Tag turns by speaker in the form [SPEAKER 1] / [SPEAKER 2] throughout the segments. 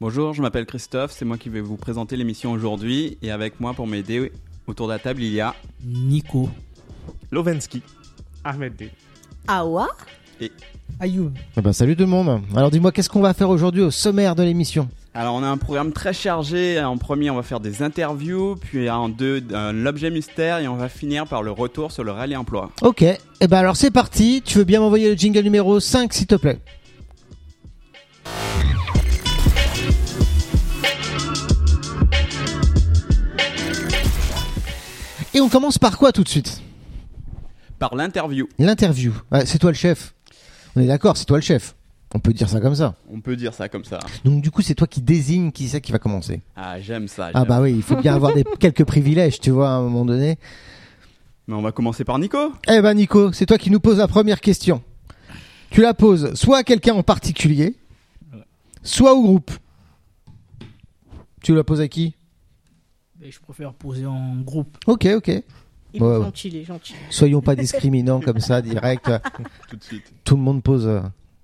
[SPEAKER 1] Bonjour, je m'appelle Christophe, c'est moi qui vais vous présenter l'émission aujourd'hui. Et avec moi pour m'aider autour de la table, il y a
[SPEAKER 2] Nico.
[SPEAKER 3] Lovensky.
[SPEAKER 4] Ahmed D.
[SPEAKER 5] Awa
[SPEAKER 2] Ayoub.
[SPEAKER 6] Eh ben, salut tout le monde. Alors dis-moi, qu'est-ce qu'on va faire aujourd'hui au sommaire de l'émission
[SPEAKER 1] Alors on a un programme très chargé. En premier, on va faire des interviews, puis en deux, euh, l'objet mystère, et on va finir par le retour sur le rallye emploi.
[SPEAKER 6] Ok, et eh ben alors c'est parti. Tu veux bien m'envoyer le jingle numéro 5 s'il te plaît Et on commence par quoi tout de suite
[SPEAKER 1] Par l'interview,
[SPEAKER 6] L'interview. Ouais, c'est toi le chef. On est d'accord, c'est toi le chef. On peut dire ça comme ça.
[SPEAKER 1] on peut dire ça comme ça.
[SPEAKER 6] Donc du coup, c'est toi qui désigne qui c'est qui va commencer.
[SPEAKER 1] Ah, j'aime ça.
[SPEAKER 6] Ah
[SPEAKER 1] j'aime.
[SPEAKER 6] bah oui, il faut bien avoir des, quelques privilèges, tu vois, à un moment donné.
[SPEAKER 1] Mais on va commencer par Nico.
[SPEAKER 6] Eh ben Nico, c'est toi qui nous poses la première question. Tu la poses soit à quelqu'un en particulier, soit au groupe. Tu la poses à qui
[SPEAKER 2] Et je préfère poser en groupe.
[SPEAKER 6] Ok, ok.
[SPEAKER 5] Il
[SPEAKER 6] Ouais,
[SPEAKER 5] est
[SPEAKER 6] ouais.
[SPEAKER 5] gentil, il est gentil.
[SPEAKER 6] Soyons pas discriminants comme ça, direct.
[SPEAKER 1] Tout de suite.
[SPEAKER 6] Tout le monde pose, euh,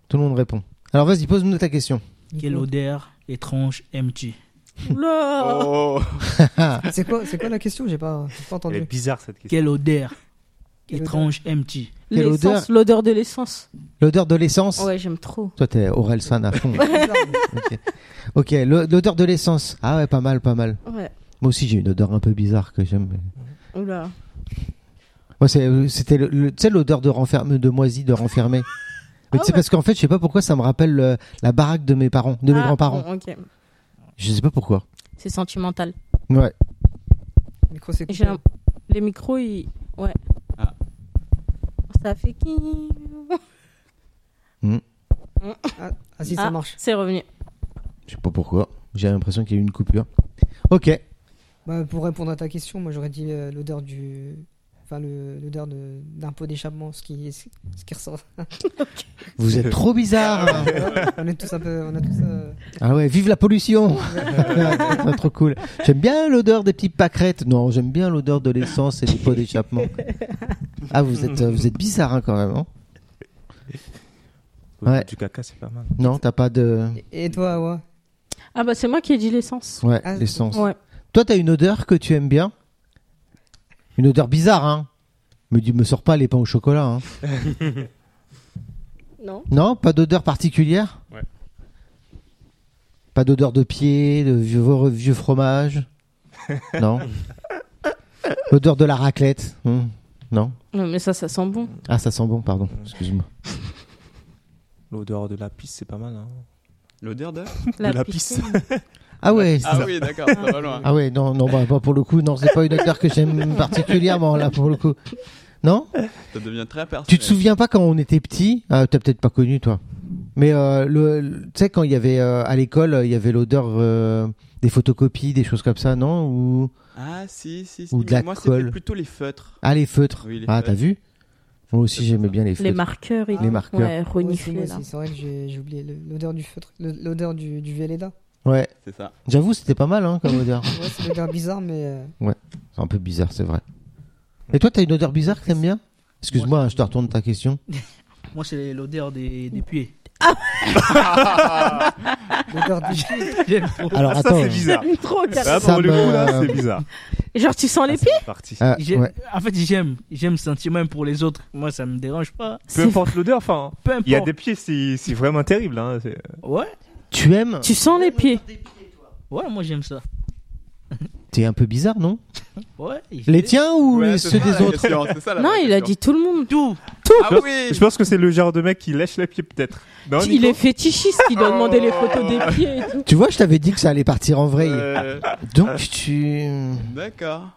[SPEAKER 6] tout le monde répond. Alors vas-y, pose-nous ta question.
[SPEAKER 2] Quelle odeur étrange aimes-tu
[SPEAKER 5] Oula
[SPEAKER 1] Oh
[SPEAKER 7] C'est quoi, c'est quoi la question J'ai pas, j'ai pas
[SPEAKER 3] Elle est
[SPEAKER 7] entendu.
[SPEAKER 3] bizarre cette question.
[SPEAKER 2] Quelle odeur
[SPEAKER 7] Quelle
[SPEAKER 2] étrange aimes-tu
[SPEAKER 6] Quelle odeur
[SPEAKER 5] L'essence, l'odeur de l'essence.
[SPEAKER 6] L'odeur de l'essence.
[SPEAKER 5] Ouais, j'aime trop.
[SPEAKER 6] Toi, t'es Aurel San à fond. ok, Ok, l'o- l'odeur de l'essence. Ah ouais, pas mal, pas mal.
[SPEAKER 5] Ouais.
[SPEAKER 6] Moi aussi, j'ai une odeur un peu bizarre que j'aime.
[SPEAKER 5] Oula.
[SPEAKER 6] Moi, c'est- euh, c'était le, le- tu sais, l'odeur de renferme, de moisi, de renfermé. Mais tu
[SPEAKER 5] Ah
[SPEAKER 6] sais,
[SPEAKER 5] ouais.
[SPEAKER 6] parce qu'en fait, je sais pas pourquoi ça me rappelle euh, la baraque de mes parents, de mes
[SPEAKER 5] Ah,
[SPEAKER 6] grands-parents.
[SPEAKER 5] bon, ok.
[SPEAKER 6] Je sais pas pourquoi.
[SPEAKER 5] C'est sentimental.
[SPEAKER 6] Ouais.
[SPEAKER 7] Micro, c'est
[SPEAKER 5] J'ai un- Les micros, ils. Ouais.
[SPEAKER 1] Ah.
[SPEAKER 5] Ça fait qui
[SPEAKER 7] Ah si,
[SPEAKER 5] Ah.
[SPEAKER 7] ça marche.
[SPEAKER 5] C'est revenu.
[SPEAKER 6] Je sais pas pourquoi. J'ai l'impression qu'il y a eu une coupure. Ok.
[SPEAKER 7] Bah, pour répondre à ta question, moi j'aurais dit euh, l'odeur du, enfin le- l'odeur de- d'un pot d'échappement, ce qui, ce, ce qui ressort.
[SPEAKER 6] Vous êtes trop bizarre.
[SPEAKER 7] on est tous un peu, on a tous. euh,
[SPEAKER 6] ah ouais, vive la pollution. C'est trop cool. J'aime bien l'odeur des petites pâquerettes. Non, j'aime bien l'odeur de l'essence et des pots d'échappement. Ah, vous êtes, euh, vous êtes bizarre hein, quand même. hein. Ouais.
[SPEAKER 3] Du caca, c'est pas mal.
[SPEAKER 6] non, t'as pas de.
[SPEAKER 7] Et toi, ouais.
[SPEAKER 5] Ah bah c'est moi qui ai dit l'essence.
[SPEAKER 6] Ouais,
[SPEAKER 7] Ah,
[SPEAKER 6] l'essence.
[SPEAKER 5] Ouais.
[SPEAKER 6] Toi, t'as une odeur que tu aimes bien Une odeur bizarre, hein Mais tu me sors pas les pains au chocolat, hein
[SPEAKER 5] Non
[SPEAKER 6] Non Pas d'odeur particulière
[SPEAKER 4] Ouais.
[SPEAKER 6] Pas d'odeur de pied, de vieux, vieux fromage Non L'odeur de la raclette hmm, Non
[SPEAKER 5] Non, mais ça, ça sent bon.
[SPEAKER 6] Ah, ça sent bon, pardon, excuse-moi.
[SPEAKER 3] L'odeur de la pisse, c'est pas mal. hein.
[SPEAKER 1] L'odeur de
[SPEAKER 3] la
[SPEAKER 5] piscine.
[SPEAKER 6] Ah ouais c'est-
[SPEAKER 1] Ah oui, d'accord, ça va loin.
[SPEAKER 6] Ah ouais, non, non, bah, pas pour le coup, non, c'est pas une odeur que j'aime particulièrement, là, pour le coup. Non
[SPEAKER 1] Ça devient très personnel.
[SPEAKER 6] Tu te souviens pas quand on était petit ah, T'as peut-être pas connu toi. Mais euh, le, le- tu sais quand il y avait euh, à l'école, il y avait l'odeur euh, des photocopies, des choses comme ça, non Ou
[SPEAKER 1] Ah si, si, si.
[SPEAKER 6] Ou de la
[SPEAKER 1] Mais moi, c'était
[SPEAKER 6] colle.
[SPEAKER 1] plutôt les feutres.
[SPEAKER 6] ah les feutres.
[SPEAKER 1] Oui, les
[SPEAKER 6] ah
[SPEAKER 1] feutres.
[SPEAKER 6] t'as vu Moi aussi j'aimais bien les feutres.
[SPEAKER 5] Les marqueurs, ils
[SPEAKER 6] Les marqueurs.
[SPEAKER 5] Ouais,
[SPEAKER 7] Moi aussi, moi
[SPEAKER 5] reniflés, là.
[SPEAKER 7] aussi, c'est vrai que j'ai j'ai oublié le- l'odeur du feutre, le- l'odeur du, du Velleda.
[SPEAKER 6] Ouais,
[SPEAKER 1] C'est ça.
[SPEAKER 6] j'avoue c'était pas mal hein, comme odeur.
[SPEAKER 7] Ouais, c'est une odeur bizarre, mais euh,
[SPEAKER 6] C'est un peu bizarre, c'est vrai. Et toi t'as une odeur bizarre que t'aimes bien Excuse-moi, hein, je te retourne ta question.
[SPEAKER 2] Moi, c'est l'odeur des, des puets.
[SPEAKER 7] l'odeur du.
[SPEAKER 2] J'aime trop.
[SPEAKER 6] Alors
[SPEAKER 3] Ah,
[SPEAKER 6] attends.
[SPEAKER 3] ça, c'est bizarre.
[SPEAKER 5] Trop
[SPEAKER 3] Ah,
[SPEAKER 5] carré.
[SPEAKER 6] Ça
[SPEAKER 3] pour le
[SPEAKER 6] me-
[SPEAKER 3] coup, là, c'est bizarre.
[SPEAKER 5] Genre, tu sens les
[SPEAKER 3] Ah,
[SPEAKER 5] pieds
[SPEAKER 3] c'est parti.
[SPEAKER 6] Ah,
[SPEAKER 2] J'aime-
[SPEAKER 6] ouais.
[SPEAKER 2] En fait, j'aime. J'aime ce sentiment pour les autres. Moi, ça me dérange pas.
[SPEAKER 3] Peu importe l'odeur, enfin. hein.
[SPEAKER 2] Peu importe.
[SPEAKER 3] Il y a des pieds, c'est c'est vraiment terrible. Hein. c'est-
[SPEAKER 2] Ouais,
[SPEAKER 6] Tu aimes
[SPEAKER 5] Tu sens les pieds
[SPEAKER 2] ouais, moi j'aime ça.
[SPEAKER 6] T'es un peu bizarre, non
[SPEAKER 2] Ouais.
[SPEAKER 6] Les tiens ou
[SPEAKER 1] Ouais,
[SPEAKER 6] les-
[SPEAKER 1] c'est
[SPEAKER 6] ceux
[SPEAKER 1] ça
[SPEAKER 6] des
[SPEAKER 1] la
[SPEAKER 6] autres
[SPEAKER 1] question, c'est ça la
[SPEAKER 5] Non,
[SPEAKER 1] vraie
[SPEAKER 5] il a dit
[SPEAKER 1] question.
[SPEAKER 5] tout le monde.
[SPEAKER 2] Tout.
[SPEAKER 1] Ah oui
[SPEAKER 3] Je pense que c'est le genre de mec qui lèche les pieds, peut-être. Non,
[SPEAKER 5] il
[SPEAKER 3] Nico
[SPEAKER 5] est fétichiste, il doit demander les photos des pieds et tout.
[SPEAKER 6] Tu vois, je t'avais dit que ça allait partir en vrille.
[SPEAKER 1] Euh,
[SPEAKER 6] Donc tu.
[SPEAKER 1] D'accord.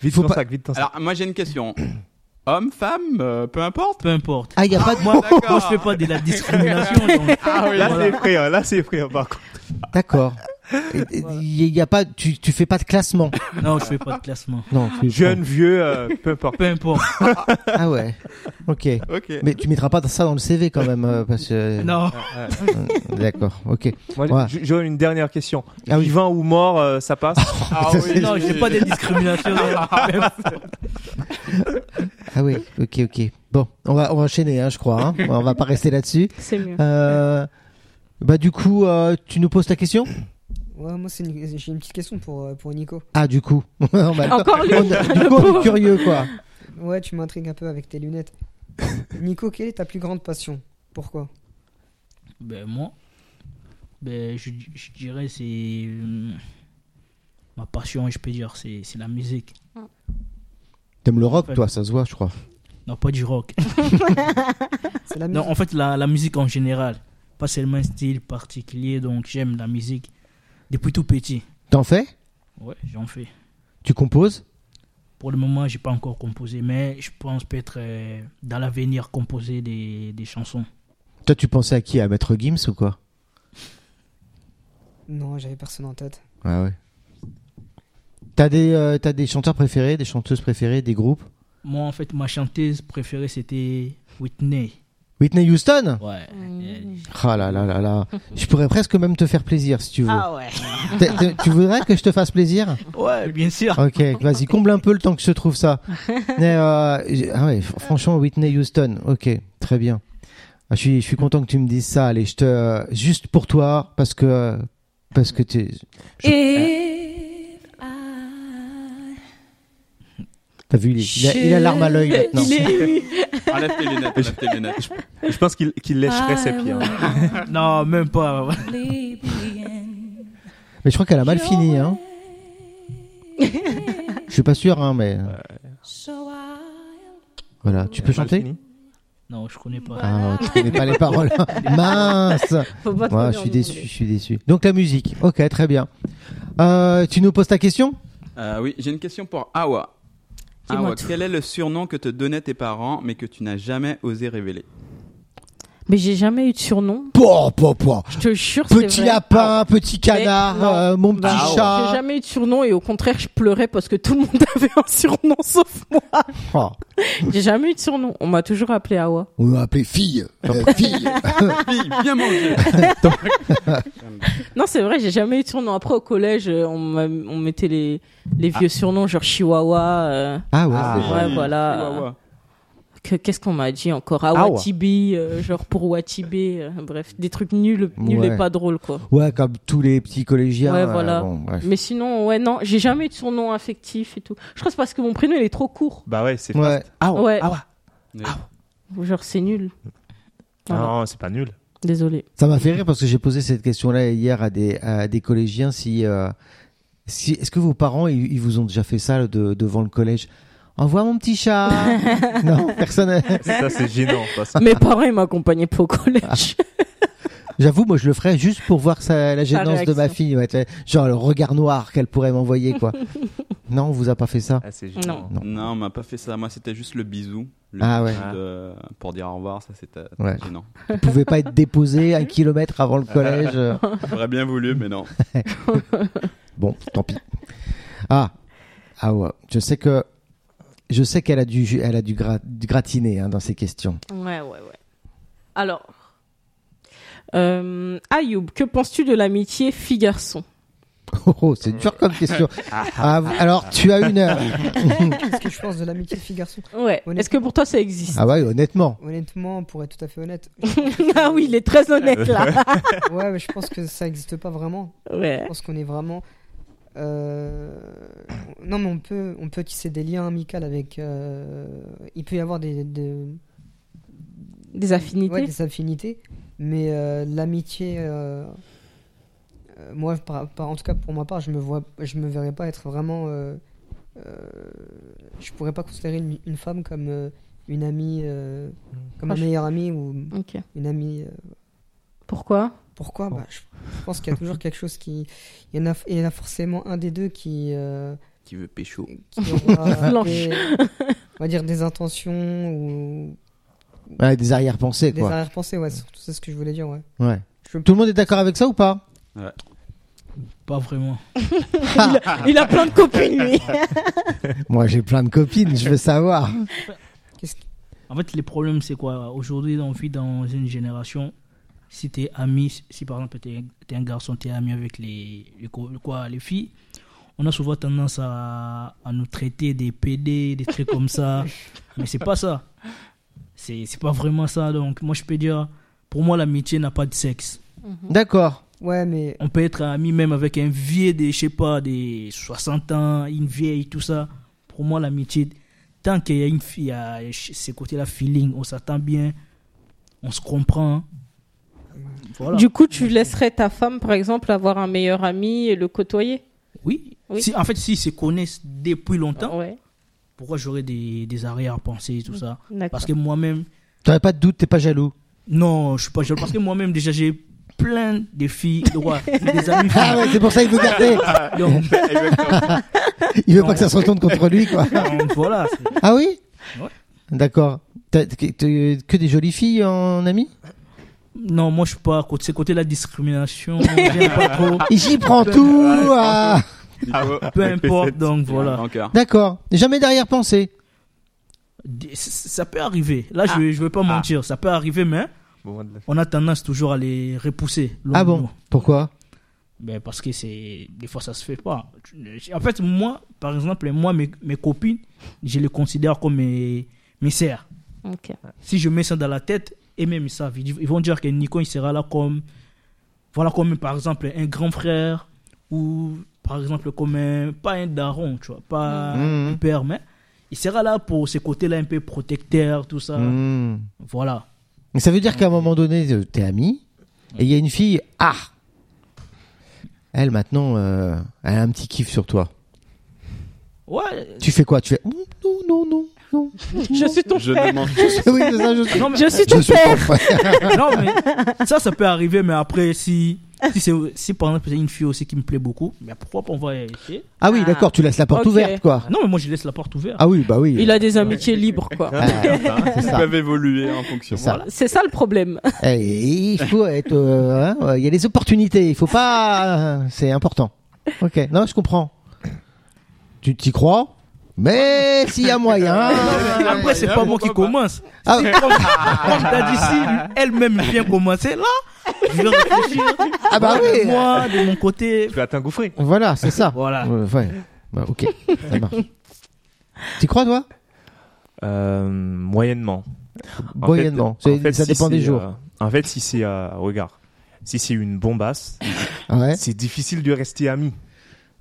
[SPEAKER 3] Vite
[SPEAKER 6] Faut
[SPEAKER 3] ton
[SPEAKER 6] pas-
[SPEAKER 3] sac, vite ton sac.
[SPEAKER 1] Alors, moi j'ai une question. Homme, femme, euh, peu importe.
[SPEAKER 2] Peu importe.
[SPEAKER 6] Ah, y a pas de
[SPEAKER 2] Moi,
[SPEAKER 1] D'accord.
[SPEAKER 2] moi, je fais pas de la discrimination. donc.
[SPEAKER 1] Ah oui,
[SPEAKER 3] Là,
[SPEAKER 2] Voilà.
[SPEAKER 3] c'est effrayant, là, c'est effrayant, par contre.
[SPEAKER 6] D'accord. Il y a pas, tu, tu fais pas de classement.
[SPEAKER 2] Non, je fais pas de classement.
[SPEAKER 6] Non. tu-
[SPEAKER 3] Jeune, vieux, euh, peu importe.
[SPEAKER 2] Peu importe.
[SPEAKER 6] Ah ouais. Ok.
[SPEAKER 1] Ok.
[SPEAKER 6] Mais tu mettras pas ça dans le CV quand même, euh, parce que.
[SPEAKER 2] Non.
[SPEAKER 6] Euh, D'accord. Ok.
[SPEAKER 3] Moi,
[SPEAKER 6] Ouais.
[SPEAKER 3] j- j'aurais une dernière question.
[SPEAKER 6] Ah oui.
[SPEAKER 3] Vivant ou mort, euh, ça passe
[SPEAKER 1] Ah oui,
[SPEAKER 2] Non, je fais pas de discrimination.
[SPEAKER 6] Ah oui. Ok. Ok. Bon, on va on va enchaîner, hein, je crois. Hein. On va pas rester là-dessus.
[SPEAKER 5] C'est mieux.
[SPEAKER 6] Euh, Bah du coup, euh, tu nous poses ta question
[SPEAKER 7] Ouais, moi, c'est une- j'ai une petite question pour, euh, pour Nico.
[SPEAKER 6] Ah, du coup. On va-
[SPEAKER 5] Encore lui.
[SPEAKER 6] on- du
[SPEAKER 5] le
[SPEAKER 6] coup, on est
[SPEAKER 5] pauvre.
[SPEAKER 6] curieux, quoi.
[SPEAKER 7] Ouais, tu m'intrigues un peu avec tes lunettes. Nico, quelle est ta plus grande passion Pourquoi
[SPEAKER 2] Ben, moi, ben, je, je dirais c'est. hum, Ma passion, je peux dire, c'est c'est la musique.
[SPEAKER 6] T'aimes le rock, toi, ça se voit, je crois.
[SPEAKER 2] Non, pas du rock.
[SPEAKER 7] C'est la
[SPEAKER 2] Non,
[SPEAKER 7] musique.
[SPEAKER 2] en fait, la, la musique en général. Pas seulement un style particulier, donc j'aime la musique depuis tout petit.
[SPEAKER 6] T'en fais
[SPEAKER 2] Ouais, j'en fais.
[SPEAKER 6] Tu composes
[SPEAKER 2] Pour le moment, j'ai pas encore composé, mais je pense peut-être euh, dans l'avenir composer des, des chansons.
[SPEAKER 6] Toi, tu pensais à qui À Maître Gims ou quoi
[SPEAKER 7] Non, j'avais personne en tête.
[SPEAKER 6] Ouais, ouais. T'as des, euh, t'as des chanteurs préférés, des chanteuses préférées, des groupes
[SPEAKER 2] Moi, en fait, ma chanteuse préférée, c'était Whitney.
[SPEAKER 6] Whitney Houston
[SPEAKER 2] Ouais. Euh,
[SPEAKER 6] Ah là là là là. Je pourrais presque même te faire plaisir si tu veux.
[SPEAKER 5] Ah.
[SPEAKER 2] Ah ouais.
[SPEAKER 6] T'es- t'es- tu voudrais que je te fasse plaisir
[SPEAKER 2] Ouais, bien sûr.
[SPEAKER 6] Ok, vas-y, comble un peu le temps que se trouve ça. Mais, euh, j'ai- ah ouais, fr- franchement, Whitney Houston, ok, très bien. Ah, je, suis, je suis content que tu me dises ça. Allez, je te, euh, juste pour toi, parce que, parce que tu,
[SPEAKER 4] If I
[SPEAKER 6] t'as vu, il, est- il a, il a l'arme à l'œil maintenant.
[SPEAKER 5] Il est-
[SPEAKER 1] Enlève Ah, tes lunettes, enlève tes lunettes.
[SPEAKER 3] Je pense qu'il qu'il
[SPEAKER 6] Ah,
[SPEAKER 3] lècherait ses pieds. hein.
[SPEAKER 2] Non, même pas.
[SPEAKER 4] only be in
[SPEAKER 6] Mais je crois qu'elle a mal fini, hein. Je suis pas sûr, hein, mais
[SPEAKER 4] So I'll
[SPEAKER 6] voilà. Tu peux
[SPEAKER 3] Mal
[SPEAKER 6] chanter
[SPEAKER 3] fini.
[SPEAKER 2] Non, je connais pas.
[SPEAKER 6] Ah, tu connais pas les paroles. hein. Mince.
[SPEAKER 5] Faut pas te
[SPEAKER 6] Ouais,
[SPEAKER 5] regarder
[SPEAKER 6] je
[SPEAKER 5] en
[SPEAKER 6] suis
[SPEAKER 5] nous,
[SPEAKER 6] déçu, je
[SPEAKER 5] mais-
[SPEAKER 6] suis déçu. Donc la musique, ok, très bien. Euh, tu nous poses ta question
[SPEAKER 1] Euh, oui, j'ai une question pour Awa.
[SPEAKER 4] Dis-moi
[SPEAKER 1] Awa,
[SPEAKER 4] tout.
[SPEAKER 1] quel est le surnom que te donnaient tes parents mais que tu n'as jamais osé révéler
[SPEAKER 5] Mais j'ai jamais eu de surnom.
[SPEAKER 6] Pouah, pouah, pouah.
[SPEAKER 5] Je te jure, c'est
[SPEAKER 6] Petit
[SPEAKER 5] vrai. Ah.
[SPEAKER 6] lapin, petit canard,
[SPEAKER 5] non.
[SPEAKER 6] euh, mon petit
[SPEAKER 5] Bah,
[SPEAKER 1] ouais.
[SPEAKER 6] chat.
[SPEAKER 5] J'ai jamais eu de surnom et au contraire, je pleurais parce que tout le monde avait un surnom sauf moi.
[SPEAKER 6] Oh,
[SPEAKER 5] J'ai jamais eu de surnom. On m'a toujours appelé Awa.
[SPEAKER 6] on m'a appelé fille. euh, fille.
[SPEAKER 1] Fille, viens manger
[SPEAKER 5] Non, c'est vrai, j'ai jamais eu de surnom. Après, au collège, euh, on, m'a- on mettait les, les vieux surnoms, genre Chihuahua. euh,
[SPEAKER 6] Ah ouais,
[SPEAKER 3] Ah,
[SPEAKER 6] c'est vrai.
[SPEAKER 5] ouais, voilà.
[SPEAKER 1] Chihuahua.
[SPEAKER 5] que- Qu'est-ce qu'on m'a dit encore
[SPEAKER 6] Awa.
[SPEAKER 5] Awatibi, euh, genre pour Watibi. euh, bref, des trucs nuls, nuls
[SPEAKER 6] Ouais.
[SPEAKER 5] et pas drôles, quoi.
[SPEAKER 6] Ouais, comme tous les petits collégiens.
[SPEAKER 5] Ouais,
[SPEAKER 6] euh,
[SPEAKER 5] voilà.
[SPEAKER 6] bon, bref.
[SPEAKER 5] Mais sinon, ouais, non, j'ai jamais eu de surnom affectif et tout. Je crois que c'est parce que mon prénom, il est trop court.
[SPEAKER 3] Bah ouais, c'est
[SPEAKER 6] Ouais.
[SPEAKER 3] fast. Ah ouais.
[SPEAKER 5] Ouais.
[SPEAKER 3] Ah ouais.
[SPEAKER 5] Genre, c'est nul. Voilà.
[SPEAKER 3] Non, c'est pas nul.
[SPEAKER 5] Désolé.
[SPEAKER 6] Ça m'a fait rire parce que j'ai posé cette question-là hier à des, à des collégiens. Si, euh, si, Est-ce que vos parents, ils, ils vous ont déjà fait ça de- devant le collège Envoie mon petit chat. non, personne. n'a-
[SPEAKER 3] Ça, c'est gênant. parce que-
[SPEAKER 5] Mes parents, ils m'accompagnaient pas au collège.
[SPEAKER 6] J'avoue, moi, je le ferais juste pour voir sa, la gênance de
[SPEAKER 5] réaction.
[SPEAKER 6] ma fille. ouais, tu sais, genre le regard noir qu'elle pourrait m'envoyer, quoi. non, on vous a pas fait ça.
[SPEAKER 3] Ah, c'est gênant.
[SPEAKER 6] Non.
[SPEAKER 1] Non, on m'a pas fait ça. Moi, c'était juste le bisou. Le
[SPEAKER 6] Ah ouais.
[SPEAKER 1] bisou de- Pour dire au revoir, ça c'était
[SPEAKER 6] Ouais.
[SPEAKER 1] gênant.
[SPEAKER 6] Vous pouvez pas être déposé un kilomètre avant le collège. euh.
[SPEAKER 1] J'aurais bien voulu, mais non.
[SPEAKER 6] Bon, tant pis. Ah, ah ouais. Je sais que, je sais qu'elle a dû, elle a dû, gra- dû gratiner hein, dans ses questions.
[SPEAKER 5] Ouais, ouais, ouais. Alors. Euh, Ayoub, que penses-tu de l'amitié fille-garçon
[SPEAKER 6] Oh, oh, c'est dur comme question. Ah, v- alors, tu as une heure.
[SPEAKER 7] Qu'est-ce que je pense de l'amitié fille-garçon
[SPEAKER 5] Ouais.
[SPEAKER 7] Honnêtement.
[SPEAKER 5] Est-ce que pour toi ça existe
[SPEAKER 6] Ah ouais, honnêtement.
[SPEAKER 7] Honnêtement, pour être tout à fait honnête,
[SPEAKER 5] Ah oui, il est très honnête là.
[SPEAKER 7] ouais, mais je pense que ça n'existe pas vraiment. Je
[SPEAKER 5] Ouais.
[SPEAKER 7] pense qu'on est vraiment. euh, Non, mais on peut, on peut tisser des liens amicaux avec. euh, Il peut y avoir des, des-
[SPEAKER 5] Des affinités.
[SPEAKER 7] ouais, des affinités, mais euh, l'amitié. euh, euh, Moi, par- par- en tout cas pour ma part, je me vois, je me verrais pas être vraiment. euh, euh, Je pourrais pas considérer une, une femme comme euh, une amie, euh, comme
[SPEAKER 5] Ah,
[SPEAKER 7] un
[SPEAKER 5] je-
[SPEAKER 7] meilleur ami ou
[SPEAKER 5] Ok.
[SPEAKER 7] une amie. euh,
[SPEAKER 5] Pourquoi
[SPEAKER 7] Pourquoi Bah, Je pense qu'il y a toujours quelque chose qui. Il y, en a, il y en a forcément un des deux qui. euh,
[SPEAKER 1] Qui veut pécho
[SPEAKER 7] qui aura
[SPEAKER 5] Blanche.
[SPEAKER 7] des- on va dire des intentions ou
[SPEAKER 6] Ouais, des arrière-pensées,
[SPEAKER 7] des
[SPEAKER 6] quoi.
[SPEAKER 7] arrière-pensées, ouais, surtout c'est ce que je voulais dire, ouais.
[SPEAKER 6] Ouais.
[SPEAKER 7] Je-
[SPEAKER 6] Tout le monde est d'accord avec ça ou pas
[SPEAKER 2] Pas vraiment.
[SPEAKER 5] il, a, il a plein de copines lui.
[SPEAKER 6] Moi, j'ai plein de copines, je veux savoir.
[SPEAKER 7] Qu'est-ce qui-
[SPEAKER 2] En fait, les problèmes, c'est quoi Aujourd'hui, on vit dans une génération. Si t'es ami, si par exemple t'es t'es un garçon, t'es ami avec les, les co- quoi, les filles, on a souvent tendance à, à nous traiter des PD, des trucs comme ça. Mais c'est pas ça. C'est c'est pas vraiment ça. Donc, moi, je peux dire, pour moi, l'amitié n'a pas de sexe.
[SPEAKER 6] D'accord.
[SPEAKER 7] Ouais, mais
[SPEAKER 2] On peut être ami même avec un vieux de, je sais pas, des 60 ans, une vieille, tout ça. Pour moi, l'amitié, tant qu'il y a une fille, il y a ce côté-là, feeling, on s'attend bien, on se comprend. Voilà.
[SPEAKER 5] Du coup, tu laisserais ta femme, par exemple, avoir un meilleur ami et le côtoyer
[SPEAKER 2] Oui.
[SPEAKER 5] Oui.
[SPEAKER 2] Si, en fait, s'ils se connaissent depuis
[SPEAKER 6] Hein
[SPEAKER 2] longtemps,
[SPEAKER 5] Ouais,
[SPEAKER 2] pourquoi j'aurais des, des arrière-pensées, tout ça
[SPEAKER 5] d'accord.
[SPEAKER 2] Parce que moi-même,
[SPEAKER 6] T'aurais pas de doute, t'es pas jaloux.
[SPEAKER 2] non, je suis pas jaloux. Parce que moi-même, déjà, j'ai plein de filles, de roi, des amis.
[SPEAKER 6] Ah ouais, c'est pour ça qu'il veut garder.
[SPEAKER 5] Ah
[SPEAKER 2] Donc,
[SPEAKER 6] Il veut
[SPEAKER 2] Non.
[SPEAKER 6] pas que ça se retourne contre lui, quoi.
[SPEAKER 2] donc, voilà. c'est-
[SPEAKER 6] Ah oui
[SPEAKER 2] Ouais.
[SPEAKER 6] D'accord. T'as t'as- t'as que des jolies filles en ami
[SPEAKER 2] Non, moi, je suis pas côté, ce côté-là, discrimination, j'aime pas trop.
[SPEAKER 6] J'y prends tout. ah.
[SPEAKER 2] Peu importe, donc voilà.
[SPEAKER 1] Encore.
[SPEAKER 6] D'accord. Jamais d'arrière-pensée.
[SPEAKER 2] D- c- Ça peut arriver. Là,
[SPEAKER 6] Ah.
[SPEAKER 2] je, vais- je vais pas mentir, ça peut arriver, mais
[SPEAKER 3] Bon, de la-
[SPEAKER 2] on a tendance toujours à les repousser.
[SPEAKER 6] Ah
[SPEAKER 2] longuement.
[SPEAKER 6] bon Pourquoi
[SPEAKER 2] Ben, parce que c'est des fois ça se fait pas. Tu- En fait, moi, par exemple, moi mes, mes copines, je les considère comme mes mes sœurs.
[SPEAKER 5] Ok.
[SPEAKER 2] Si je mets ça dans la tête, et même ça, ils ils vont dire que Nico il sera là comme voilà comme par exemple un grand frère ou par exemple comme un pas un daron, tu vois,
[SPEAKER 5] Ah,
[SPEAKER 2] pas
[SPEAKER 6] Mhm.
[SPEAKER 2] un père, mais il sera là pour ce côté-là un peu protecteur, tout ça.
[SPEAKER 6] Hmm.
[SPEAKER 2] Voilà.
[SPEAKER 6] Mais ça veut dire qu'à un moment donné, euh, t'es ami, et il y a une fille, ah Elle, maintenant, euh, elle a un petit kiff sur toi.
[SPEAKER 2] Ouais.
[SPEAKER 6] Tu fais quoi Tu fais Ouh, non, non, non, non.
[SPEAKER 5] Je suis ton
[SPEAKER 1] Je
[SPEAKER 5] frère.
[SPEAKER 1] ne mange
[SPEAKER 6] oui, c'est ça, je suis.
[SPEAKER 2] Non, mais-
[SPEAKER 5] Je suis
[SPEAKER 6] Je
[SPEAKER 5] ton
[SPEAKER 6] suis
[SPEAKER 5] père.
[SPEAKER 6] ton frère.
[SPEAKER 2] Ah, non, mais ça, ça peut arriver, mais après, si, si, c'est, si par exemple, c'est une fille aussi qui me plaît beaucoup, mais pourquoi pas, on va essayer.
[SPEAKER 6] Ah oui,
[SPEAKER 5] Ah.
[SPEAKER 6] d'accord, tu laisses la porte
[SPEAKER 5] Ok.
[SPEAKER 6] ouverte, quoi.
[SPEAKER 2] Non, mais moi, je laisse la porte ouverte.
[SPEAKER 6] Ah oui, bah oui.
[SPEAKER 5] Il a des amitiés libres, quoi.
[SPEAKER 6] Ah, c'est
[SPEAKER 1] Ils
[SPEAKER 6] ça.
[SPEAKER 1] peuvent évoluer en fonction.
[SPEAKER 6] C'est ça.
[SPEAKER 5] C'est ça le problème.
[SPEAKER 6] Eh, il faut être. euh, hein, ouais, il y a des opportunités. Il faut pas. euh, C'est important. Ok. Non, je comprends. Tu t'y crois Mais s'il y a moyen.
[SPEAKER 2] Mais Après, c'est pas moi qui commence.
[SPEAKER 6] Ah,
[SPEAKER 2] C'est comme, comme t'as dit, si elle-même vient commencer, là, je vais réfléchir.
[SPEAKER 6] ah bah oui.
[SPEAKER 2] Moi, de mon côté,
[SPEAKER 3] Tu vas t'engouffrer.
[SPEAKER 6] Voilà, c'est ça.
[SPEAKER 2] Voilà.
[SPEAKER 6] Ouais, ouais. Bah, ok. Ça marche. T'y crois, toi
[SPEAKER 3] Euh, moyennement. En
[SPEAKER 6] Moyennement.
[SPEAKER 3] fait-
[SPEAKER 6] C'est-
[SPEAKER 3] en fait,
[SPEAKER 6] ça
[SPEAKER 3] si
[SPEAKER 6] dépend des
[SPEAKER 3] c'est,
[SPEAKER 6] jours.
[SPEAKER 3] euh, en fait, si c'est. euh, regarde. Si c'est une bombasse,
[SPEAKER 6] Ouais.
[SPEAKER 3] c'est difficile de rester ami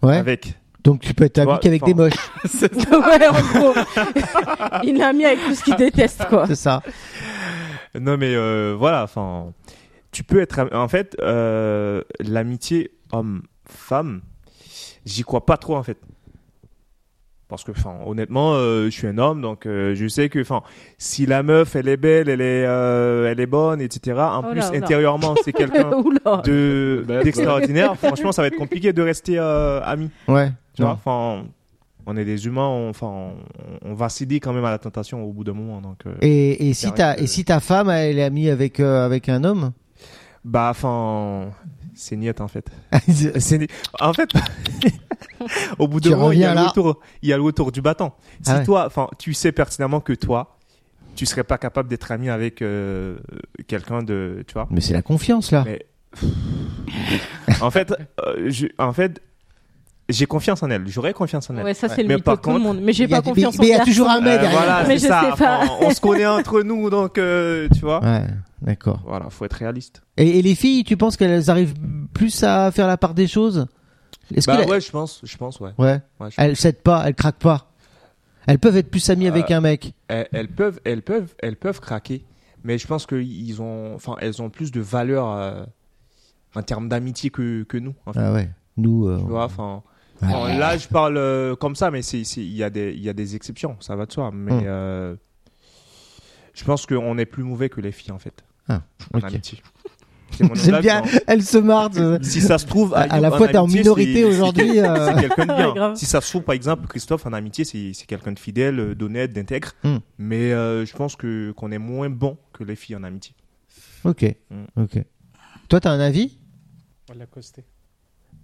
[SPEAKER 6] Ouais.
[SPEAKER 3] euh, avec.
[SPEAKER 6] Donc tu peux être ami
[SPEAKER 3] Ouais,
[SPEAKER 6] qu'avec
[SPEAKER 3] enfin.
[SPEAKER 6] des moches.
[SPEAKER 5] ouais, en gros. Il l'a mis avec tout ce qu'il déteste, quoi.
[SPEAKER 6] C'est ça.
[SPEAKER 3] Non, mais euh, voilà, enfin, tu peux être. am- En fait, euh, l'amitié homme-femme, j'y crois pas trop, en fait. Parce que, enfin, honnêtement, euh, je suis un homme, donc euh, je sais que, enfin, si la meuf, elle est belle, elle est, euh, elle est bonne, etc. En
[SPEAKER 5] Oh là,
[SPEAKER 3] plus,
[SPEAKER 5] oh là.
[SPEAKER 3] intérieurement, c'est quelqu'un
[SPEAKER 5] Oula.
[SPEAKER 3] de
[SPEAKER 1] Bad boy.
[SPEAKER 3] d'extraordinaire. Bah, Franchement, ça va être compliqué de rester euh, ami.
[SPEAKER 6] Ouais.
[SPEAKER 3] Tu vois, enfin, on est des humains, on- enfin, on, on va céder quand même à la tentation au bout d'un moment, donc. euh,
[SPEAKER 6] Et, et si
[SPEAKER 3] C'est
[SPEAKER 6] ta
[SPEAKER 3] vrai que-
[SPEAKER 6] et si ta femme elle est amie avec euh, avec un homme
[SPEAKER 3] Bah, enfin, c'est niette en fait.
[SPEAKER 6] Euh, C'est-
[SPEAKER 3] C'est ni- En fait, au bout de
[SPEAKER 6] Tu
[SPEAKER 3] moment, il y, a
[SPEAKER 6] reviens
[SPEAKER 3] le
[SPEAKER 6] là.
[SPEAKER 3] retour, il y a le retour du battant. Si
[SPEAKER 6] Ah ouais.
[SPEAKER 3] toi, enfin, tu sais pertinemment que toi, tu serais pas capable d'être ami avec euh, quelqu'un de, tu vois.
[SPEAKER 6] Mais c'est la confiance là.
[SPEAKER 3] Mais en fait, euh, je- en fait, j'ai confiance en elle. J'aurais confiance en elle.
[SPEAKER 5] Ouais, ça, c'est le
[SPEAKER 3] Mais
[SPEAKER 5] mytho
[SPEAKER 3] par
[SPEAKER 5] de tout le
[SPEAKER 3] contre,
[SPEAKER 5] monde. Mais j'ai
[SPEAKER 6] Il y a
[SPEAKER 5] pas
[SPEAKER 6] des-
[SPEAKER 5] confiance en
[SPEAKER 6] Ah, mais il y a
[SPEAKER 5] personne.
[SPEAKER 6] toujours un mec
[SPEAKER 3] Euh,
[SPEAKER 6] derrière.
[SPEAKER 3] voilà,
[SPEAKER 5] Mais
[SPEAKER 3] c'est
[SPEAKER 5] je
[SPEAKER 3] ça.
[SPEAKER 5] sais
[SPEAKER 3] Enfin,
[SPEAKER 5] pas.
[SPEAKER 3] on se connaît entre nous, donc euh, tu vois.
[SPEAKER 6] Ouais, d'accord.
[SPEAKER 3] Voilà, faut être réaliste.
[SPEAKER 6] Et, et les filles, tu penses qu'elles arrivent plus à faire la part des choses Est-ce
[SPEAKER 3] Bah
[SPEAKER 6] que la-
[SPEAKER 3] ouais, je pense, je pense, ouais.
[SPEAKER 6] ouais,
[SPEAKER 3] Ouais, je-
[SPEAKER 6] elles cèdent pas, elles craquent pas. Elles peuvent être plus amies
[SPEAKER 3] Euh,
[SPEAKER 6] avec un mec.
[SPEAKER 3] elles, elles peuvent, elles peuvent, elles peuvent craquer. Mais je pense qu'ils ont, enfin, elles ont plus de valeur euh, en termes d'amitié que, que nous. En fait.
[SPEAKER 6] Ah ouais. Nous, euh,
[SPEAKER 3] Tu vois, enfin.
[SPEAKER 6] Ouais.
[SPEAKER 3] enfin, Là, je parle euh, comme ça, mais c'est, c'est- il y a des, il y a des exceptions, ça va de soi. Mais
[SPEAKER 6] Hmm.
[SPEAKER 3] euh, je pense qu'on est plus mauvais que les filles en fait.
[SPEAKER 6] Ah,
[SPEAKER 3] En
[SPEAKER 6] ok.
[SPEAKER 3] amitié. C'est mon
[SPEAKER 6] j'aime
[SPEAKER 3] humble
[SPEAKER 6] bien.
[SPEAKER 3] avis, hein.
[SPEAKER 6] Elles se marrent. euh,
[SPEAKER 3] Si ça se trouve,
[SPEAKER 6] à, à la
[SPEAKER 3] Ayoub,
[SPEAKER 6] fois, t'es en
[SPEAKER 3] amitié,
[SPEAKER 6] minorité
[SPEAKER 3] c'est-
[SPEAKER 6] aujourd'hui. euh,
[SPEAKER 3] c'est quelqu'un de
[SPEAKER 5] Ouais,
[SPEAKER 3] bien.
[SPEAKER 5] grave.
[SPEAKER 3] si ça se trouve, par exemple, Christophe, en amitié, c'est c'est quelqu'un de fidèle, euh, d'honnête, d'intègre.
[SPEAKER 6] Hmm.
[SPEAKER 3] Mais euh, je pense que qu'on est moins bon que les filles en amitié.
[SPEAKER 6] ok,
[SPEAKER 3] Mm.
[SPEAKER 6] ok. Toi, t'as un avis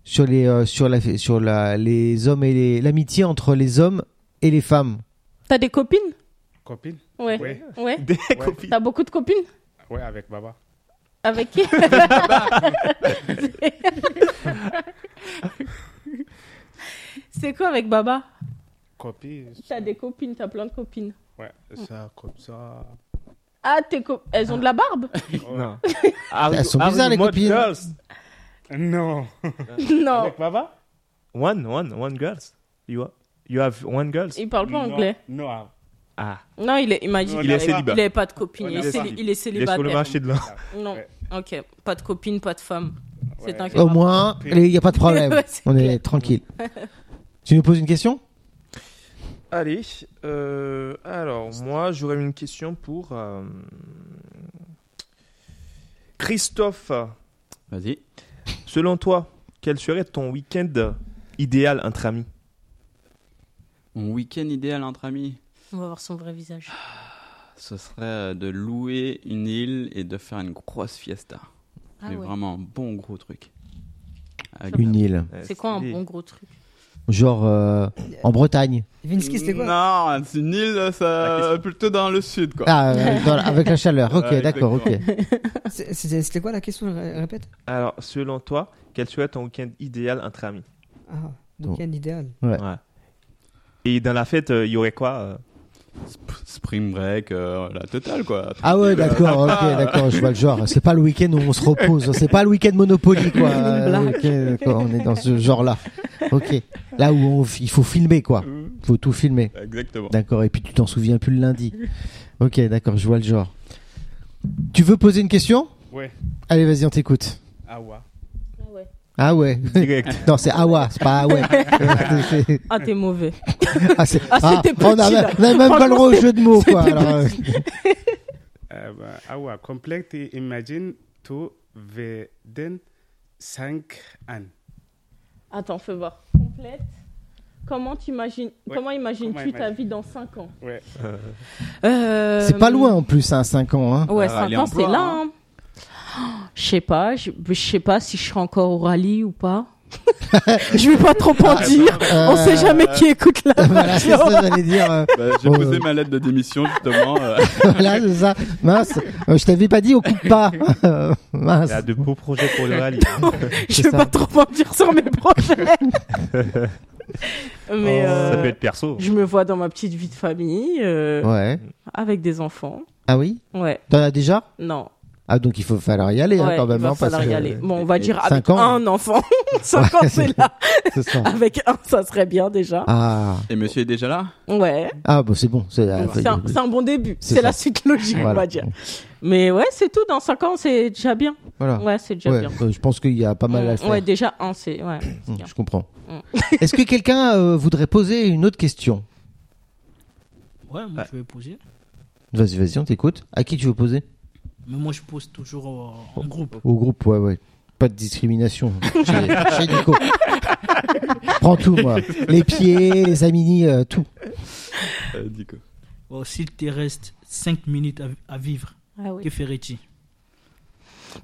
[SPEAKER 6] sur les euh, sur la sur la les hommes et les l'amitié entre les hommes et les femmes
[SPEAKER 5] T'as des copines
[SPEAKER 8] Copine
[SPEAKER 5] Ouais.
[SPEAKER 8] Ouais.
[SPEAKER 5] Ouais.
[SPEAKER 3] Des
[SPEAKER 8] Ouais.
[SPEAKER 3] copines.
[SPEAKER 5] T'as beaucoup de copines
[SPEAKER 8] Ouais, avec Baba.
[SPEAKER 5] Avec qui C'est quoi avec Baba
[SPEAKER 8] Copine.
[SPEAKER 5] T'as des copines, t'as plein de copines.
[SPEAKER 8] Ouais, ça, comme ça.
[SPEAKER 5] Ah, tes copines, elles ont de la barbe
[SPEAKER 3] Non.
[SPEAKER 6] Elles sont bizarres, les copines.
[SPEAKER 8] Non.
[SPEAKER 5] non,
[SPEAKER 8] Avec Baba
[SPEAKER 3] One, one, one girls. You, ha- you have one girls.
[SPEAKER 5] il parle pas
[SPEAKER 8] Non,
[SPEAKER 5] anglais.
[SPEAKER 8] Non.
[SPEAKER 3] Ah,
[SPEAKER 5] Non, il est, il m'a dit
[SPEAKER 8] Il
[SPEAKER 5] qu'il
[SPEAKER 8] est
[SPEAKER 5] avait-
[SPEAKER 3] célibat.
[SPEAKER 5] Il avait pas de copine.
[SPEAKER 8] Ouais,
[SPEAKER 5] il,
[SPEAKER 8] il
[SPEAKER 5] est
[SPEAKER 8] est
[SPEAKER 5] célib-
[SPEAKER 8] célib-
[SPEAKER 5] il est
[SPEAKER 3] il est sur
[SPEAKER 5] célibataire.
[SPEAKER 3] le marché de l'un.
[SPEAKER 5] Non,
[SPEAKER 8] Ouais.
[SPEAKER 5] ok. Pas de copine, pas de femme. C'est
[SPEAKER 8] Ouais.
[SPEAKER 5] un
[SPEAKER 6] Au moins, il n'y a pas de problème.
[SPEAKER 5] Ouais, c'est
[SPEAKER 6] On est
[SPEAKER 5] clair.
[SPEAKER 6] tranquille. tu nous poses une question
[SPEAKER 3] Allez, euh, alors moi j'aurais une question pour euh, Christophe.
[SPEAKER 1] Vas-y.
[SPEAKER 3] Selon toi, quel serait ton week-end idéal entre amis
[SPEAKER 1] Mon week-end idéal entre amis,
[SPEAKER 5] On va voir son vrai visage.
[SPEAKER 1] ce serait euh, de louer une île et de faire une grosse fiesta.
[SPEAKER 5] Ah
[SPEAKER 1] Mais
[SPEAKER 5] ouais.
[SPEAKER 1] vraiment un bon gros truc. Euh, Avec-
[SPEAKER 6] Une île.
[SPEAKER 5] C'est quoi un bon gros truc
[SPEAKER 6] Genre euh, en Bretagne.
[SPEAKER 7] Vinsky, c'était quoi
[SPEAKER 1] Non, c'est une île, euh,
[SPEAKER 3] La
[SPEAKER 1] ça plutôt dans le sud quoi.
[SPEAKER 6] Ah, euh, dans la- avec la chaleur. Ok,
[SPEAKER 3] Ouais,
[SPEAKER 6] d'accord, ok.
[SPEAKER 7] C'est- C'était c'était quoi la question Ré- Répète.
[SPEAKER 3] Eh, Alors, selon toi, quel serait ton week-end idéal entre amis
[SPEAKER 7] Ah, week-end idéal.
[SPEAKER 6] Ouais.
[SPEAKER 3] Et dans la fête, euh, il y aurait quoi euh
[SPEAKER 1] Sp- Spring break, euh, la totale quoi.
[SPEAKER 6] Ah ouais, d'accord, ok, d'accord, je vois le genre. C'est pas le week-end où on se repose. C'est pas le week-end Monopoly, quoi.
[SPEAKER 5] Une blague.
[SPEAKER 6] Ok, d'accord, on est dans ce genre-là. Ok. Là où on f- il faut filmer, quoi. Il faut tout filmer.
[SPEAKER 1] Exactement.
[SPEAKER 6] D'accord, et puis tu t'en souviens plus le lundi. Ok, d'accord, je vois le genre. Tu veux poser une question
[SPEAKER 8] Ouais.
[SPEAKER 6] Allez, vas-y, on t'écoute.
[SPEAKER 8] Ah ouais.
[SPEAKER 6] Ah ouais
[SPEAKER 3] Direct.
[SPEAKER 6] Non, c'est ah ouais, c'est pas ah ouais. C'est-
[SPEAKER 5] Ah, t'es mauvais.
[SPEAKER 6] ah, c'est-
[SPEAKER 5] Ah, c'était
[SPEAKER 6] on n'a
[SPEAKER 5] petit,
[SPEAKER 6] même,
[SPEAKER 5] là.
[SPEAKER 6] on a même pas le droit au jeu de mots, quoi.
[SPEAKER 5] C'était
[SPEAKER 6] Alors, euh,
[SPEAKER 8] Eh ben, ah ouais. Complexe et imagine tout werden 5 ans.
[SPEAKER 5] Attends, fais voir. Complète. Comment t'imagines
[SPEAKER 8] Ouais.
[SPEAKER 5] Comment imagines-tu
[SPEAKER 8] Comment
[SPEAKER 5] ta
[SPEAKER 8] imagine-
[SPEAKER 5] vie dans 5 ans
[SPEAKER 8] Ouais.
[SPEAKER 5] Euh,
[SPEAKER 6] c'est pas loin en plus, hein, 5 ans. Hein.
[SPEAKER 5] Ouais,
[SPEAKER 1] Ah,
[SPEAKER 5] 5
[SPEAKER 1] elle est
[SPEAKER 5] ans,
[SPEAKER 1] en
[SPEAKER 5] c'est
[SPEAKER 1] poids,
[SPEAKER 5] là.
[SPEAKER 1] hein.
[SPEAKER 5] hein. Je sais pas, je je sais pas si je serai encore au rallye ou pas. je vais pas trop en dire.
[SPEAKER 6] bah.
[SPEAKER 5] On sait jamais qui écoute là.
[SPEAKER 6] Euh, Voilà, c'est ça, j'allais dire. euh,
[SPEAKER 1] Bah, J'ai
[SPEAKER 6] Oh,
[SPEAKER 1] posé
[SPEAKER 6] euh.
[SPEAKER 1] ma lettre de démission justement. euh,
[SPEAKER 6] voilà, c'est ça. Mince, euh, je t'avais pas dit, on coupe pas. Euh,
[SPEAKER 3] Il
[SPEAKER 6] Mince.
[SPEAKER 3] y a de beaux projets pour le rallye.
[SPEAKER 5] Je
[SPEAKER 6] c'est
[SPEAKER 5] vais
[SPEAKER 6] ça.
[SPEAKER 5] pas trop en dire sur mes projets.
[SPEAKER 6] Oh.
[SPEAKER 5] Mais euh,
[SPEAKER 3] Ça peut être perso.
[SPEAKER 5] je me vois dans ma petite vie de famille euh,
[SPEAKER 6] Ouais.
[SPEAKER 5] avec des enfants.
[SPEAKER 6] Ah oui
[SPEAKER 5] Ouais,
[SPEAKER 6] T'en as déjà
[SPEAKER 5] non.
[SPEAKER 6] Ah, donc il faut falloir y aller hein,
[SPEAKER 5] ouais,
[SPEAKER 6] quand même.
[SPEAKER 5] il va
[SPEAKER 6] hein, parce
[SPEAKER 5] falloir y
[SPEAKER 6] que-
[SPEAKER 5] aller. Bon, on va dire
[SPEAKER 6] cinq
[SPEAKER 5] avec
[SPEAKER 6] ans. hein.
[SPEAKER 5] un enfant. 5 ans, c'est là.
[SPEAKER 6] C'est ça.
[SPEAKER 5] Avec un, ça serait bien déjà.
[SPEAKER 6] Ah,
[SPEAKER 1] Et monsieur est déjà là
[SPEAKER 5] Ouais.
[SPEAKER 6] ah bon, c'est bon. C'est ah,
[SPEAKER 5] Donc, C'est un, c'est un bon début.
[SPEAKER 6] C'est
[SPEAKER 5] C'est
[SPEAKER 6] ça.
[SPEAKER 5] la suite logique, on
[SPEAKER 6] voilà.
[SPEAKER 5] va dire. Mais ouais, c'est tout. Dans 5 ans, c'est déjà bien.
[SPEAKER 6] Voilà.
[SPEAKER 5] Ouais, c'est déjà
[SPEAKER 6] Ah. Ouais,
[SPEAKER 5] bien. Mm.
[SPEAKER 6] euh, je pense qu'il y a pas mal à faire.
[SPEAKER 5] Ouais, déjà un, c'est. Ouais.
[SPEAKER 6] Mm,
[SPEAKER 5] bien.
[SPEAKER 6] je comprends.
[SPEAKER 5] Mm.
[SPEAKER 6] Est-ce que quelqu'un euh, voudrait poser une autre question
[SPEAKER 2] Ouais, moi
[SPEAKER 3] Ouais.
[SPEAKER 2] je vais poser.
[SPEAKER 6] Vas-y, vas-y, on t'écoute. À qui tu veux poser
[SPEAKER 2] Mais moi je pose toujours euh, en groupe.
[SPEAKER 6] Au groupe, ouais, ouais. Pas de discrimination chez, chez Nico. Prends tout, moi. Les pieds, les amini, euh, tout.
[SPEAKER 1] Euh, dis quoi.
[SPEAKER 2] Bon, S'il te reste 5 minutes à, à vivre,
[SPEAKER 5] Ah oui.
[SPEAKER 2] que ferais-tu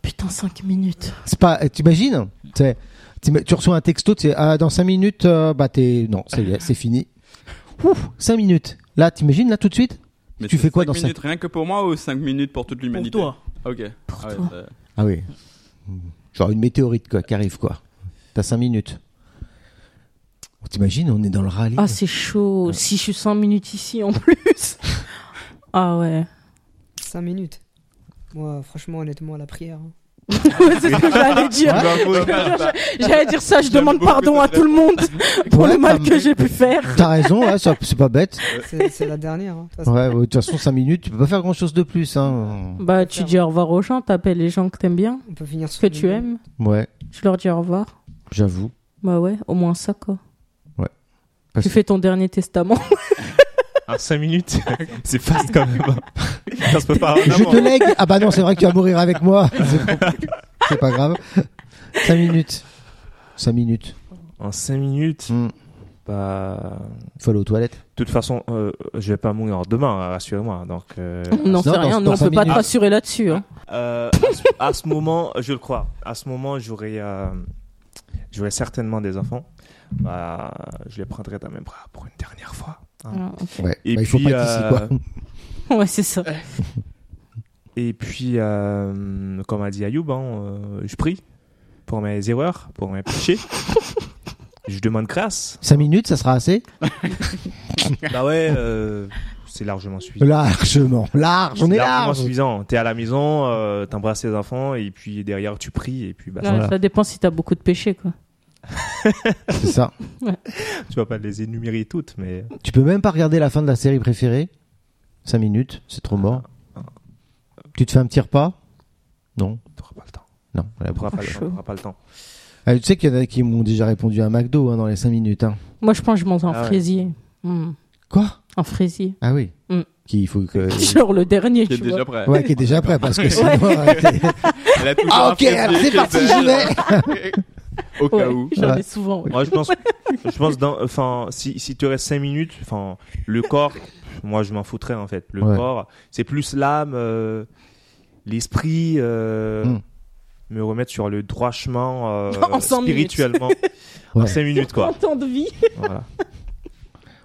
[SPEAKER 5] Putain, 5 minutes.
[SPEAKER 6] C'est pas. euh, T'imagines C'est- t'im- Tu reçois un texto, tu sais, ah, dans 5 minutes, euh, bah t'es. Non, ça y est, c'est fini. Ouf, 5 minutes. Là, t'imagines, là, tout de suite
[SPEAKER 1] Mais
[SPEAKER 6] Tu
[SPEAKER 1] c'est
[SPEAKER 6] fais quoi
[SPEAKER 1] cinq
[SPEAKER 6] dans cinq-
[SPEAKER 1] minutes Rien que pour moi ou 5 minutes pour toute
[SPEAKER 2] Pour
[SPEAKER 1] l'humanité
[SPEAKER 2] toi,
[SPEAKER 1] Ok.
[SPEAKER 5] Pour
[SPEAKER 1] Ah ouais,
[SPEAKER 5] toi.
[SPEAKER 1] ça-
[SPEAKER 6] Ah oui. Genre une météorite, quoi, qui arrive, quoi. T'as 5 minutes. On t'imagine, on est dans le rallye.
[SPEAKER 5] Ah, c'est chaud. Si je suis 5 minutes ici en plus. Ah ouais.
[SPEAKER 7] 5 minutes. Moi, franchement, honnêtement, la prière. hein.
[SPEAKER 5] Ouais, c'est ce que j'allais dire. J'allais dire ça, je
[SPEAKER 1] J'aime
[SPEAKER 5] demande
[SPEAKER 1] beaucoup
[SPEAKER 5] pardon à
[SPEAKER 1] cette
[SPEAKER 5] tout le monde pour
[SPEAKER 6] Ouais,
[SPEAKER 5] le mal
[SPEAKER 6] t'as-
[SPEAKER 5] que j'ai pu faire.
[SPEAKER 6] T'as raison, ouais, ça- c'est pas bête.
[SPEAKER 7] C'est c'est la dernière. hein. De toute façon.
[SPEAKER 6] Ouais, ouais, de toute façon, 5 minutes, tu peux pas faire grand chose de plus. Hein.
[SPEAKER 5] Bah, tu dis au revoir aux gens, t'appelles les gens que t'aimes bien,
[SPEAKER 7] On peut finir sur
[SPEAKER 5] que
[SPEAKER 7] une
[SPEAKER 5] tu
[SPEAKER 7] bonne-
[SPEAKER 5] aimes,
[SPEAKER 6] Ouais,
[SPEAKER 5] tu leur dis au revoir.
[SPEAKER 6] j'avoue.
[SPEAKER 5] Bah ouais, au moins ça quoi.
[SPEAKER 6] Ouais.
[SPEAKER 5] Tu fais ton dernier testament.
[SPEAKER 3] En 5 minutes, c'est fast quand même. ça se peut pas. hein.
[SPEAKER 6] Je te lègue. Ah bah non, c'est vrai que tu vas mourir avec moi. C'est pas- C'est pas grave. 5 minutes. 5 minutes.
[SPEAKER 3] En 5 minutes,
[SPEAKER 6] Hmm.
[SPEAKER 3] bah.
[SPEAKER 6] Faut aller aux toilettes.
[SPEAKER 3] De toute façon, euh, je vais pas mourir demain, hein, rassurez-moi. Donc, euh,
[SPEAKER 5] On n'en
[SPEAKER 6] Non,
[SPEAKER 5] sait
[SPEAKER 6] dans-
[SPEAKER 5] rien,
[SPEAKER 6] dans
[SPEAKER 5] nous on
[SPEAKER 6] cinq
[SPEAKER 5] peut pas te
[SPEAKER 6] minutes.
[SPEAKER 5] rassurer là-dessus. hein.
[SPEAKER 3] euh, à, ce, à ce moment, je le crois. À ce moment, j'aurais, euh, j'aurais certainement des enfants. Bah, je les prendrai dans mes bras pour une dernière fois. hein.
[SPEAKER 5] Ah, ok.
[SPEAKER 6] Ouais.
[SPEAKER 3] Et
[SPEAKER 6] bah, il faut
[SPEAKER 3] puis,
[SPEAKER 6] pas être ici, quoi.
[SPEAKER 3] euh,
[SPEAKER 5] Ouais, c'est ça.
[SPEAKER 3] Et puis, euh, comme a dit Ayoub, hein, euh, je prie pour mes erreurs, pour mes péchés. je demande grâce.
[SPEAKER 6] 5 minutes, ça sera assez
[SPEAKER 3] Bah ouais, euh, c'est largement suffisant.
[SPEAKER 6] Largement, large, on est
[SPEAKER 3] largement
[SPEAKER 6] large.
[SPEAKER 3] suffisant. T'es à la maison, euh, t'embrasses tes enfants et puis derrière tu pries et puis bah,
[SPEAKER 5] Ouais,
[SPEAKER 3] ça,
[SPEAKER 5] Ça dépend si t'as beaucoup de péchés, quoi.
[SPEAKER 6] C'est ça.
[SPEAKER 3] tu vas pas les énumérer toutes, mais
[SPEAKER 6] Tu peux même pas regarder la fin de la série préférée. 5 minutes, c'est trop mort. Tu te fais un petit repas Non,
[SPEAKER 3] t'auras pas le temps.
[SPEAKER 6] non. voilà.
[SPEAKER 3] T'auras pas, le
[SPEAKER 5] Chaud.
[SPEAKER 3] temps, t'auras pas le temps.
[SPEAKER 6] Ah, tu sais qu'il y en a qui m'ont déjà répondu à un McDo hein, dans les 5 minutes. hein.
[SPEAKER 5] Moi, je pense que je monte en
[SPEAKER 3] Ah ouais.
[SPEAKER 5] fraisier. Hmm.
[SPEAKER 6] Quoi
[SPEAKER 5] En fraisier.
[SPEAKER 6] Ah oui.
[SPEAKER 5] Mm.
[SPEAKER 6] Qui il faut que.
[SPEAKER 5] Genre le dernier,
[SPEAKER 1] Qui est
[SPEAKER 5] tu vois.
[SPEAKER 1] déjà prêt.
[SPEAKER 6] Ouais, qui est déjà prêt parce que sinon. euh, t'es-
[SPEAKER 1] Elle a toujours
[SPEAKER 6] Ah
[SPEAKER 1] un
[SPEAKER 6] ok, alors
[SPEAKER 1] fessier
[SPEAKER 6] c'est
[SPEAKER 1] chez
[SPEAKER 6] parti,
[SPEAKER 1] elle,
[SPEAKER 6] j'y vais.
[SPEAKER 1] Au cas
[SPEAKER 5] Ouais,
[SPEAKER 1] où.
[SPEAKER 5] J'en
[SPEAKER 6] Ouais.
[SPEAKER 5] ai souvent. ouais.
[SPEAKER 3] Moi, je pense, je pense, dans, enfin, si, si tu restes 5 minutes, enfin, le corps, moi, je m'en foutrais en fait. Le
[SPEAKER 6] Ouais.
[SPEAKER 3] corps, c'est plus l'âme, euh, l'esprit, euh,
[SPEAKER 6] Mm.
[SPEAKER 3] me remettre sur le droit chemin euh,
[SPEAKER 5] En cinq minutes.
[SPEAKER 3] spirituellement. En
[SPEAKER 6] Ouais.
[SPEAKER 3] 5 minutes, quoi.
[SPEAKER 5] En temps de vie.
[SPEAKER 3] Voilà.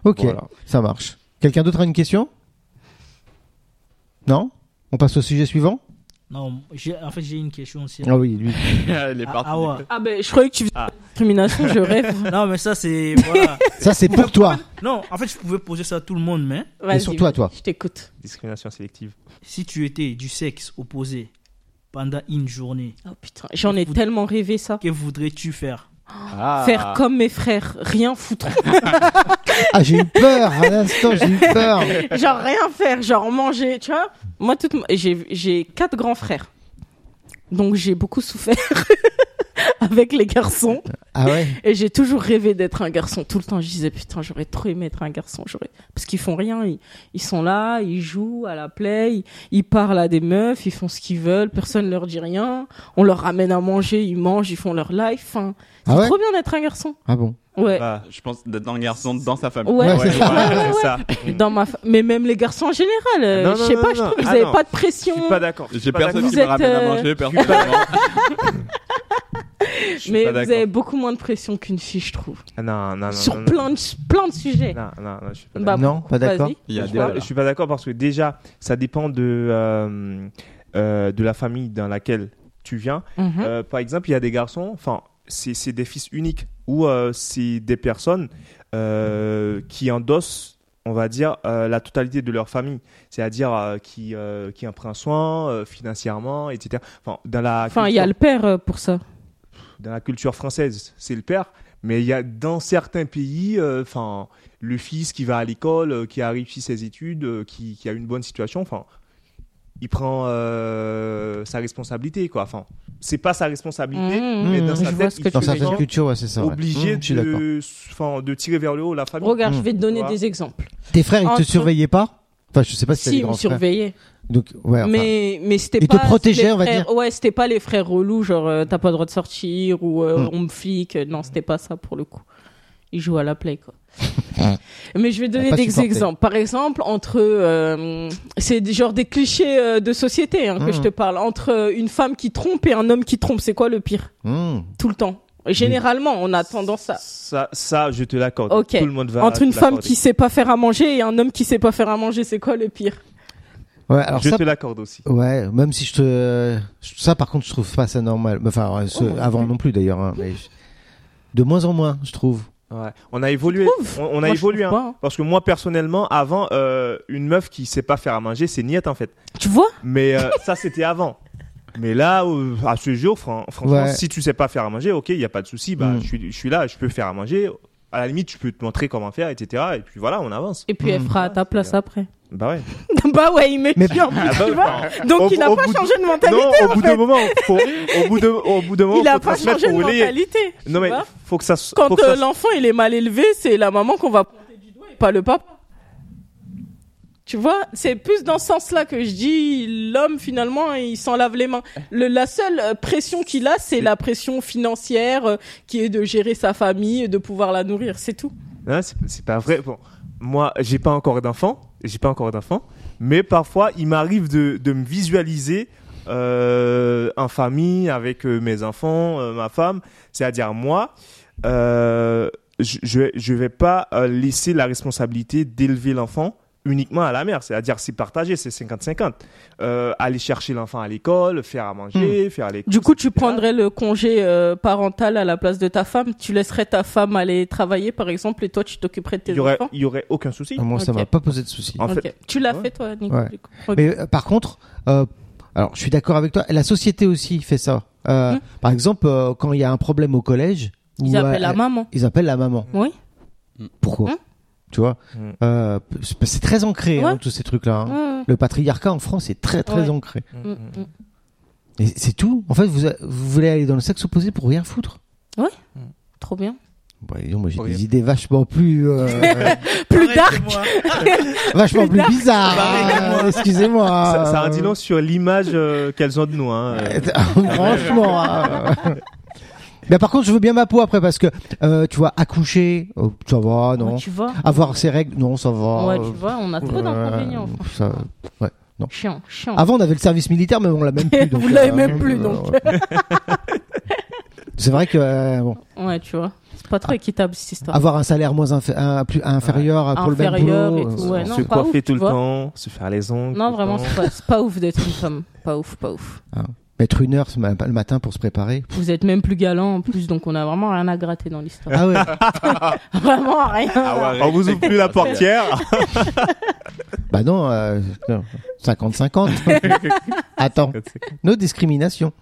[SPEAKER 6] Ok,
[SPEAKER 3] Voilà.
[SPEAKER 6] ça marche. Quelqu'un d'autre a une question Non On passe au sujet suivant
[SPEAKER 2] Non, j'ai- en fait, j'ai une question aussi.
[SPEAKER 6] Ah oui, lui.
[SPEAKER 1] Elle est
[SPEAKER 2] Ah,
[SPEAKER 1] partie.
[SPEAKER 2] ah ouais.
[SPEAKER 5] Ah ben, je croyais que tu faisais
[SPEAKER 3] Ah.
[SPEAKER 5] de la discrimination, je rêve.
[SPEAKER 2] Non, mais ça, c'est. Voilà.
[SPEAKER 6] Ça c'est pour toi.
[SPEAKER 2] Non, en fait, je pouvais poser ça à tout le monde, mais
[SPEAKER 5] Vas-y,
[SPEAKER 6] sur toi,
[SPEAKER 5] vas-y,
[SPEAKER 6] toi.
[SPEAKER 5] Je t'écoute.
[SPEAKER 3] Discrimination sélective.
[SPEAKER 2] si tu étais du sexe opposé pendant une journée,
[SPEAKER 5] Oh putain, j'en ai
[SPEAKER 2] Vous-
[SPEAKER 5] tellement rêvé ça.
[SPEAKER 2] que voudrais-tu faire
[SPEAKER 1] Ah.
[SPEAKER 5] Faire comme mes frères, rien foutre.
[SPEAKER 6] Ah j'ai eu peur, à l'instant j'ai eu peur.
[SPEAKER 5] genre rien faire, genre manger, tu vois. Moi, toute ma- j'ai j'ai quatre grands frères. Donc j'ai beaucoup souffert avec les garçons.
[SPEAKER 6] Ah ouais
[SPEAKER 5] Et j'ai toujours rêvé d'être un garçon. Tout le temps, je disais, putain, j'aurais trop aimé être un garçon. J'aurais... Parce qu'ils font rien. Ils, ils sont là, ils jouent à la play, ils, ils parlent à des meufs, ils font ce qu'ils veulent, personne leur dit rien. On leur ramène à manger, ils mangent, ils font leur life. Enfin, c'est
[SPEAKER 6] Ah ouais
[SPEAKER 5] trop bien d'être un garçon.
[SPEAKER 6] Ah bon
[SPEAKER 5] Ouais.
[SPEAKER 3] Ah.
[SPEAKER 1] Je pense d'être un garçon dans sa famille.
[SPEAKER 5] Ouais,
[SPEAKER 6] Ouais, c'est ça.
[SPEAKER 5] Ouais, ouais,
[SPEAKER 3] c'est
[SPEAKER 5] ouais.
[SPEAKER 3] ça. Mm.
[SPEAKER 5] Dans ma fa- Mais même les garçons en général, euh,
[SPEAKER 3] Non, non,
[SPEAKER 5] je sais
[SPEAKER 3] non,
[SPEAKER 5] pas,
[SPEAKER 3] non,
[SPEAKER 5] je trouve
[SPEAKER 3] non.
[SPEAKER 5] que vous
[SPEAKER 3] Ah
[SPEAKER 5] avez
[SPEAKER 3] non.
[SPEAKER 5] pas de
[SPEAKER 3] Je
[SPEAKER 5] pression.
[SPEAKER 3] suis pas d'accord. je suis
[SPEAKER 1] J'ai
[SPEAKER 3] pas
[SPEAKER 1] personne
[SPEAKER 5] Vous
[SPEAKER 1] qui me
[SPEAKER 5] êtes,
[SPEAKER 1] ramène à
[SPEAKER 5] euh,
[SPEAKER 1] manger, personnellement.
[SPEAKER 3] d'accord. Je suis
[SPEAKER 5] Mais
[SPEAKER 3] pas
[SPEAKER 5] vous
[SPEAKER 3] d'accord.
[SPEAKER 5] avez beaucoup moins de pression qu'une fille, je trouve.
[SPEAKER 3] Ah, Non, non, non.
[SPEAKER 5] Sur
[SPEAKER 3] non, non.
[SPEAKER 5] plein, de, plein de sujets.
[SPEAKER 3] Non, non, non, je suis pas
[SPEAKER 5] Bah,
[SPEAKER 6] Non, pas d'accord.
[SPEAKER 5] vas-y.
[SPEAKER 1] Il y a
[SPEAKER 3] Je
[SPEAKER 1] des
[SPEAKER 3] suis pas- je suis pas d'accord parce que déjà, ça dépend de, euh, euh, de la famille dans laquelle tu viens.
[SPEAKER 5] Mhm.
[SPEAKER 3] Euh, par exemple, il y a des garçons, enfin, c'est c'est des fils uniques ou euh, c'est des personnes euh, qui endossent, on va dire, euh, la totalité de leur famille. C'est-à-dire euh, qui, euh, qui en prend soin euh, financièrement, etc. Enfin, dans la
[SPEAKER 5] Enfin, il y
[SPEAKER 3] culture-
[SPEAKER 5] a le père euh, pour ça.
[SPEAKER 3] dans la culture française, c'est le père. Mais il y a dans certains pays, euh, enfin, le fils qui va à l'école, euh, qui a réussi ses études, euh, qui, qui a une bonne situation, enfin, il prend euh, sa responsabilité, quoi. Enfin, c'est pas sa responsabilité,
[SPEAKER 5] Mmh,
[SPEAKER 3] mais dans
[SPEAKER 5] je
[SPEAKER 3] sa
[SPEAKER 5] vois
[SPEAKER 3] tête,
[SPEAKER 5] ce que
[SPEAKER 3] il
[SPEAKER 5] tu
[SPEAKER 6] Dans
[SPEAKER 5] veux
[SPEAKER 3] est
[SPEAKER 5] dire.
[SPEAKER 6] certaines cultures, ouais, c'est ça. ouais.
[SPEAKER 3] obligé
[SPEAKER 6] Mmh, je suis d'accord.
[SPEAKER 3] de, 'fin, de tirer vers le haut la famille.
[SPEAKER 5] Regarde, je
[SPEAKER 6] Mmh.
[SPEAKER 5] vais te donner
[SPEAKER 3] Mhm. Tu vois.
[SPEAKER 5] des exemples.
[SPEAKER 6] Tes frères, ils te
[SPEAKER 5] Entre-
[SPEAKER 6] surveillaient pas Enfin, je sais pas si, t'as
[SPEAKER 5] si,
[SPEAKER 6] des
[SPEAKER 5] ils me
[SPEAKER 6] grands frères.
[SPEAKER 5] surveillaient.
[SPEAKER 6] Donc, ouais, enfin,
[SPEAKER 5] mais mais c'était
[SPEAKER 6] Ils te
[SPEAKER 5] pas.
[SPEAKER 6] protégeaient,
[SPEAKER 5] les
[SPEAKER 6] on va
[SPEAKER 5] frères- Ouais, c'était pas les frères relous, genre euh, t'as pas le droit de sortir ou euh,
[SPEAKER 6] Hmm.
[SPEAKER 5] on me flic. Non, c'était pas ça pour le coup. Ils jouent à la play, quoi. Mais je vais donner
[SPEAKER 6] pas
[SPEAKER 5] des
[SPEAKER 6] supporté.
[SPEAKER 5] exemples. Par exemple, entre. euh, c'est des- genre des clichés euh, de société hein, que
[SPEAKER 6] Mhm.
[SPEAKER 5] je te parle. Entre euh, une femme qui trompe et un homme qui trompe, c'est quoi le pire
[SPEAKER 6] hmm.
[SPEAKER 5] Tout le temps. Généralement, on a tendance à.
[SPEAKER 3] Ça, ça, je te l'accorde.
[SPEAKER 5] Ok.
[SPEAKER 3] Tout le monde va.
[SPEAKER 5] Entre une
[SPEAKER 3] te
[SPEAKER 5] femme
[SPEAKER 3] l'accorder.
[SPEAKER 5] qui sait pas faire à manger et un homme qui sait pas faire à manger, c'est quoi le pire
[SPEAKER 6] Ouais, alors
[SPEAKER 3] je
[SPEAKER 6] ça,
[SPEAKER 3] te l'accorde aussi.
[SPEAKER 6] Ouais, même si je te. Ça, par contre, je trouve pas ça normal. Enfin, euh, ce-
[SPEAKER 5] Oh, ouais.
[SPEAKER 6] avant non plus d'ailleurs. hein, mais je- De moins en moins, je trouve.
[SPEAKER 3] Ouais. On a évolué.
[SPEAKER 5] trouves
[SPEAKER 3] On, on a
[SPEAKER 5] Moi, je
[SPEAKER 3] évolué.
[SPEAKER 5] trouve
[SPEAKER 3] hein.
[SPEAKER 5] pas, hein.
[SPEAKER 3] Parce que moi, personnellement, avant, euh, une meuf qui sait pas faire à manger, c'est niette en fait.
[SPEAKER 5] Tu vois
[SPEAKER 3] Mais euh, ça, c'était avant. Mais là, euh, à ce jour, fran- franchement,
[SPEAKER 6] Ouais.
[SPEAKER 3] si tu sais pas faire à manger, ok, il n'y a pas de souci. Bah,
[SPEAKER 6] Mm.
[SPEAKER 3] je, suis, je suis là, je peux faire à manger. À la limite, je peux te montrer comment faire, etc. Et puis voilà, on avance.
[SPEAKER 5] Et puis elle
[SPEAKER 6] Hmm.
[SPEAKER 5] fera à ta place après.
[SPEAKER 3] Bah ouais.
[SPEAKER 5] bah ouais, il met
[SPEAKER 6] Mais-
[SPEAKER 5] bien,
[SPEAKER 3] Ah bah,
[SPEAKER 5] tu vois
[SPEAKER 3] enfin,
[SPEAKER 5] Donc
[SPEAKER 3] au-
[SPEAKER 5] il n'a
[SPEAKER 3] au
[SPEAKER 5] pas
[SPEAKER 3] bout de-
[SPEAKER 5] changé de mentalité.
[SPEAKER 3] non, au bout d'un moment, faut, au bout de, au bout d'un moment, faut
[SPEAKER 5] Il a pas
[SPEAKER 3] transmettre,
[SPEAKER 5] changé de
[SPEAKER 3] faut relayer.
[SPEAKER 5] mentalité. tu
[SPEAKER 3] Non mais
[SPEAKER 5] vois.
[SPEAKER 3] faut que ça. s- faut
[SPEAKER 5] quand
[SPEAKER 3] que ça
[SPEAKER 5] euh,
[SPEAKER 3] s-
[SPEAKER 5] l'enfant il est mal élevé, c'est la maman qu'on va pointer du doigt et pas le papa. Tu vois, c'est plus dans ce sens-là que je dis l'homme finalement il s'en lave les mains. Le- la seule euh, pression qu'il a, c'est la pression financière euh, qui est de gérer sa famille et de pouvoir la nourrir, c'est tout.
[SPEAKER 3] Hein, c'est c'est pas vrai. Bon, moi, j'ai pas encore d'enfant. J'ai pas encore d'enfant. Mais parfois, il m'arrive de, de me visualiser euh, en famille avec euh, mes enfants, euh, ma femme. C'est-à-dire moi, euh, je, je vais- je vais pas euh, laisser la responsabilité d'élever l'enfant uniquement à la mère, c'est-à-dire c'est partagé, c'est 50-50. Euh, aller chercher l'enfant à l'école, faire à manger, faire les
[SPEAKER 5] Hmm. Du coup, tu prendrais le congé euh, parental à la place de ta femme. Tu laisserais ta femme aller travailler, par exemple, et toi, tu t'occuperais de
[SPEAKER 3] il
[SPEAKER 5] tes
[SPEAKER 3] y aurait,
[SPEAKER 5] enfants.
[SPEAKER 3] il y aurait aucun souci.
[SPEAKER 6] Ah, Moi, ça
[SPEAKER 5] Ok.
[SPEAKER 6] m'a pas posé de soucis.
[SPEAKER 3] En
[SPEAKER 5] Ok.
[SPEAKER 3] fait,
[SPEAKER 5] Tu l'as
[SPEAKER 3] ouais.
[SPEAKER 5] fait, toi, Nico.
[SPEAKER 6] Ouais.
[SPEAKER 5] du coup. Ok.
[SPEAKER 6] Mais euh, par contre, euh, alors je suis d'accord avec toi, la société aussi fait ça. Euh,
[SPEAKER 5] Mhm.
[SPEAKER 6] Par exemple, euh, quand il y a un problème au collège,
[SPEAKER 5] Ils
[SPEAKER 6] ou, euh,
[SPEAKER 5] appellent la maman.
[SPEAKER 6] ils appellent la maman.
[SPEAKER 5] Oui.
[SPEAKER 6] Pourquoi
[SPEAKER 5] Mhm.
[SPEAKER 6] Tu vois
[SPEAKER 3] Mhm.
[SPEAKER 6] Euh, c'est- C'est très ancré, hein,
[SPEAKER 5] Ouais.
[SPEAKER 6] tous ces trucs-là. hein.
[SPEAKER 5] Ouais.
[SPEAKER 6] Le patriarcat en France est très très
[SPEAKER 5] Ouais.
[SPEAKER 6] ancré.
[SPEAKER 5] Mm, mm.
[SPEAKER 6] Et c'est tout. En fait, vous, a- vous voulez aller dans le sexe opposé pour rien foutre.
[SPEAKER 5] Trop bien.
[SPEAKER 6] Bah, dis donc, moi, j'ai
[SPEAKER 1] Pour
[SPEAKER 6] des
[SPEAKER 1] rien.
[SPEAKER 6] idées vachement plus, euh,
[SPEAKER 2] Ah
[SPEAKER 5] Plus
[SPEAKER 1] Arrête,
[SPEAKER 5] dark.
[SPEAKER 1] moi.
[SPEAKER 6] vachement plus bizarres.
[SPEAKER 5] Bah,
[SPEAKER 1] Pareil.
[SPEAKER 6] hein. Excusez-moi.
[SPEAKER 3] Ça, ça en
[SPEAKER 6] Euh,
[SPEAKER 3] dit long sur l'image euh, qu'elles ont de nous. hein. Euh,
[SPEAKER 5] Ah,
[SPEAKER 6] Franchement. hein. Mais par contre, je veux bien ma peau après parce que euh, tu vois, accoucher, oh, ça va, non.
[SPEAKER 5] Ouais, tu vois.
[SPEAKER 6] Avoir ses règles, non, ça va.
[SPEAKER 5] Ouais,
[SPEAKER 6] Euh,
[SPEAKER 5] tu vois, on a trop
[SPEAKER 6] ouais,
[SPEAKER 5] d'inconvénients. franchement.
[SPEAKER 6] ça-
[SPEAKER 5] Chiant, chiant.
[SPEAKER 6] Avant, on avait le service militaire, mais on l'a même plus. donc,
[SPEAKER 5] Vous l'avez
[SPEAKER 6] euh,
[SPEAKER 5] même plus, donc.
[SPEAKER 6] ouais. C'est vrai que euh, bon,
[SPEAKER 5] Ouais, tu vois. C'est pas trop équitable, cette histoire.
[SPEAKER 6] avoir un salaire moins infé- un- plus inférieur pour
[SPEAKER 5] Inférieur
[SPEAKER 6] le
[SPEAKER 5] et
[SPEAKER 6] même boulot,
[SPEAKER 5] tout,
[SPEAKER 6] euh,
[SPEAKER 5] ouais,
[SPEAKER 3] on
[SPEAKER 5] non,
[SPEAKER 3] se
[SPEAKER 5] pas
[SPEAKER 3] coiffer
[SPEAKER 5] ouf,
[SPEAKER 3] tout
[SPEAKER 5] tu
[SPEAKER 3] le
[SPEAKER 5] vois.
[SPEAKER 3] temps, se faire les ongles.
[SPEAKER 5] Non,
[SPEAKER 3] tout le
[SPEAKER 5] vraiment,
[SPEAKER 3] temps.
[SPEAKER 5] c'est pas, c'est pas ouf d'être une femme. Pas ouf, pas ouf.
[SPEAKER 6] mettre une heure ce ma- le matin pour se préparer.
[SPEAKER 5] Vous êtes même plus galant en plus, donc on a vraiment rien à gratter dans l'histoire.
[SPEAKER 6] Ah ouais.
[SPEAKER 5] Vraiment rien.
[SPEAKER 1] Ah
[SPEAKER 3] On vous ouvre plus la portière.
[SPEAKER 6] bah non, euh, non, 50-50. Attends, nos discriminations.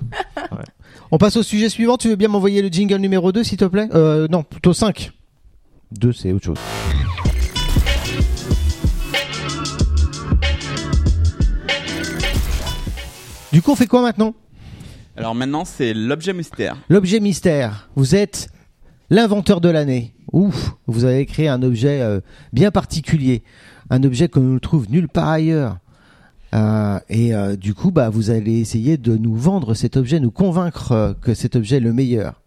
[SPEAKER 6] On passe au sujet suivant. Tu veux bien m'envoyer le jingle numéro 2, s'il te plaît euh, Non, plutôt 5. 2, c'est autre chose. Du coup, on fait quoi maintenant
[SPEAKER 1] Alors maintenant, c'est l'objet mystère.
[SPEAKER 6] L'objet mystère. Vous êtes l'inventeur de l'année. Ouf, vous avez créé un objet euh, bien particulier, un objet que l'on ne trouve nulle part ailleurs. Euh, et euh, du coup, bah, vous allez essayer de nous vendre cet objet, nous convaincre euh, que cet objet est le meilleur.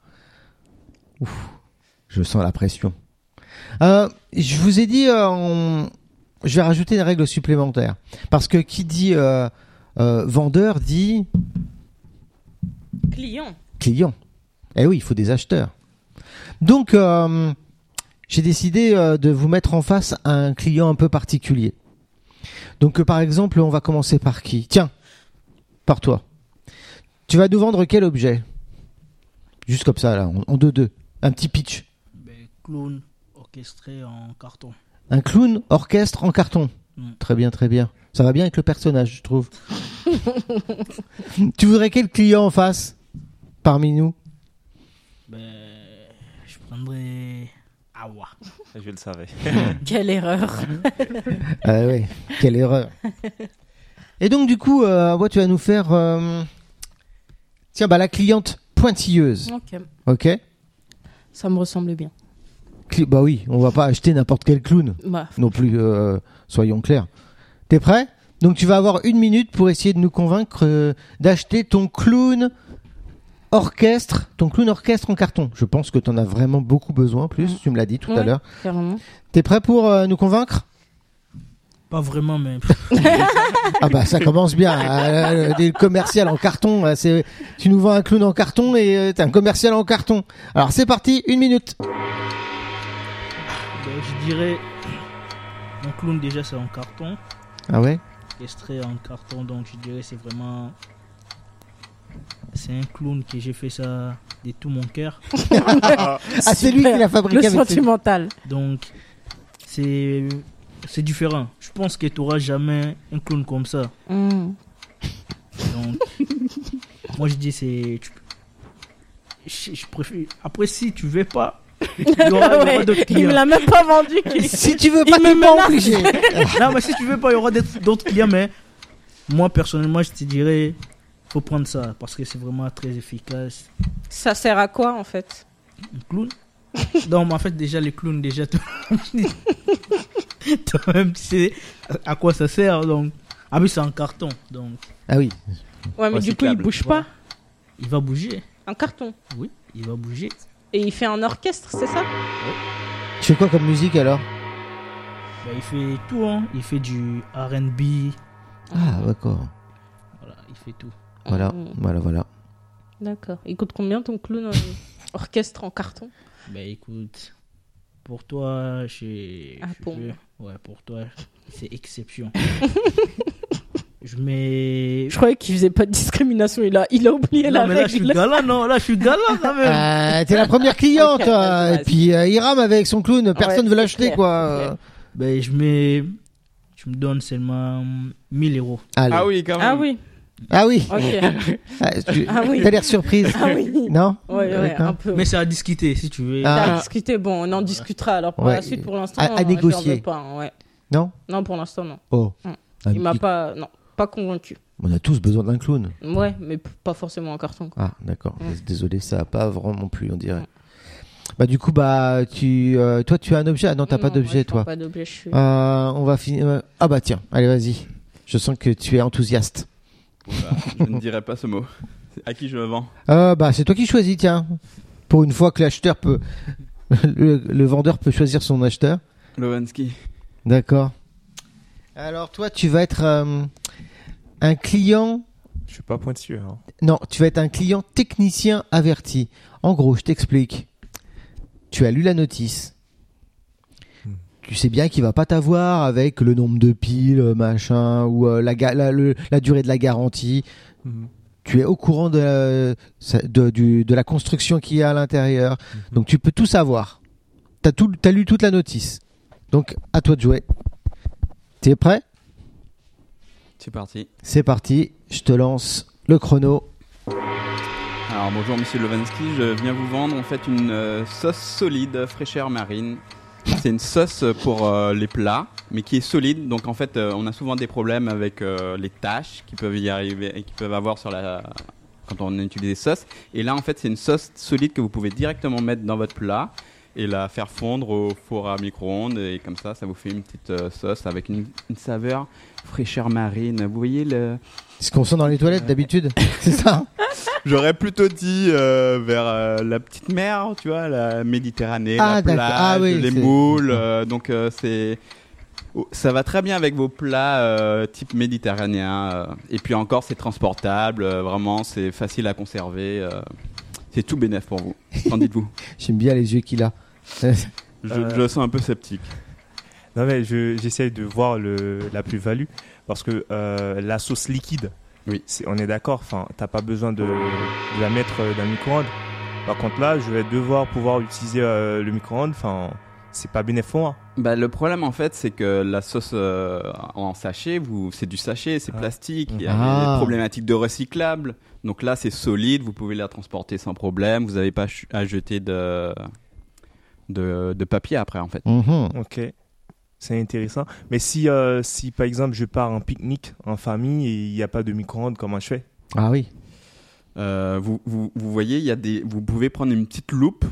[SPEAKER 6] Ouf, je sens la pression. Euh, je vous ai dit, euh, on- je vais rajouter une règle supplémentaire. Parce que qui dit euh, euh, vendeur dit
[SPEAKER 5] Client.
[SPEAKER 6] clients. Eh oui, il faut des acheteurs. Donc, euh, j'ai décidé euh, de vous mettre en face à un client un peu particulier. Donc, euh, par exemple, on va commencer par qui Tiens, par toi. Tu vas nous vendre quel objet Juste comme ça, là, en- en deux-deux. Un petit pitch.
[SPEAKER 2] Ben, clown orchestré en carton.
[SPEAKER 6] Un clown orchestre en carton.
[SPEAKER 2] Mm.
[SPEAKER 6] Très bien, très bien. Ça va bien avec le personnage, je trouve. tu voudrais quel client en face Parmi nous
[SPEAKER 2] Ben, je prendrais Awa.
[SPEAKER 3] Je le savais.
[SPEAKER 5] Quelle erreur.
[SPEAKER 6] Ah oui, quelle erreur. Et donc du coup, euh, ouais, tu vas nous faire... euh, Tiens, bah la cliente pointilleuse,
[SPEAKER 5] Ok.
[SPEAKER 6] ok
[SPEAKER 5] Ça me ressemble bien.
[SPEAKER 6] Cli- Bah oui, on va pas acheter n'importe quel clown,
[SPEAKER 5] Bah,
[SPEAKER 6] non plus, euh, soyons clairs. T'es prêt Donc tu vas avoir une minute pour essayer de nous convaincre euh, d'acheter ton clown orchestre, ton clown orchestre en carton. Je pense que t'en as vraiment beaucoup besoin, en plus, tu me l'as dit tout à
[SPEAKER 5] Ouais.
[SPEAKER 6] l'heure.
[SPEAKER 5] carrément.
[SPEAKER 6] T'es prêt pour euh, nous convaincre
[SPEAKER 2] Pas vraiment, mais
[SPEAKER 6] Ah bah ça commence bien. Euh, euh, des commerciales en carton. euh, c'est tu nous vends un clown en carton et euh, t'es un commercial en carton. Alors c'est parti, une minute.
[SPEAKER 2] ben, je dirais. Mon clown, déjà, c'est en carton.
[SPEAKER 6] Ah ouais.
[SPEAKER 2] Orchestré en carton, donc je dirais c'est vraiment. C'est un clown que j'ai fait ça de tout mon cœur.
[SPEAKER 6] Ah c'est lui qui l'a fabriqué.
[SPEAKER 5] Le
[SPEAKER 6] avec ses-
[SPEAKER 5] sentimental.
[SPEAKER 2] Donc, c'est. C'est différent. Je pense que tu n'auras jamais un clown comme ça.
[SPEAKER 5] Mm.
[SPEAKER 2] Donc, moi je dis c'est. tu- Je, je préfère. Après, si tu veux pas, il y aura, il y aura
[SPEAKER 5] Ah Ouais,
[SPEAKER 2] d'autres
[SPEAKER 5] Il me
[SPEAKER 2] clients.
[SPEAKER 5] l'a même pas vendu.
[SPEAKER 6] Si tu veux pas,
[SPEAKER 5] Il
[SPEAKER 6] t'es
[SPEAKER 5] me
[SPEAKER 6] pas
[SPEAKER 5] menace.
[SPEAKER 6] obligé.
[SPEAKER 2] Non, mais si tu veux pas, il y aura d'autres d'autres clients. Mais moi personnellement, je te dirais, faut prendre ça parce que c'est vraiment très efficace.
[SPEAKER 5] Ça sert à quoi en fait
[SPEAKER 2] Un clown. Non, mais en fait, déjà, les clowns, déjà, toi toi-même, tu sais à quoi ça sert. Donc, ah oui, c'est en carton. Donc,
[SPEAKER 6] Ah oui.
[SPEAKER 5] Ouais, mais du coup, il
[SPEAKER 3] Recyclable.
[SPEAKER 5] bouge pas.
[SPEAKER 2] il va bouger.
[SPEAKER 5] Un carton.
[SPEAKER 2] Oui, il va bouger.
[SPEAKER 5] Et il fait un orchestre, c'est ça
[SPEAKER 6] Tu fais quoi comme musique alors
[SPEAKER 2] Bah, il fait tout, hein. Il fait du RB.
[SPEAKER 6] Ah d'accord.
[SPEAKER 2] Voilà, il fait tout.
[SPEAKER 6] Voilà,
[SPEAKER 5] Mm.
[SPEAKER 6] voilà, voilà.
[SPEAKER 5] D'accord. Il coûte combien ton clown euh, orchestre en carton
[SPEAKER 2] Bah écoute, Pour toi, je.
[SPEAKER 5] Ah,
[SPEAKER 2] je-
[SPEAKER 5] pour moi.
[SPEAKER 2] Ouais, pour toi, c'est exception. je mets.
[SPEAKER 5] Je croyais qu'il faisait pas de discrimination. Il a, il a Ah, oublié la
[SPEAKER 2] Non, mais là, je suis
[SPEAKER 5] règle.
[SPEAKER 2] galant, non, là, je suis galant quand même.
[SPEAKER 6] Euh, T'es la première cliente.
[SPEAKER 5] Ok, vas-y,
[SPEAKER 6] euh, et
[SPEAKER 5] vas-y.
[SPEAKER 6] puis euh, il rame avec son clown. Personne
[SPEAKER 5] Ouais,
[SPEAKER 6] veut
[SPEAKER 5] c'est
[SPEAKER 6] l'acheter
[SPEAKER 5] clair, c'est
[SPEAKER 6] quoi.
[SPEAKER 5] clair.
[SPEAKER 2] Ben, je mets. Tu me donnes seulement 1000 euros.
[SPEAKER 6] Allez.
[SPEAKER 1] Ah oui, quand même.
[SPEAKER 5] Ah oui,
[SPEAKER 6] Ah oui.
[SPEAKER 5] ok.
[SPEAKER 6] Ah, tu-
[SPEAKER 5] Ah oui.
[SPEAKER 6] T'as l'air surprise.
[SPEAKER 5] Ah oui.
[SPEAKER 6] Non.
[SPEAKER 5] Ouais, ouais,
[SPEAKER 6] D'accord.
[SPEAKER 5] un peu.
[SPEAKER 2] hein. Mais c'est à discuter si tu veux.
[SPEAKER 6] Ah.
[SPEAKER 5] T'as discuté, bon, on en discutera. Alors pour
[SPEAKER 6] Ouais,
[SPEAKER 5] la suite, pour l'instant, euh,
[SPEAKER 6] à- à
[SPEAKER 5] j'en veux
[SPEAKER 6] négocier.
[SPEAKER 5] pas, hein, ouais.
[SPEAKER 6] Non.
[SPEAKER 5] Non, pour l'instant, non.
[SPEAKER 6] Oh.
[SPEAKER 5] Mm.
[SPEAKER 6] Ah,
[SPEAKER 5] Il m'a
[SPEAKER 6] il-
[SPEAKER 5] pas, non, pas convaincu.
[SPEAKER 6] On a tous besoin d'un clown.
[SPEAKER 5] Ouais, mais p- pas forcément en carton. Quoi.
[SPEAKER 6] Ah d'accord.
[SPEAKER 5] Mm.
[SPEAKER 6] Désolé, ça a pas vraiment plu on dirait. Bah du coup bah tu euh, toi tu as un objet. Ah non t'as pas
[SPEAKER 5] Non, moi, je
[SPEAKER 6] d'objet
[SPEAKER 5] prends
[SPEAKER 6] toi.
[SPEAKER 5] Pas d'objet, je suis.
[SPEAKER 6] Euh, on va finir. euh, Ah bah tiens. Allez vas-y. Je sens que tu es enthousiaste.
[SPEAKER 1] Voilà, je ne dirai pas ce mot. À qui je le vends
[SPEAKER 6] Euh, bah c'est toi qui choisis tiens. Pour une fois que l'acheteur peut, le- le vendeur peut choisir son acheteur.
[SPEAKER 1] Lovansky.
[SPEAKER 6] D'accord. Alors toi, tu vas être euh, un client.
[SPEAKER 3] Je suis pas pointu. hein.
[SPEAKER 6] Non, tu vas être un client technicien averti. En gros, je t'explique. Tu as lu la notice.
[SPEAKER 3] Hmm.
[SPEAKER 6] Tu sais bien qu'il va pas t'avoir avec le nombre de piles, euh, machin, ou euh, la, ga- la- le- la durée de la garantie.
[SPEAKER 3] Mhm.
[SPEAKER 6] Tu es au courant de, euh, sa- de, du- de la construction qu'il y a à l'intérieur. Donc tu peux tout savoir. T'as tout, t'as lu toute la notice. Donc à toi de jouer. T'es prêt
[SPEAKER 1] C'est parti.
[SPEAKER 6] C'est parti, je te lance le chrono.
[SPEAKER 1] Alors bonjour Monsieur Lovansky, je viens vous vendre en fait une euh, sauce solide fraîcheur marine. C'est une sauce pour euh, les plats, mais qui est solide. Donc en fait, euh, on a souvent des problèmes avec euh, les taches qui peuvent y arriver et qui peuvent avoir sur la quand on utilise des sauces. Et là en fait, c'est une sauce solide que vous pouvez directement mettre dans votre plat et la faire fondre au four à micro-ondes et comme ça, ça vous fait une petite euh, sauce avec une, une saveur fraîcheur marine. Vous voyez le
[SPEAKER 6] C'est ce qu'on sent dans les toilettes d'habitude, c'est ça
[SPEAKER 1] J'aurais plutôt dit euh, vers euh, la petite mer, tu vois, la Méditerranée,
[SPEAKER 6] Ah,
[SPEAKER 1] la
[SPEAKER 6] d'accord.
[SPEAKER 1] plage,
[SPEAKER 6] Ah oui,
[SPEAKER 1] les
[SPEAKER 6] c'est-
[SPEAKER 1] moules. euh, donc euh, c'est oh, ça va très bien avec vos plats euh, type méditerranéen. euh. et puis encore, c'est transportable, euh, vraiment, c'est facile à conserver. euh. c'est tout bénef pour vous. Qu'en dites-vous
[SPEAKER 6] J'aime bien les yeux qu'il a.
[SPEAKER 1] je,
[SPEAKER 3] Euh.
[SPEAKER 1] je sens un peu sceptique.
[SPEAKER 3] Non mais je- j'essaye de voir le, la plus-value parce que euh, la sauce liquide,
[SPEAKER 1] Oui.
[SPEAKER 3] c'est- on est d'accord, enfin t'as pas besoin de, de la mettre euh, dans le micro-ondes. Par contre là, je vais devoir pouvoir utiliser euh, le micro-ondes, enfin c'est pas bénéfique hein. pour moi.
[SPEAKER 1] Bah, le problème en fait, c'est que la sauce euh, en sachet, vous, c'est du sachet, c'est
[SPEAKER 3] Ah.
[SPEAKER 1] plastique. Il y a
[SPEAKER 6] Ah.
[SPEAKER 1] des problématiques de recyclable. Donc là, c'est solide, vous pouvez la transporter sans problème. Vous n'avez pas ch- à jeter de, de de papier après en fait.
[SPEAKER 6] Mhm.
[SPEAKER 3] Ok, c'est intéressant. Mais si euh, si par exemple je pars en pique-nique en famille et il n'y a pas de micro-ondes, comment je fais
[SPEAKER 6] Ah oui.
[SPEAKER 1] Euh, vous, vous, vous voyez, il y a des, vous pouvez prendre une petite loupe,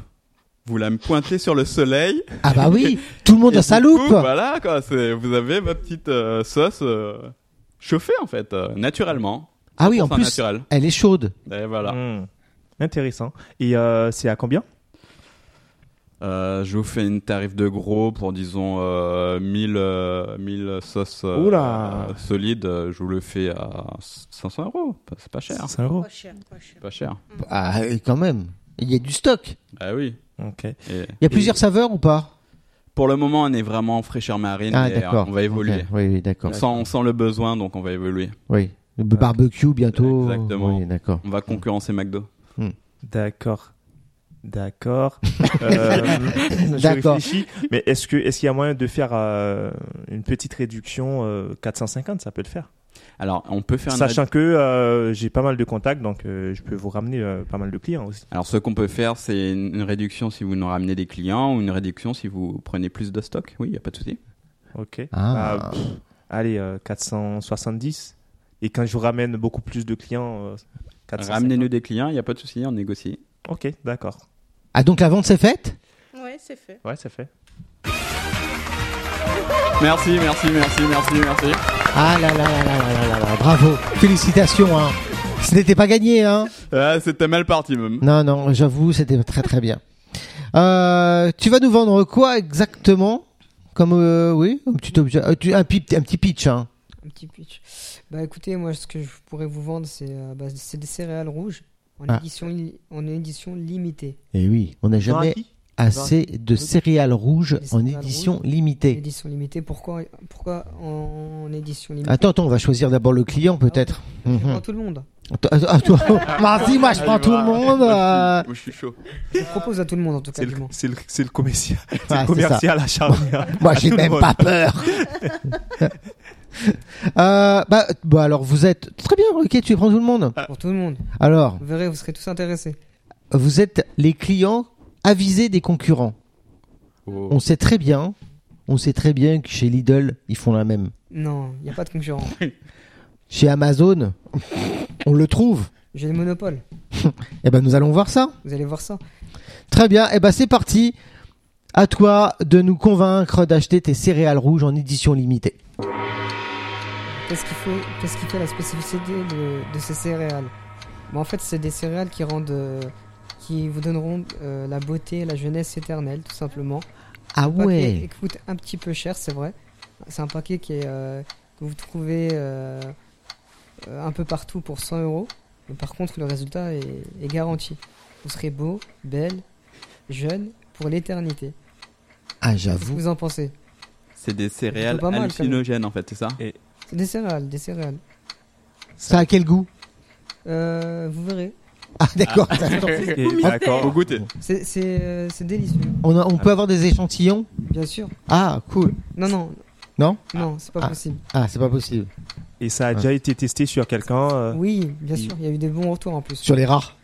[SPEAKER 1] vous la pointez sur le soleil.
[SPEAKER 6] Ah bah oui, tout le monde
[SPEAKER 1] et
[SPEAKER 6] a sa
[SPEAKER 1] du coup,
[SPEAKER 6] loupe.
[SPEAKER 1] voilà quoi, c'est- vous avez votre petite euh, sauce euh, chauffée en fait, euh, naturellement.
[SPEAKER 6] ah oui, en
[SPEAKER 1] Enfin,
[SPEAKER 6] plus,
[SPEAKER 1] naturel.
[SPEAKER 6] elle est chaude.
[SPEAKER 1] Et voilà.
[SPEAKER 3] Hmm. Intéressant. Et euh, c'est à combien
[SPEAKER 1] Euh, je vous fais une tarif de gros pour disons euh, 1000 euh, 1000 sauces euh,
[SPEAKER 3] Oula.
[SPEAKER 1] euh, solides. euh, Je vous le fais à 500 euros. Pas- C'est pas cher.
[SPEAKER 3] 5 euros.
[SPEAKER 1] C'est pas cher.
[SPEAKER 6] Ah et quand même. Il y a du stock.
[SPEAKER 1] Ah oui.
[SPEAKER 3] Ok.
[SPEAKER 1] Et-
[SPEAKER 6] Il y a plusieurs saveurs ou pas
[SPEAKER 1] Pour le moment, on est vraiment en fraîcheur marine.
[SPEAKER 6] Ah
[SPEAKER 1] et, euh,
[SPEAKER 6] d'accord.
[SPEAKER 1] On va évoluer.
[SPEAKER 6] Ok, Eh, Oui, oui, d'accord.
[SPEAKER 1] On, sent, on sent le besoin, donc on va évoluer.
[SPEAKER 6] Oui. Le barbecue bientôt.
[SPEAKER 1] Exactement.
[SPEAKER 6] Oui, d'accord.
[SPEAKER 1] On va concurrencer McDo.
[SPEAKER 3] D'accord. D'accord. Euh, je
[SPEAKER 6] D'accord.
[SPEAKER 3] réfléchis. Mais est-ce que est-ce qu'il y a moyen de faire euh, une petite réduction euh, 450 Ça peut le faire.
[SPEAKER 1] Alors, on peut faire une
[SPEAKER 3] Sachant que euh, j'ai pas mal de contacts, donc euh, je peux vous ramener euh, pas mal de clients aussi.
[SPEAKER 1] Alors, ce qu'on peut faire, c'est une une réduction si vous nous ramenez des clients ou une réduction si vous prenez plus de stock. Oui, il n'y a pas de souci.
[SPEAKER 3] Ok.
[SPEAKER 6] Ah.
[SPEAKER 3] Bah, pff, allez, euh, 470. Et quand je vous ramène beaucoup plus de clients, euh, 450.
[SPEAKER 1] Ramenez-nous des clients, il n'y a pas de souci, on négocie.
[SPEAKER 3] Ok, d'accord.
[SPEAKER 6] Ah donc la vente s'est faite
[SPEAKER 5] Ouais, c'est fait.
[SPEAKER 3] Ouais, c'est fait.
[SPEAKER 1] Merci, merci, merci, merci, merci.
[SPEAKER 6] Ah là là là là là là là là. Bravo. Félicitations. Hein. Ce n'était pas gagné. Hein.
[SPEAKER 1] Ah, c'était mal parti même.
[SPEAKER 6] Non, non, j'avoue, c'était très très bien. Euh, tu vas nous vendre quoi exactement Comme euh, oui, un petit objet, euh, tu- un, pip- un petit pitch. Hein.
[SPEAKER 7] Un petit pitch. Bah écoutez, moi ce que je pourrais vous vendre, c'est euh, bah, c'est des céréales rouges en,
[SPEAKER 6] Ah.
[SPEAKER 7] édition, li- en édition limitée.
[SPEAKER 6] Et Eh oui, on n'a
[SPEAKER 3] Genre un
[SPEAKER 6] jamais
[SPEAKER 3] qui
[SPEAKER 6] à assez de céréales rouges
[SPEAKER 7] Des
[SPEAKER 6] en
[SPEAKER 7] céréales
[SPEAKER 6] édition
[SPEAKER 7] rouges.
[SPEAKER 6] limitée.
[SPEAKER 7] Édition limitée. Pourquoi, pourquoi en, en édition limitée
[SPEAKER 6] Attends, attends, on va choisir d'abord le client peut-être.
[SPEAKER 7] Je prends
[SPEAKER 6] Mhm.
[SPEAKER 7] tout le monde.
[SPEAKER 6] Attends, attends, attends. Mardi, moi je prends tout le monde. euh,
[SPEAKER 1] Moi, je suis chaud.
[SPEAKER 7] Je propose à tout le monde en tout cas.
[SPEAKER 3] C'est
[SPEAKER 7] du
[SPEAKER 3] le,
[SPEAKER 7] moins.
[SPEAKER 3] c'est le, c'est le commercial,
[SPEAKER 6] ah,
[SPEAKER 3] c'est le
[SPEAKER 6] c'est ça.
[SPEAKER 3] commercial à charnière.
[SPEAKER 6] Moi, j'ai
[SPEAKER 3] tout le
[SPEAKER 6] même
[SPEAKER 3] monde.
[SPEAKER 6] pas peur. Euh, bah, bah, alors vous êtes très bien, ok, tu prends tout le monde.
[SPEAKER 7] Pour tout le monde.
[SPEAKER 6] Alors,
[SPEAKER 7] Vous verrez, vous serez tous intéressés.
[SPEAKER 6] vous êtes les clients avisés des concurrents.
[SPEAKER 3] Oh.
[SPEAKER 6] On sait très bien, on sait très bien que chez Lidl, ils font la même.
[SPEAKER 7] Non, il n'y a pas de concurrent.
[SPEAKER 6] Chez Amazon, on le trouve.
[SPEAKER 7] J'ai le monopole.
[SPEAKER 6] Eh ben, nous allons voir ça.
[SPEAKER 7] Vous allez voir ça.
[SPEAKER 6] Très bien, eh ben, c'est parti. À toi de nous convaincre d'acheter tes céréales rouges en édition limitée.
[SPEAKER 7] Qu'est-ce qui fait, qu'est-ce qui fait la spécificité de, de ces céréales Bon, En fait, c'est des céréales qui rendent, euh, qui vous donneront euh, la beauté, la jeunesse éternelle, tout simplement.
[SPEAKER 6] Ah
[SPEAKER 7] Un paquet
[SPEAKER 6] ouais.
[SPEAKER 7] qui coûte un petit peu cher, c'est vrai. C'est un paquet qui est, euh, que vous trouvez euh, euh, un peu partout pour 100 euros. Mais par contre, le résultat est, est garanti. Vous serez beau, belle, jeune pour l'éternité.
[SPEAKER 6] Ah,
[SPEAKER 7] Qu'est-ce que
[SPEAKER 6] j'avoue.
[SPEAKER 7] vous en pensez
[SPEAKER 1] C'est des céréales
[SPEAKER 7] pas mal, quand même.
[SPEAKER 1] hallucinogènes en fait, c'est ça
[SPEAKER 7] C'est des céréales, des céréales.
[SPEAKER 6] Ça a quel goût
[SPEAKER 7] Euh, vous verrez.
[SPEAKER 6] Ah, d'accord. d'accord.
[SPEAKER 3] Et- D'accord.
[SPEAKER 1] goûter.
[SPEAKER 7] C'est- C'est euh, c'est délicieux,
[SPEAKER 6] On, a- on peut avoir des échantillons
[SPEAKER 7] bien sûr.
[SPEAKER 6] Ah, cool.
[SPEAKER 7] Non, non.
[SPEAKER 6] Non
[SPEAKER 7] Non, c'est pas
[SPEAKER 6] Ah.
[SPEAKER 7] possible.
[SPEAKER 6] Ah, c'est pas possible.
[SPEAKER 3] Et ça a déjà été testé sur quelqu'un. euh,
[SPEAKER 7] Oui, bien sûr, il y a eu des bons retours en plus.
[SPEAKER 6] Sur les rares.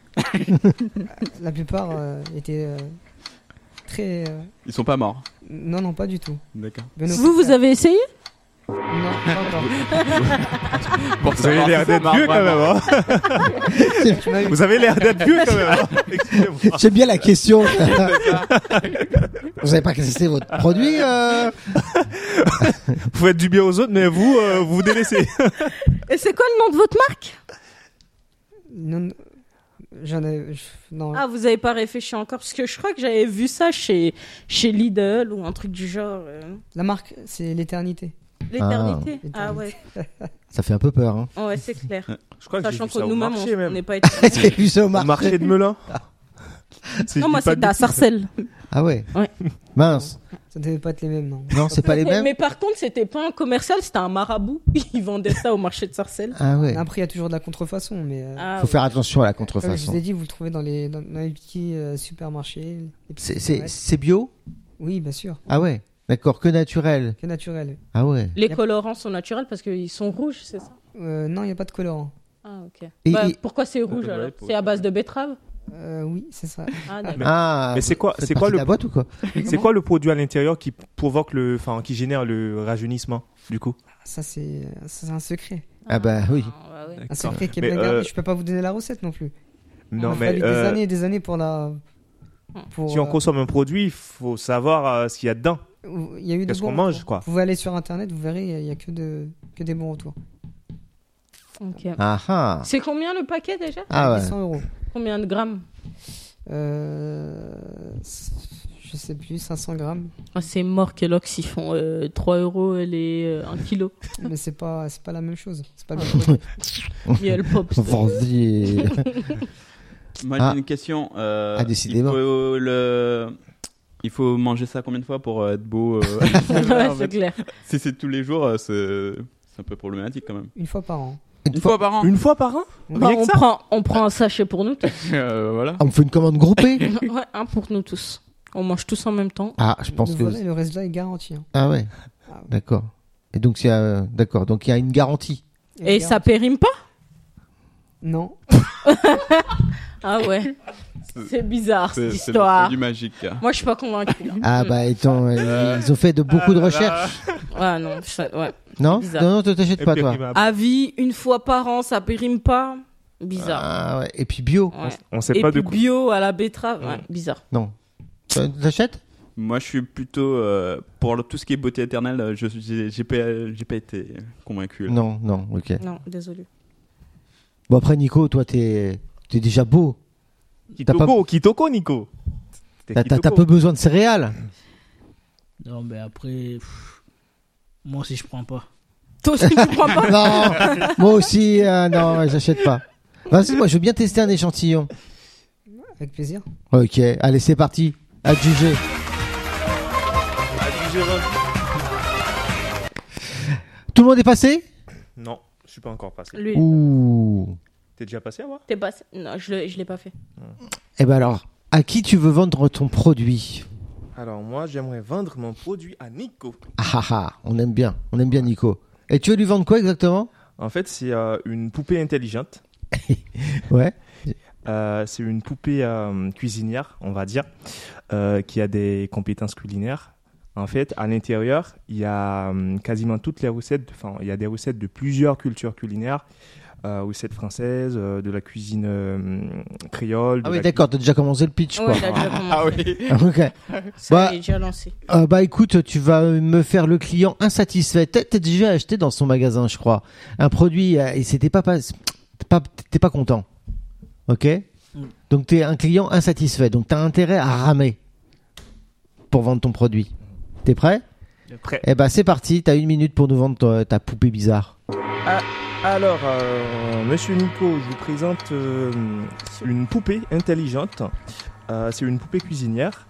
[SPEAKER 7] La plupart euh, étaient euh, très. euh,
[SPEAKER 1] Ils sont pas morts.
[SPEAKER 7] Non, non, pas du tout.
[SPEAKER 1] D'accord.
[SPEAKER 7] Bien au
[SPEAKER 5] Vous, vous
[SPEAKER 7] contraire.
[SPEAKER 5] avez essayé
[SPEAKER 7] Non, pas encore.
[SPEAKER 3] Vous avez l'air d'être vieux quand même. hein.
[SPEAKER 7] Tu m'as eu.
[SPEAKER 3] Vous avez l'air d'être vieux quand même. hein. Excusez-moi.
[SPEAKER 6] J'aime bien la question. vous avez pas testé votre produit euh
[SPEAKER 3] Vous faites du bien aux autres, mais vous, euh, vous vous délaissez.
[SPEAKER 5] Et c'est quoi le nom de votre marque
[SPEAKER 7] Non, non, j'en ai. je- Non,
[SPEAKER 5] Ah, vous avez pas réfléchi encore parce que je crois que j'avais vu ça chez chez Lidl ou un truc du genre. euh,
[SPEAKER 7] la marque, c'est l'éternité.
[SPEAKER 5] L'éternité.
[SPEAKER 7] Ah.
[SPEAKER 5] Ah, ouais,
[SPEAKER 6] Ça fait un peu peur. Hein.
[SPEAKER 5] ouais, c'est clair.
[SPEAKER 3] Je crois
[SPEAKER 5] Sachant que nous-mêmes, on on n'est pas.
[SPEAKER 6] J'ai vu ça au
[SPEAKER 3] Au
[SPEAKER 6] marché.
[SPEAKER 3] marché de Melun. Si
[SPEAKER 5] Non,
[SPEAKER 3] je
[SPEAKER 5] moi
[SPEAKER 3] dis pas de
[SPEAKER 5] c'était à
[SPEAKER 3] bêtises.
[SPEAKER 5] Sarcelles.
[SPEAKER 6] Ah ouais.
[SPEAKER 5] Ouais.
[SPEAKER 6] Mince.
[SPEAKER 7] Ça devait pas être les mêmes, non.
[SPEAKER 6] Non, c'est pas les
[SPEAKER 5] Mais,
[SPEAKER 6] mêmes.
[SPEAKER 5] mais par contre, c'était pas un commercial, c'était un marabout. Ils vendaient ça au marché de Sarcelles.
[SPEAKER 6] Ah ouais.
[SPEAKER 7] Après, il y a toujours de la contrefaçon, mais. euh,
[SPEAKER 5] Ah,
[SPEAKER 6] Faut
[SPEAKER 5] ouais.
[SPEAKER 6] faire attention à la
[SPEAKER 7] Comme je vous
[SPEAKER 6] contrefaçon.
[SPEAKER 7] ai dit, vous le trouvez dans les, dans, dans les petits euh, supermarchés. les petits
[SPEAKER 6] C'est- C'est
[SPEAKER 7] restaurants.
[SPEAKER 6] c'est bio
[SPEAKER 7] Oui, bien sûr.
[SPEAKER 6] Ah ouais. D'accord, que naturel.
[SPEAKER 7] C'est naturel.
[SPEAKER 6] Ah ouais.
[SPEAKER 5] Les colorants sont naturels parce qu'ils sont rouges, c'est ça
[SPEAKER 7] Euh, non, il n'y a pas de colorant.
[SPEAKER 5] Ah, ok.
[SPEAKER 6] Et-
[SPEAKER 5] Bah,
[SPEAKER 6] et-
[SPEAKER 5] Pourquoi c'est rouge
[SPEAKER 1] ouais,
[SPEAKER 5] alors
[SPEAKER 1] Ah, pour-
[SPEAKER 5] C'est à base de betterave
[SPEAKER 7] Euh, oui, c'est ça.
[SPEAKER 5] Ah, d'accord.
[SPEAKER 6] Ah.
[SPEAKER 3] Mais c'est quoi-
[SPEAKER 6] vous faites
[SPEAKER 3] c'est
[SPEAKER 6] partie
[SPEAKER 3] quoi
[SPEAKER 6] de
[SPEAKER 3] le-
[SPEAKER 6] la boîte ou quoi
[SPEAKER 3] C'est quoi le produit à l'intérieur qui provoque le, enfin, qui génère le rajeunissement du coup
[SPEAKER 7] Ça, c'est euh, ça, c'est un secret.
[SPEAKER 6] Ah bah oui.
[SPEAKER 5] Ah, ouais.
[SPEAKER 7] Un secret qui est
[SPEAKER 3] Mais,
[SPEAKER 7] bien gardé.
[SPEAKER 3] euh,
[SPEAKER 7] Je peux pas vous donner la recette non plus. Il
[SPEAKER 3] Non,
[SPEAKER 7] a
[SPEAKER 3] mais
[SPEAKER 7] fallu
[SPEAKER 3] euh,
[SPEAKER 7] des années et des années pour la. Pour,
[SPEAKER 3] si on
[SPEAKER 7] euh,
[SPEAKER 3] consomme un produit, il faut savoir euh, ce qu'il y a dedans.
[SPEAKER 7] où il y a eu des
[SPEAKER 3] qu'est-ce
[SPEAKER 7] bons
[SPEAKER 3] qu'on mange,
[SPEAKER 7] retours.
[SPEAKER 3] quoi.
[SPEAKER 7] Vous pouvez aller sur internet, vous verrez, il y a- il y a que, de, que des bons retours.
[SPEAKER 5] Ok.
[SPEAKER 6] Ah ah.
[SPEAKER 5] C'est combien le paquet déjà
[SPEAKER 6] Ah ouais.
[SPEAKER 7] 100 euros.
[SPEAKER 5] Combien de grammes
[SPEAKER 7] Euh, c- je sais plus, 500 grammes.
[SPEAKER 5] Ah, C'est mort Kellogg's, ils font euh, 3 euros les euh, 1 kilo.
[SPEAKER 7] Mais c'est pas, c'est pas la même chose. C'est pas le
[SPEAKER 5] Il y a le pop.
[SPEAKER 6] Vendez.
[SPEAKER 1] Moi
[SPEAKER 6] Ah.
[SPEAKER 1] j'ai une question. euh,
[SPEAKER 6] Ah, décidément.
[SPEAKER 1] Il faut, le... il faut manger ça combien de fois pour euh, être beau euh,
[SPEAKER 5] ouais,
[SPEAKER 1] en
[SPEAKER 5] c'est
[SPEAKER 1] fait
[SPEAKER 5] clair.
[SPEAKER 1] Si c'est tous les jours, euh, c'est c'est un peu problématique quand même.
[SPEAKER 7] Une fois par an.
[SPEAKER 1] Une fois par an
[SPEAKER 3] Une fois par an
[SPEAKER 5] Bah,
[SPEAKER 3] Rien que
[SPEAKER 5] on,
[SPEAKER 3] ça
[SPEAKER 5] prend, on prend un sachet pour nous tous.
[SPEAKER 1] Euh, Voilà.
[SPEAKER 6] Ah, on fait une commande groupée
[SPEAKER 5] ouais, un pour nous tous. On mange tous en même temps.
[SPEAKER 6] Ah, je pense
[SPEAKER 7] Le,
[SPEAKER 6] que.
[SPEAKER 7] voilà, le résultat est garanti. hein.
[SPEAKER 6] Ah ouais.
[SPEAKER 7] Ah ouais.
[SPEAKER 6] D'accord. Et donc c'est euh, d'accord. Donc il y a une garantie.
[SPEAKER 5] Et ça périme pas
[SPEAKER 7] Non.
[SPEAKER 5] Ah ouais. C'est bizarre
[SPEAKER 1] C'est
[SPEAKER 5] Ah, cette
[SPEAKER 1] c'est le
[SPEAKER 5] histoire.
[SPEAKER 1] produit magique. là.
[SPEAKER 5] Moi je suis pas convaincue. là.
[SPEAKER 6] Ah bah étant, euh, ils ont fait de beaucoup de recherches.
[SPEAKER 5] Mm. Ah non, ça- ouais.
[SPEAKER 6] Non, non,
[SPEAKER 5] Bizarre.
[SPEAKER 6] non, toi, t'achètes pas toi.
[SPEAKER 1] Ah, bah.
[SPEAKER 3] Imprimable.
[SPEAKER 5] Avis une fois par an, ça périme pas. Bizarre.
[SPEAKER 6] Ah ouais. Et puis bio.
[SPEAKER 5] bah, Ouais.
[SPEAKER 3] On sait
[SPEAKER 5] Et
[SPEAKER 3] pas de
[SPEAKER 5] puis
[SPEAKER 3] quoi.
[SPEAKER 5] bio à la betterave, ouais, bizarre.
[SPEAKER 6] Non. Toi, T'achètes
[SPEAKER 1] Moi je suis plutôt. euh, pour le- tout ce qui est beauté éternelle, euh, je j'ai j'ai pas, j'ai pas été convaincu. là.
[SPEAKER 6] Non, non. Ok.
[SPEAKER 5] Non, désolé.
[SPEAKER 6] Bon après Nico, toi t'es t'es déjà beau.
[SPEAKER 3] Kitoko, Kitoko, Nico. C'était
[SPEAKER 6] T'as- T'as
[SPEAKER 3] Kitoko.
[SPEAKER 6] t'as peu besoin de céréales.
[SPEAKER 2] Non, mais après, pff, moi aussi, je prends pas.
[SPEAKER 5] Toi aussi tu crois pas
[SPEAKER 6] non. Moi aussi. euh, non, j'achète pas. Vas-y, moi je veux bien tester un échantillon.
[SPEAKER 7] Avec plaisir.
[SPEAKER 6] Ok. Allez, c'est parti. Adjugé.
[SPEAKER 3] Ah,
[SPEAKER 6] Tout le monde est passé
[SPEAKER 3] Non, je suis pas encore passé.
[SPEAKER 5] Lui,
[SPEAKER 6] Ouh.
[SPEAKER 3] T'es déjà passé à voir
[SPEAKER 5] t'es passé Non, je l'ai je l'ai pas fait.
[SPEAKER 6] Eh ben alors, à qui tu veux vendre ton produit
[SPEAKER 3] Alors moi, j'aimerais vendre mon produit à Nico.
[SPEAKER 6] Ah ah ah, on aime bien, on aime bien Nico. Et tu veux lui vendre quoi exactement
[SPEAKER 3] En fait, c'est euh, une poupée intelligente.
[SPEAKER 6] Ouais.
[SPEAKER 3] Euh, c'est une poupée euh, cuisinière, on va dire, euh, qui a des compétences culinaires. En fait, à l'intérieur, il y a hum, quasiment toutes les recettes. Enfin, il y a des recettes de plusieurs cultures culinaires. euh, recettes françaises, euh, de la cuisine euh, créole. de
[SPEAKER 6] Ah oui,
[SPEAKER 3] la
[SPEAKER 6] d'accord, t'as déjà commencé le pitch quoi.
[SPEAKER 5] Ouais, il a déjà commencé.
[SPEAKER 1] Ah oui.
[SPEAKER 6] Ah, ok.
[SPEAKER 5] Ça,
[SPEAKER 6] Bah-
[SPEAKER 5] il est déjà lancé.
[SPEAKER 6] Euh, bah écoute, tu vas me faire le client insatisfait. T'as t'as déjà acheté dans son magasin, je crois, un produit euh, et c'était pas pas t'es pas, t'es pas content. Ok.
[SPEAKER 3] Mm.
[SPEAKER 6] Donc t'es un client insatisfait. Donc t'as intérêt à ramer pour vendre ton produit. T'es prêt
[SPEAKER 3] Prêt.
[SPEAKER 6] Eh bah c'est parti. T'as une minute pour nous vendre ta, ta poupée bizarre.
[SPEAKER 3] Alors, euh, monsieur Nico, je vous présente euh, une poupée intelligente. Euh, c'est une poupée cuisinière.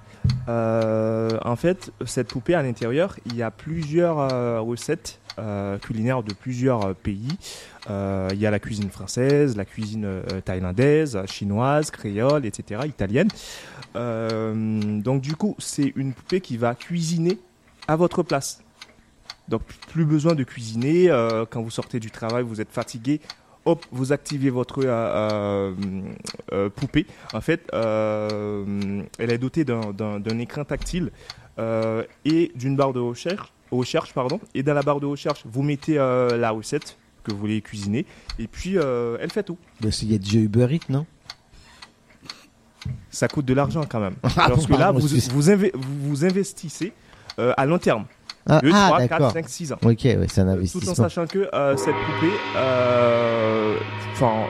[SPEAKER 3] Euh, en fait, cette poupée à l'intérieur, il y a plusieurs euh, recettes euh, culinaires de plusieurs euh, pays. Euh, il y a la cuisine française, la cuisine euh, thaïlandaise, chinoise, créole, etc., italienne. Euh, donc, du coup, c'est une poupée qui va cuisiner à votre place. Donc plus besoin de cuisiner. euh, quand vous sortez du travail, vous êtes fatigué. Hop, vous activez votre euh, euh, euh, poupée. En fait, euh, elle est dotée d'un- d'un d'un écran tactile euh, et d'une barre de recherche. Recherche, pardon. Et dans la barre de recherche, vous mettez euh, la recette que vous voulez cuisiner. Et puis, euh, elle fait tout.
[SPEAKER 6] Parce qu'il Bah, y a déjà Uber Eats, non
[SPEAKER 3] Ça coûte de l'argent quand même.
[SPEAKER 6] Ah,
[SPEAKER 3] Parce que là,
[SPEAKER 6] pardon,
[SPEAKER 3] vous,
[SPEAKER 6] excuse.
[SPEAKER 3] vous, inve- vous- vous investissez euh, à long terme.
[SPEAKER 6] Ah,
[SPEAKER 3] 2,
[SPEAKER 6] ah,
[SPEAKER 3] 3, 4,
[SPEAKER 6] d'accord.
[SPEAKER 3] 5, 6 ans.
[SPEAKER 6] Ok, ouais, c'est un
[SPEAKER 3] Euh, Tout en
[SPEAKER 6] investissement.
[SPEAKER 3] sachant que euh, cette poupée, euh, enfin,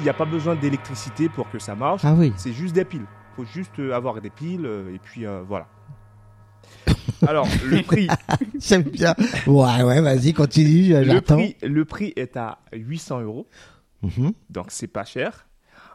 [SPEAKER 3] il n'y a pas besoin d'électricité pour que ça marche.
[SPEAKER 6] Ah oui.
[SPEAKER 3] C'est juste des piles. faut juste euh, avoir des piles euh, et puis euh, voilà. Alors, le prix,
[SPEAKER 6] J'aime bien. Ouais, ouais, vas-y, continue. euh,
[SPEAKER 3] le,
[SPEAKER 6] J'attends.
[SPEAKER 3] prix, le prix est à 800 euros,
[SPEAKER 6] Mhm.
[SPEAKER 3] donc c'est pas cher.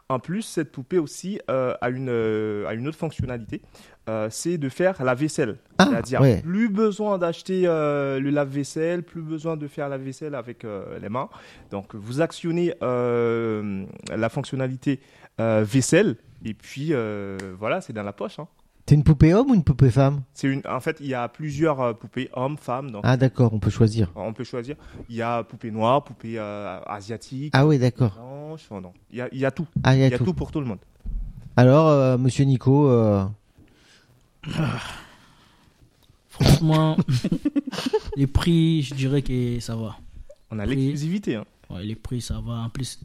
[SPEAKER 3] En plus, cette poupée aussi euh, a, une, euh, a une autre fonctionnalité, euh, c'est de faire la vaisselle.
[SPEAKER 6] Ah,
[SPEAKER 3] C'est-à-dire,
[SPEAKER 6] ouais.
[SPEAKER 3] plus besoin d'acheter euh, le lave-vaisselle, plus besoin de faire la vaisselle avec euh, les mains. Donc, vous actionnez euh, la fonctionnalité euh, vaisselle, et puis euh, voilà, c'est dans la poche. hein.
[SPEAKER 6] T'es une poupée homme ou une poupée femme
[SPEAKER 3] C'est une... En fait, il y a plusieurs euh, poupées, hommes, femmes, donc
[SPEAKER 6] Ah, d'accord, on peut choisir.
[SPEAKER 3] on peut choisir. Il y a poupée noire, poupée euh, asiatique,
[SPEAKER 6] Ah oui, d'accord.
[SPEAKER 3] blanche, enfin, non. Il y a, il y a tout.
[SPEAKER 6] Ah, il y
[SPEAKER 3] Il
[SPEAKER 6] a,
[SPEAKER 3] y a
[SPEAKER 6] tout.
[SPEAKER 3] tout pour tout le monde.
[SPEAKER 6] Alors, euh, monsieur Nico, euh,
[SPEAKER 2] Franchement, les prix, je dirais que ça va.
[SPEAKER 3] On a
[SPEAKER 2] Oui.
[SPEAKER 3] l'exclusivité. hein.
[SPEAKER 2] Ouais, les prix, ça va. En plus,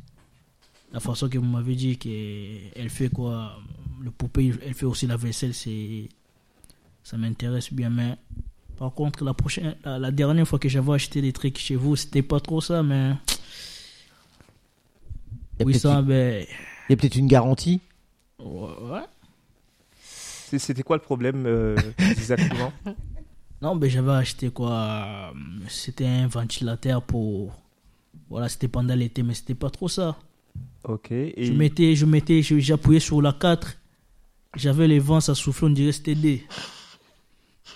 [SPEAKER 2] la façon que vous m'avez dit qu'elle fait quoi Le poupée, elle fait aussi la vaisselle, c'est ça m'intéresse bien. Mais par contre, la, prochaine, la, la dernière fois que j'avais acheté des trucs chez vous, c'était pas trop ça, mais.
[SPEAKER 6] il y a
[SPEAKER 2] Oui, ça,
[SPEAKER 6] peut-être
[SPEAKER 2] ben.
[SPEAKER 6] il y a peut-être une garantie.
[SPEAKER 2] Ouais.
[SPEAKER 3] C'est- C'était quoi le problème euh, exactement
[SPEAKER 2] Non, mais j'avais acheté quoi euh, C'était un ventilateur pour. Voilà, c'était pendant l'été, mais c'était pas trop ça.
[SPEAKER 3] Ok. Et...
[SPEAKER 2] Je mettais, je mettais, je- j'appuyais sur la 4. J'avais les vents, ça soufflait, on dirait que c'était D.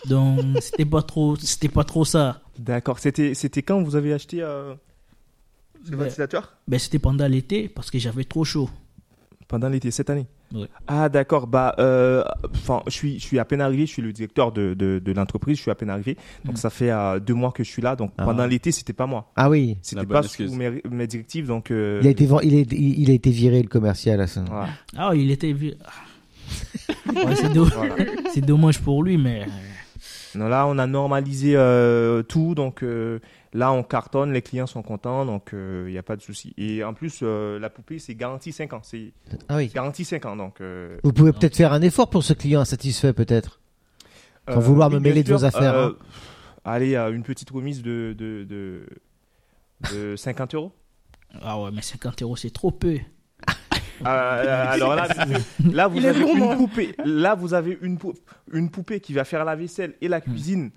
[SPEAKER 2] Donc, c'était pas trop, c'était pas trop ça.
[SPEAKER 3] D'accord. C'était c'était quand vous avez acheté euh, le
[SPEAKER 2] Mais-
[SPEAKER 3] ventilateur
[SPEAKER 2] Ben, c'était pendant l'été parce que j'avais trop chaud.
[SPEAKER 3] Pendant l'été cette année.
[SPEAKER 2] Ouais.
[SPEAKER 3] Ah d'accord. Bah, euh, enfin, je suis je suis à peine arrivé. Je suis le directeur de, de, de l'entreprise. Je suis à peine arrivé. Donc
[SPEAKER 2] Mm.
[SPEAKER 3] ça fait euh, deux mois que je suis là. Donc
[SPEAKER 6] Ah.
[SPEAKER 3] pendant l'été, c'était pas moi.
[SPEAKER 6] Ah oui,
[SPEAKER 1] La
[SPEAKER 3] C'était
[SPEAKER 1] bonne
[SPEAKER 3] pas
[SPEAKER 1] excuse.
[SPEAKER 3] sous mes, mes directives. Donc euh,
[SPEAKER 6] il a été, ven- il, est- il il a été viré le commercial à ça.
[SPEAKER 3] voilà.
[SPEAKER 2] Ah, il était. vieux. Ouais, c'est, do- c'est dommage pour lui, mais.
[SPEAKER 3] Non, là, on a normalisé euh, tout. Donc euh, là, on cartonne. Les clients sont contents. Donc il n'y a pas de souci. Et en plus, euh, la poupée, c'est garantie 5 ans. C'est
[SPEAKER 6] Ah oui.
[SPEAKER 3] garantie 5 ans. Donc euh,
[SPEAKER 6] Vous pouvez peut-être faire un effort pour ce client insatisfait, peut-être. Sans
[SPEAKER 3] euh,
[SPEAKER 6] vouloir me
[SPEAKER 3] oui, bien
[SPEAKER 6] mêler de
[SPEAKER 3] sûr,
[SPEAKER 6] vos affaires, hein.
[SPEAKER 3] euh, Allez, euh, une petite remise de, de, de, de 50 euros.
[SPEAKER 2] Ah ouais, mais 50 euros, c'est trop peu.
[SPEAKER 3] Euh, euh, alors là, monsieur, là, vous
[SPEAKER 5] Il est
[SPEAKER 3] avez
[SPEAKER 5] gourmand.
[SPEAKER 3] une poupée. Là, vous avez une, pou- une poupée qui va faire la vaisselle et la cuisine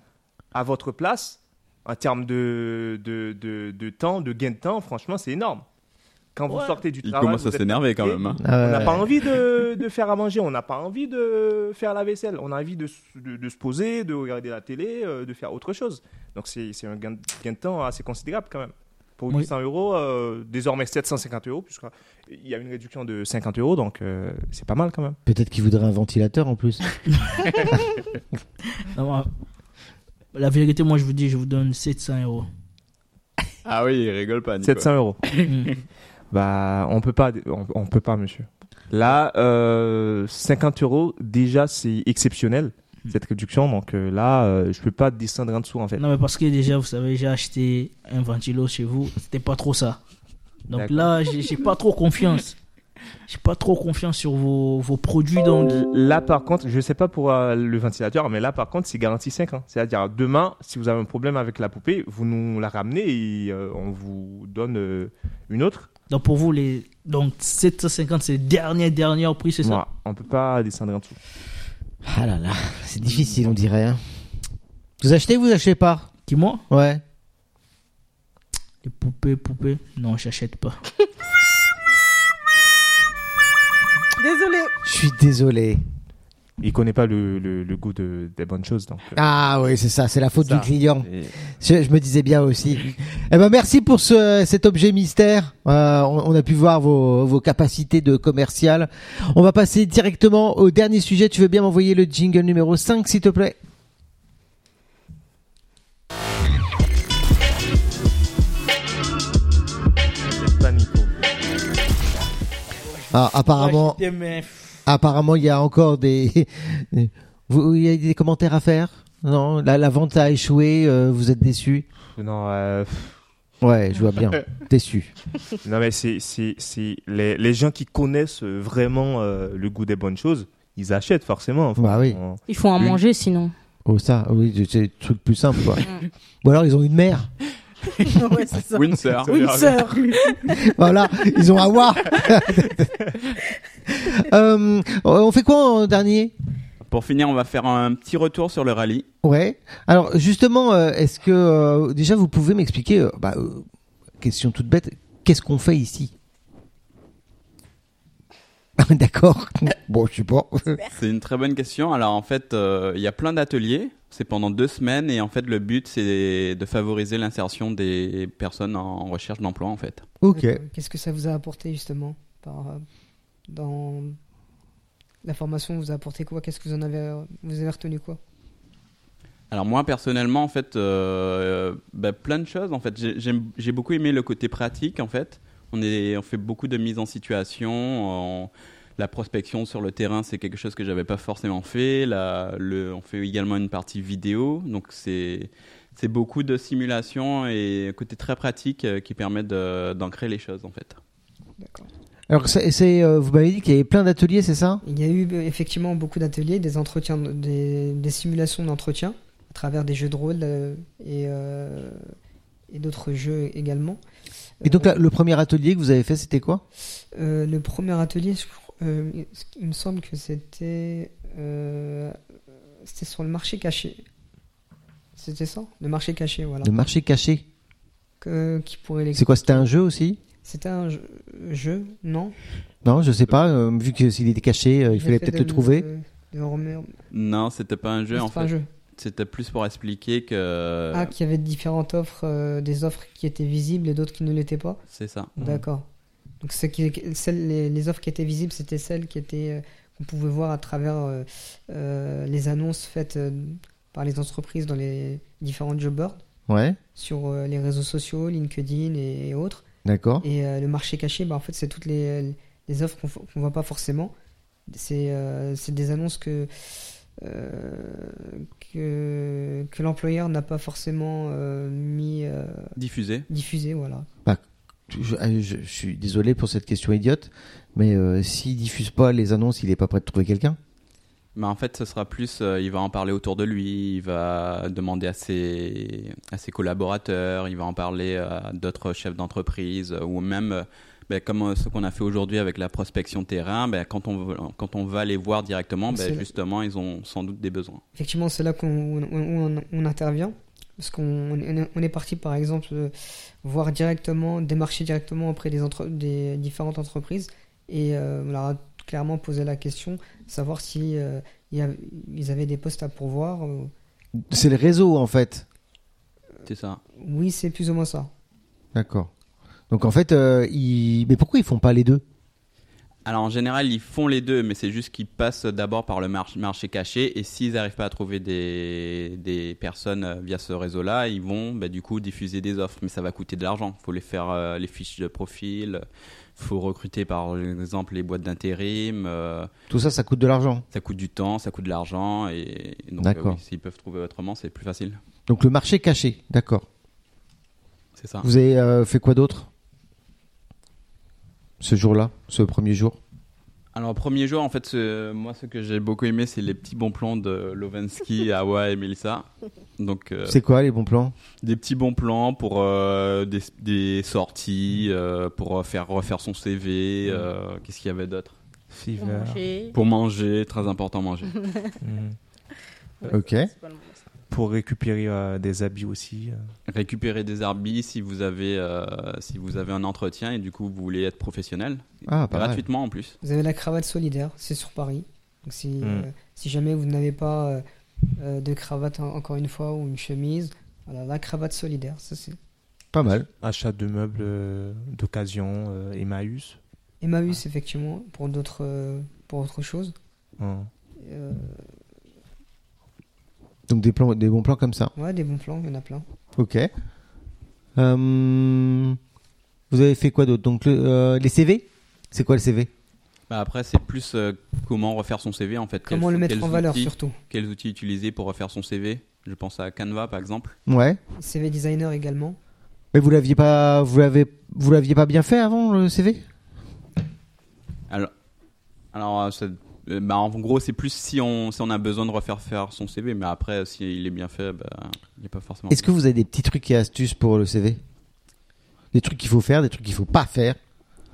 [SPEAKER 3] à votre place. En termes de, de, de, de temps, de gain de temps, franchement, c'est énorme. quand vous
[SPEAKER 2] Ouais.
[SPEAKER 3] sortez du
[SPEAKER 1] Il
[SPEAKER 3] travail.
[SPEAKER 1] commence à
[SPEAKER 3] Ah vous êtes
[SPEAKER 1] s'énerver quand
[SPEAKER 3] fatigué.
[SPEAKER 1] même. hein.
[SPEAKER 3] On n'a
[SPEAKER 6] Euh,
[SPEAKER 3] pas envie de, de faire à manger, on n'a pas envie de faire la vaisselle, on a envie de, s- de- de se poser, de regarder la télé, euh, de faire autre chose. Donc c'est c'est un gain, de- gain de temps assez considérable quand même. Pour
[SPEAKER 2] Oui.
[SPEAKER 3] 800 euros, euh, désormais 750 euros, puisqu'il y a une réduction de 50 euros, donc euh, c'est pas mal quand même.
[SPEAKER 6] Peut-être qu'il voudrait un ventilateur en plus.
[SPEAKER 2] Non, moi, la vérité, moi, je vous dis, je vous donne 700 euros.
[SPEAKER 1] Ah oui, il rigole pas. Nico.
[SPEAKER 3] 700 euros.
[SPEAKER 2] Mm.
[SPEAKER 3] Bah, on peut pas, on, on peut pas, monsieur. Là, euh, 50 euros, déjà, c'est exceptionnel, cette réduction. Donc euh, là, euh, je peux pas descendre en dessous, en fait.
[SPEAKER 2] Non, mais parce que déjà, vous savez, j'ai acheté un ventilo chez vous. C'était pas trop ça. Donc
[SPEAKER 3] D'accord.
[SPEAKER 2] là, j'ai j'ai pas trop confiance. J'ai pas trop confiance sur vos, vos produits. Donc,
[SPEAKER 3] L- Là, par contre, je sais pas pour euh, le ventilateur, mais là, par contre, c'est garanti 5 ans. C'est-à-dire, demain, si vous avez un problème avec la poupée, vous nous la ramenez et euh, on vous donne euh, une autre.
[SPEAKER 2] donc pour vous, les, donc 750, c'est dernier, dernier prix, c'est ça
[SPEAKER 3] Voilà. on peut pas descendre en dessous.
[SPEAKER 6] Ah là là, c'est difficile, on dirait. hein. Vous achetez, vous achetez pas
[SPEAKER 2] Qui, moi
[SPEAKER 6] Ouais.
[SPEAKER 2] Les poupées, poupées. Non, j'achète pas.
[SPEAKER 5] Désolé.
[SPEAKER 6] Je suis désolé.
[SPEAKER 3] Il connaît pas le, le- le goût de- des bonnes choses, donc. euh,
[SPEAKER 6] Ah oui, c'est ça, c'est la faute
[SPEAKER 3] Ça.
[SPEAKER 6] du client.
[SPEAKER 3] et-
[SPEAKER 6] Je, je me disais bien aussi. Eh ben merci pour ce, cet objet mystère. Euh, on, on a pu voir vos, vos capacités de commercial. On va passer directement au dernier sujet. Tu veux bien m'envoyer le jingle numéro 5, s'il te plaît
[SPEAKER 3] pas Nico.
[SPEAKER 6] Ah, Apparemment,
[SPEAKER 2] Acheter, mais-
[SPEAKER 6] apparemment, il y a encore des. Vous, il y a des commentaires à faire Non, la, la vente a échoué. euh, vous êtes déçu
[SPEAKER 3] Non, euh, pff,
[SPEAKER 6] Ouais, je vois bien. déçu.
[SPEAKER 3] non, mais c'est, c'est, c'est les, les gens qui connaissent euh, vraiment euh, le goût des bonnes choses, ils achètent forcément. Enfin,
[SPEAKER 6] Bah oui.
[SPEAKER 3] on-
[SPEAKER 9] Il faut en
[SPEAKER 3] Une.
[SPEAKER 9] manger sinon.
[SPEAKER 6] Oh ça, oui, c'est le truc plus simple. Quoi. Ou alors ils ont une mère.
[SPEAKER 5] ouais, c'est ça.
[SPEAKER 1] Windsor.
[SPEAKER 5] Une sœur.
[SPEAKER 6] Voilà, ils ont Awa. euh, on fait quoi en dernier
[SPEAKER 1] Pour finir, on va faire un petit retour sur le rallye.
[SPEAKER 6] Ouais. Alors justement, euh, est-ce que euh, déjà vous pouvez m'expliquer, euh, bah, euh, question toute bête, qu'est-ce qu'on fait ici Ah, D'accord. Bon, je sais pas.
[SPEAKER 1] C'est une très bonne question. Alors en fait, euh, il y a plein d'ateliers. C'est pendant deux semaines et en fait le but c'est de favoriser l'insertion des personnes en recherche d'emploi en fait.
[SPEAKER 6] Ok.
[SPEAKER 7] D'accord. Euh, Qu'est-ce que ça vous a apporté justement par, euh, dans la formation Vous a apporté quoi Qu'est-ce que vous en avez vous avez retenu quoi
[SPEAKER 1] Alors moi personnellement en fait euh, bah, plein de choses en fait J'ai- j'aime- j'ai beaucoup aimé le côté pratique en fait on est on fait beaucoup de mise en situation on- la prospection sur le terrain c'est quelque chose que j'avais pas forcément fait La- le- on fait également une partie vidéo donc c'est c'est beaucoup de simulation et un côté très pratique euh, qui permet de- d'ancrer les choses en fait
[SPEAKER 7] D'accord.
[SPEAKER 6] Alors c'est, c'est, euh, vous m'avez dit qu'il y avait plein d'ateliers, c'est ça
[SPEAKER 7] Il y a eu euh, effectivement beaucoup d'ateliers, des entretiens, des, des simulations d'entretien à travers des jeux de rôle euh, et, euh, et d'autres jeux également.
[SPEAKER 6] Et donc là, le premier atelier que vous avez fait, c'était quoi
[SPEAKER 7] Euh, le premier atelier, je crois- euh, il- il me semble que c'était euh, c'était sur le marché caché. C'était ça Le marché caché, voilà.
[SPEAKER 6] Le marché caché.
[SPEAKER 7] Que- qui pourrait les-
[SPEAKER 6] C'est quoi C'était un jeu aussi
[SPEAKER 7] C'était un jeu- jeu, non
[SPEAKER 6] Non, je sais pas. euh, vu que s'il était caché, euh, il
[SPEAKER 7] J'ai
[SPEAKER 6] fallait
[SPEAKER 7] fait
[SPEAKER 6] peut-être le
[SPEAKER 7] de-
[SPEAKER 6] trouver.
[SPEAKER 7] de- de remer-
[SPEAKER 1] non c'était pas un jeu
[SPEAKER 7] C'est
[SPEAKER 1] en
[SPEAKER 7] pas un
[SPEAKER 1] fait
[SPEAKER 7] jeu.
[SPEAKER 1] c'était plus pour expliquer que
[SPEAKER 7] Ah, qu'il y avait différentes offres, euh, des offres qui étaient visibles et d'autres qui ne l'étaient pas.
[SPEAKER 1] c'est ça
[SPEAKER 7] D'accord. Donc ce qui, celles, les, les offres qui étaient visibles, c'était celles qui étaient euh, qu'on pouvait voir à travers euh, euh, les annonces faites euh, par les entreprises dans les différents job boards,
[SPEAKER 6] Ouais.
[SPEAKER 7] sur euh, les réseaux sociaux, LinkedIn et, et autres.
[SPEAKER 6] D'accord.
[SPEAKER 7] Et euh, le marché caché, bah, en fait, c'est toutes les, les offres qu'on ne voit pas forcément. C'est euh, c'est des annonces que, euh, que, que l'employeur n'a pas forcément euh, mis euh,
[SPEAKER 1] diffusé
[SPEAKER 7] diffusé. Voilà.
[SPEAKER 6] Je, euh, je- je suis désolé pour cette question idiote, mais euh, s'il diffuse pas les annonces, il est pas prêt de trouver quelqu'un.
[SPEAKER 1] Bah, en fait, ce sera plus, euh, il va en parler autour de lui, il va demander à ses, à ses collaborateurs, il va en parler à d'autres chefs d'entreprise, euh, ou même, euh, bah, comme euh, ce qu'on a fait aujourd'hui avec la prospection terrain, bah, quand, on, va- quand on va les voir directement, bah,
[SPEAKER 7] C'est-
[SPEAKER 1] justement, ils ont sans doute des besoins.
[SPEAKER 7] Effectivement, c'est là qu'on on, on- on intervient. Parce qu'on on est, on est parti, par exemple, euh, voir directement, démarcher directement auprès des, entre- des différentes entreprises. Et euh, on leur a clairement posé la question, savoir si euh, il y a- ils avaient des postes à pourvoir. euh.
[SPEAKER 6] C'est le réseau en fait.
[SPEAKER 1] C'est ça.
[SPEAKER 7] Oui, c'est plus ou moins ça.
[SPEAKER 6] D'accord. Donc en fait, euh, ils... mais pourquoi ils font pas les deux
[SPEAKER 1] Alors en général, ils font les deux, mais c'est juste qu'ils passent d'abord par le march- marché caché. Et s'ils n'arrivent pas à trouver des, des personnes euh, via ce réseau-là, ils vont bah, du coup diffuser des offres. Mais ça va coûter de l'argent. faut les faire euh, les fiches de profil. faut recruter par exemple les boîtes d'intérim. euh,
[SPEAKER 6] Tout ça, ça coûte de l'argent.
[SPEAKER 1] ça coûte du temps, ça coûte de l'argent. Et donc, euh,
[SPEAKER 6] D'accord.
[SPEAKER 1] oui, s'ils peuvent trouver autrement, c'est plus facile.
[SPEAKER 6] Donc le marché caché, d'accord.
[SPEAKER 1] C'est ça.
[SPEAKER 6] Vous avez euh, fait quoi d'autre ce jour-là, ce premier jour
[SPEAKER 1] Alors, premier jour, en fait, ce- moi, ce que j'ai beaucoup aimé, c'est les petits bons plans de Lovensky, Awa et Melissa. Donc, euh,
[SPEAKER 6] C'est quoi les bons plans
[SPEAKER 1] des petits bons plans pour euh, des, des sorties, euh, pour euh, faire refaire son CV. euh, Qu'est-ce qu'il y avait d'autre
[SPEAKER 5] Pour manger.
[SPEAKER 1] Pour manger, très important manger.
[SPEAKER 3] Mhm.
[SPEAKER 6] Ok.
[SPEAKER 5] C'est pas le moment, ça.
[SPEAKER 3] Pour récupérer euh, des habits aussi. euh.
[SPEAKER 1] Récupérer des arbis si vous avez euh, si vous avez un entretien et du coup vous voulez être professionnel
[SPEAKER 6] Ah, pas mal.
[SPEAKER 1] gratuitement en plus.
[SPEAKER 7] Vous avez la cravate solidaire, c'est sur Paris. Donc si,
[SPEAKER 3] Mm.
[SPEAKER 7] euh, si jamais vous n'avez pas euh, euh, de cravate, en- encore une fois, ou une chemise, voilà, la cravate solidaire, ça c'est.
[SPEAKER 6] Pas mal.
[SPEAKER 3] Achat de meubles euh, d'occasion, euh, Emmaüs.
[SPEAKER 7] Emmaüs, effectivement, pour d'autres, euh, pour autre chose.
[SPEAKER 3] hein.
[SPEAKER 7] Euh,
[SPEAKER 6] Donc des, plans, des bons plans comme ça.
[SPEAKER 7] ouais, des bons plans, il y en a plein.
[SPEAKER 6] Ok. Euh, Vous avez fait quoi d'autre Donc le- euh, les CV C'est quoi le CV
[SPEAKER 1] Bah, après c'est plus euh, comment refaire son CV en fait. Quels-
[SPEAKER 7] Comment le mettre
[SPEAKER 1] quels
[SPEAKER 7] en valeur,
[SPEAKER 1] outils-
[SPEAKER 7] surtout.
[SPEAKER 1] Quels outils utiliser pour refaire son CV Je pense à Canva par exemple.
[SPEAKER 6] Ouais.
[SPEAKER 7] CV designer également.
[SPEAKER 6] Mais vous l'aviez pas, vous l'avez, vous l'aviez pas bien fait avant le CV
[SPEAKER 1] Alors, alors euh, ça- euh, bah, en gros, c'est plus si on, si on a besoin de refaire faire son CV, mais après, euh, s'il est bien fait, bah, il n'est pas forcément.
[SPEAKER 6] Est-ce que vous avez des petits trucs et astuces pour le CV Des trucs qu'il faut faire, des trucs qu'il faut pas faire.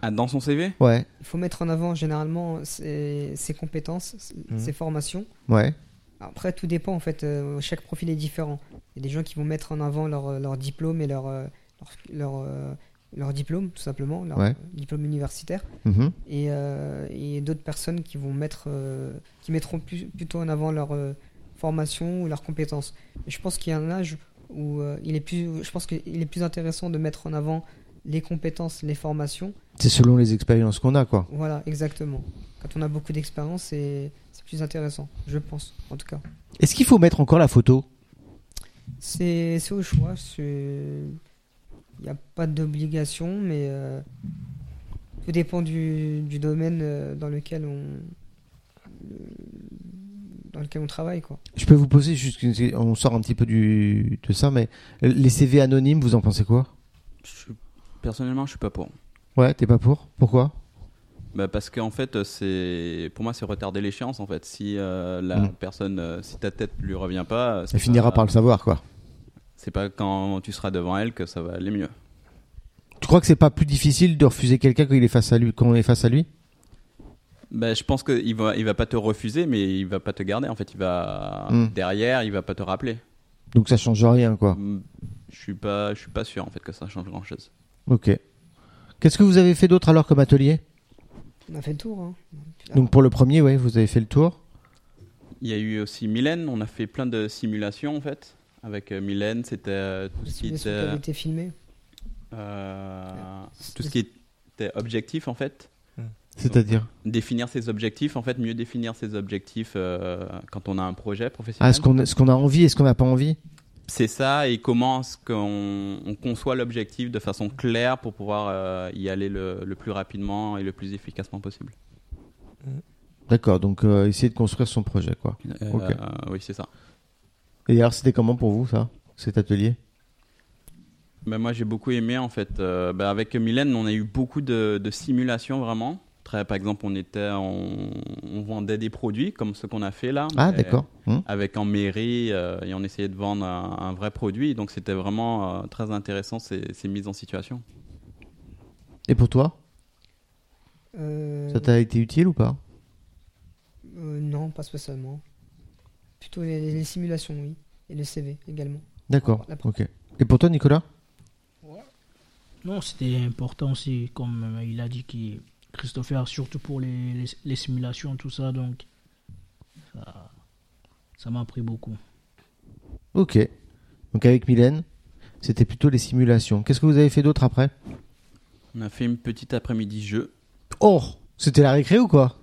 [SPEAKER 1] Ah, dans son CV
[SPEAKER 6] Ouais,
[SPEAKER 7] Il faut mettre en avant généralement ses, ses compétences, ses-
[SPEAKER 3] Mm.
[SPEAKER 7] ses formations.
[SPEAKER 6] ouais.
[SPEAKER 7] Après, tout dépend en fait. euh, chaque profil est différent. Il y a des gens qui vont mettre en avant leur, euh, leur diplôme et leur, euh, leur, leur, euh, leur diplôme, tout simplement, leur
[SPEAKER 6] Ouais.
[SPEAKER 7] euh, diplôme universitaire.
[SPEAKER 6] Mhm.
[SPEAKER 7] Et, euh, et d'autres personnes qui vont mettre, euh, qui mettront plus- plutôt en avant leur euh, formation ou leurs compétences. Mais je pense qu'il y a un âge où euh, il est plus, je pense qu'il est plus intéressant de mettre en avant les compétences, les formations.
[SPEAKER 6] C'est selon les expériences qu'on a, quoi.
[SPEAKER 7] Voilà, exactement. Quand on a beaucoup d'expérience, c'est c'est plus intéressant, je pense, en tout cas.
[SPEAKER 6] Est-ce qu'il faut mettre encore la photo
[SPEAKER 7] C'est c'est au choix. Il n'y a pas d'obligation, mais euh, tout dépend du, du domaine euh, dans lequel on dans lequel on travaille quoi.
[SPEAKER 6] Je peux vous poser juste, une- on sort un petit peu du de ça, mais les CV anonymes, vous en pensez quoi
[SPEAKER 1] Je suis- Personnellement, je suis pas pour.
[SPEAKER 6] Ouais, t'es pas pour Pourquoi
[SPEAKER 1] Bah, parce qu'en fait, c'est pour moi, c'est retarder l'échéance. En fait, si euh, la
[SPEAKER 6] Mm.
[SPEAKER 1] personne, euh, si ta tête lui revient pas, euh, c'est
[SPEAKER 6] Elle finira
[SPEAKER 1] pas-
[SPEAKER 6] par le savoir, quoi.
[SPEAKER 1] C'est pas quand tu seras devant elle que ça va aller mieux.
[SPEAKER 6] Tu crois que c'est pas plus difficile de refuser quelqu'un quand il est face à lui, quand on est face à lui
[SPEAKER 1] Bah, je pense qu'il va, il va pas te refuser, mais il va pas te garder. En fait, il va
[SPEAKER 6] Mm. Ah.
[SPEAKER 1] derrière, il va pas te rappeler.
[SPEAKER 6] Donc ça change rien, quoi.
[SPEAKER 1] Mm, Je suis pas, je suis pas sûr en fait que ça change grand chose.
[SPEAKER 6] Ok. Qu'est-ce que vous avez fait d'autre alors comme atelier
[SPEAKER 7] On a fait le tour. Hein.
[SPEAKER 6] Donc pour le premier, ouais, vous avez fait le tour.
[SPEAKER 1] Il y a eu aussi Mylène, on a fait plein de simulations en fait. Avec euh, Mylène, c'était euh, tout
[SPEAKER 7] Les
[SPEAKER 1] ce qui
[SPEAKER 7] simulations
[SPEAKER 1] était,
[SPEAKER 7] qui avaient été filmées.
[SPEAKER 1] euh, tout ce qui était objectif en fait.
[SPEAKER 6] C'est-à-dire
[SPEAKER 1] Définir ses objectifs, en fait, mieux définir ses objectifs euh, quand on a un projet professionnel.
[SPEAKER 6] Ah, ce qu'on ce qu'on a envie et ce qu'on n'a pas envie
[SPEAKER 1] C'est ça, et comment est-ce qu'on on conçoit l'objectif de façon claire pour pouvoir euh, y aller le, le plus rapidement et le plus efficacement possible.
[SPEAKER 6] D'accord, donc euh, essayer de construire son projet, quoi.
[SPEAKER 1] Euh,
[SPEAKER 6] Ok.
[SPEAKER 1] oui, c'est ça.
[SPEAKER 6] Et alors, c'était comment pour vous, ça Cet atelier
[SPEAKER 1] Ben, moi j'ai beaucoup aimé en fait. Euh, ben, avec Mylène, on a eu beaucoup de, de simulations vraiment. Très, par exemple, on était, on, on vendait des produits comme ce qu'on a fait là.
[SPEAKER 6] Ah,
[SPEAKER 1] mais
[SPEAKER 6] d'accord. Hmm.
[SPEAKER 1] Avec en mairie euh, et on essayait de vendre un, un vrai produit. Donc c'était vraiment euh, très intéressant ces, ces mises en situation.
[SPEAKER 6] Et pour toi
[SPEAKER 7] Euh,
[SPEAKER 6] Ça t'a été utile ou pas
[SPEAKER 7] euh, non, pas spécialement. Plutôt les, les simulations, oui, et le CV également.
[SPEAKER 6] D'accord. Ok. Et pour toi, Nicolas
[SPEAKER 2] Non, c'était important aussi, comme euh, il a dit, qui Christopher, surtout pour les, les, les simulations, tout ça. Donc, ça- ça m'a appris beaucoup.
[SPEAKER 6] Ok. Donc avec Mylène, c'était plutôt les simulations. Qu'est-ce que vous avez fait d'autre après
[SPEAKER 1] On a fait une petite après-midi jeu.
[SPEAKER 6] Oh C'était la récré ou quoi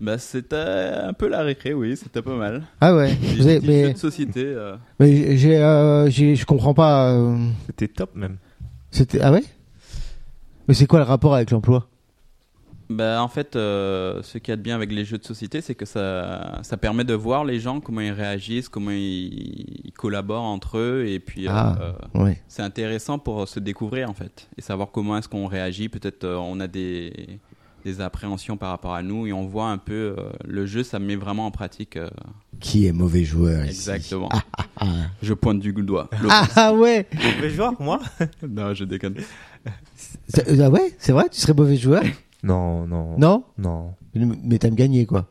[SPEAKER 1] Bah, c'était un peu la récré, oui, c'était pas mal.
[SPEAKER 6] Ah ouais.
[SPEAKER 1] Des
[SPEAKER 6] Vous avez-
[SPEAKER 1] petits jeux
[SPEAKER 6] mais,
[SPEAKER 1] de société. euh,
[SPEAKER 6] mais j'ai, euh, j'ai- je comprends pas. euh,
[SPEAKER 3] C'était top même.
[SPEAKER 6] c'était ah ouais Mais c'est quoi le rapport avec l'emploi
[SPEAKER 1] Bah, en fait, euh, ce qu'il y a de bien avec les jeux de société, c'est que ça, ça permet de voir les gens, comment ils réagissent, comment ils, ils collaborent entre eux. Et puis, euh,
[SPEAKER 6] Ah.
[SPEAKER 1] euh,
[SPEAKER 6] Ouais.
[SPEAKER 1] c'est intéressant pour euh, se découvrir, en fait, et savoir comment est-ce qu'on réagit. Peut-être euh, on a des, des appréhensions par rapport à nous, et on voit un peu euh, le jeu, ça met vraiment en pratique. euh,
[SPEAKER 6] Qui est mauvais
[SPEAKER 3] Bah,
[SPEAKER 6] joueur
[SPEAKER 1] exactement.
[SPEAKER 3] Ah,
[SPEAKER 1] Je pointe du doigt. Le-
[SPEAKER 6] Ah, ah ouais.
[SPEAKER 3] Mauvais joueur, moi
[SPEAKER 1] Non, je déconne.
[SPEAKER 6] C'est- euh, Ah ouais, c'est vrai, tu serais mauvais joueur
[SPEAKER 3] Non, non.
[SPEAKER 6] Non
[SPEAKER 3] Non.
[SPEAKER 6] Mais t'aimes gagner quoi.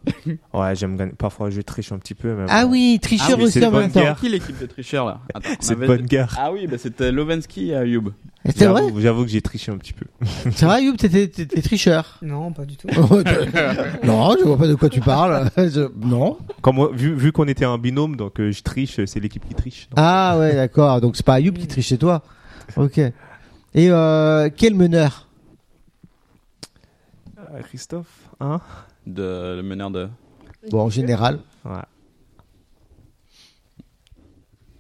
[SPEAKER 3] Ouais, j'aime gagner. Parfois, je triche un petit peu. Mais
[SPEAKER 6] Ah
[SPEAKER 3] bon.
[SPEAKER 6] oui, tricheur
[SPEAKER 3] Ah oui, c'est
[SPEAKER 6] aussi en
[SPEAKER 3] le
[SPEAKER 6] même
[SPEAKER 3] bon
[SPEAKER 6] temps.
[SPEAKER 3] gars.
[SPEAKER 1] Qui l'équipe de tricheurs là Attends, on
[SPEAKER 3] C'est de
[SPEAKER 1] avait-
[SPEAKER 3] bonne guerre.
[SPEAKER 1] Ah oui, bah, c'était Lovensky à Youb.
[SPEAKER 6] C'est vrai
[SPEAKER 3] J'avoue- J'avoue que j'ai triché un petit peu.
[SPEAKER 6] C'est vrai, Youb, t'étais t'étais tricheur.
[SPEAKER 7] Non, pas du tout.
[SPEAKER 6] non, je vois pas de quoi tu parles. Je- Non.
[SPEAKER 3] Comme moi, vu, vu qu'on était en binôme, donc euh, je triche, euh, c'est l'équipe qui triche. Donc,
[SPEAKER 6] Ah ouais, d'accord. Donc c'est pas Ayoub qui triche chez toi. Ok. Et euh, quel meneur Ah.
[SPEAKER 3] euh, Christophe, hein
[SPEAKER 1] de le meneur de
[SPEAKER 6] Bon, en général.
[SPEAKER 3] Ouais.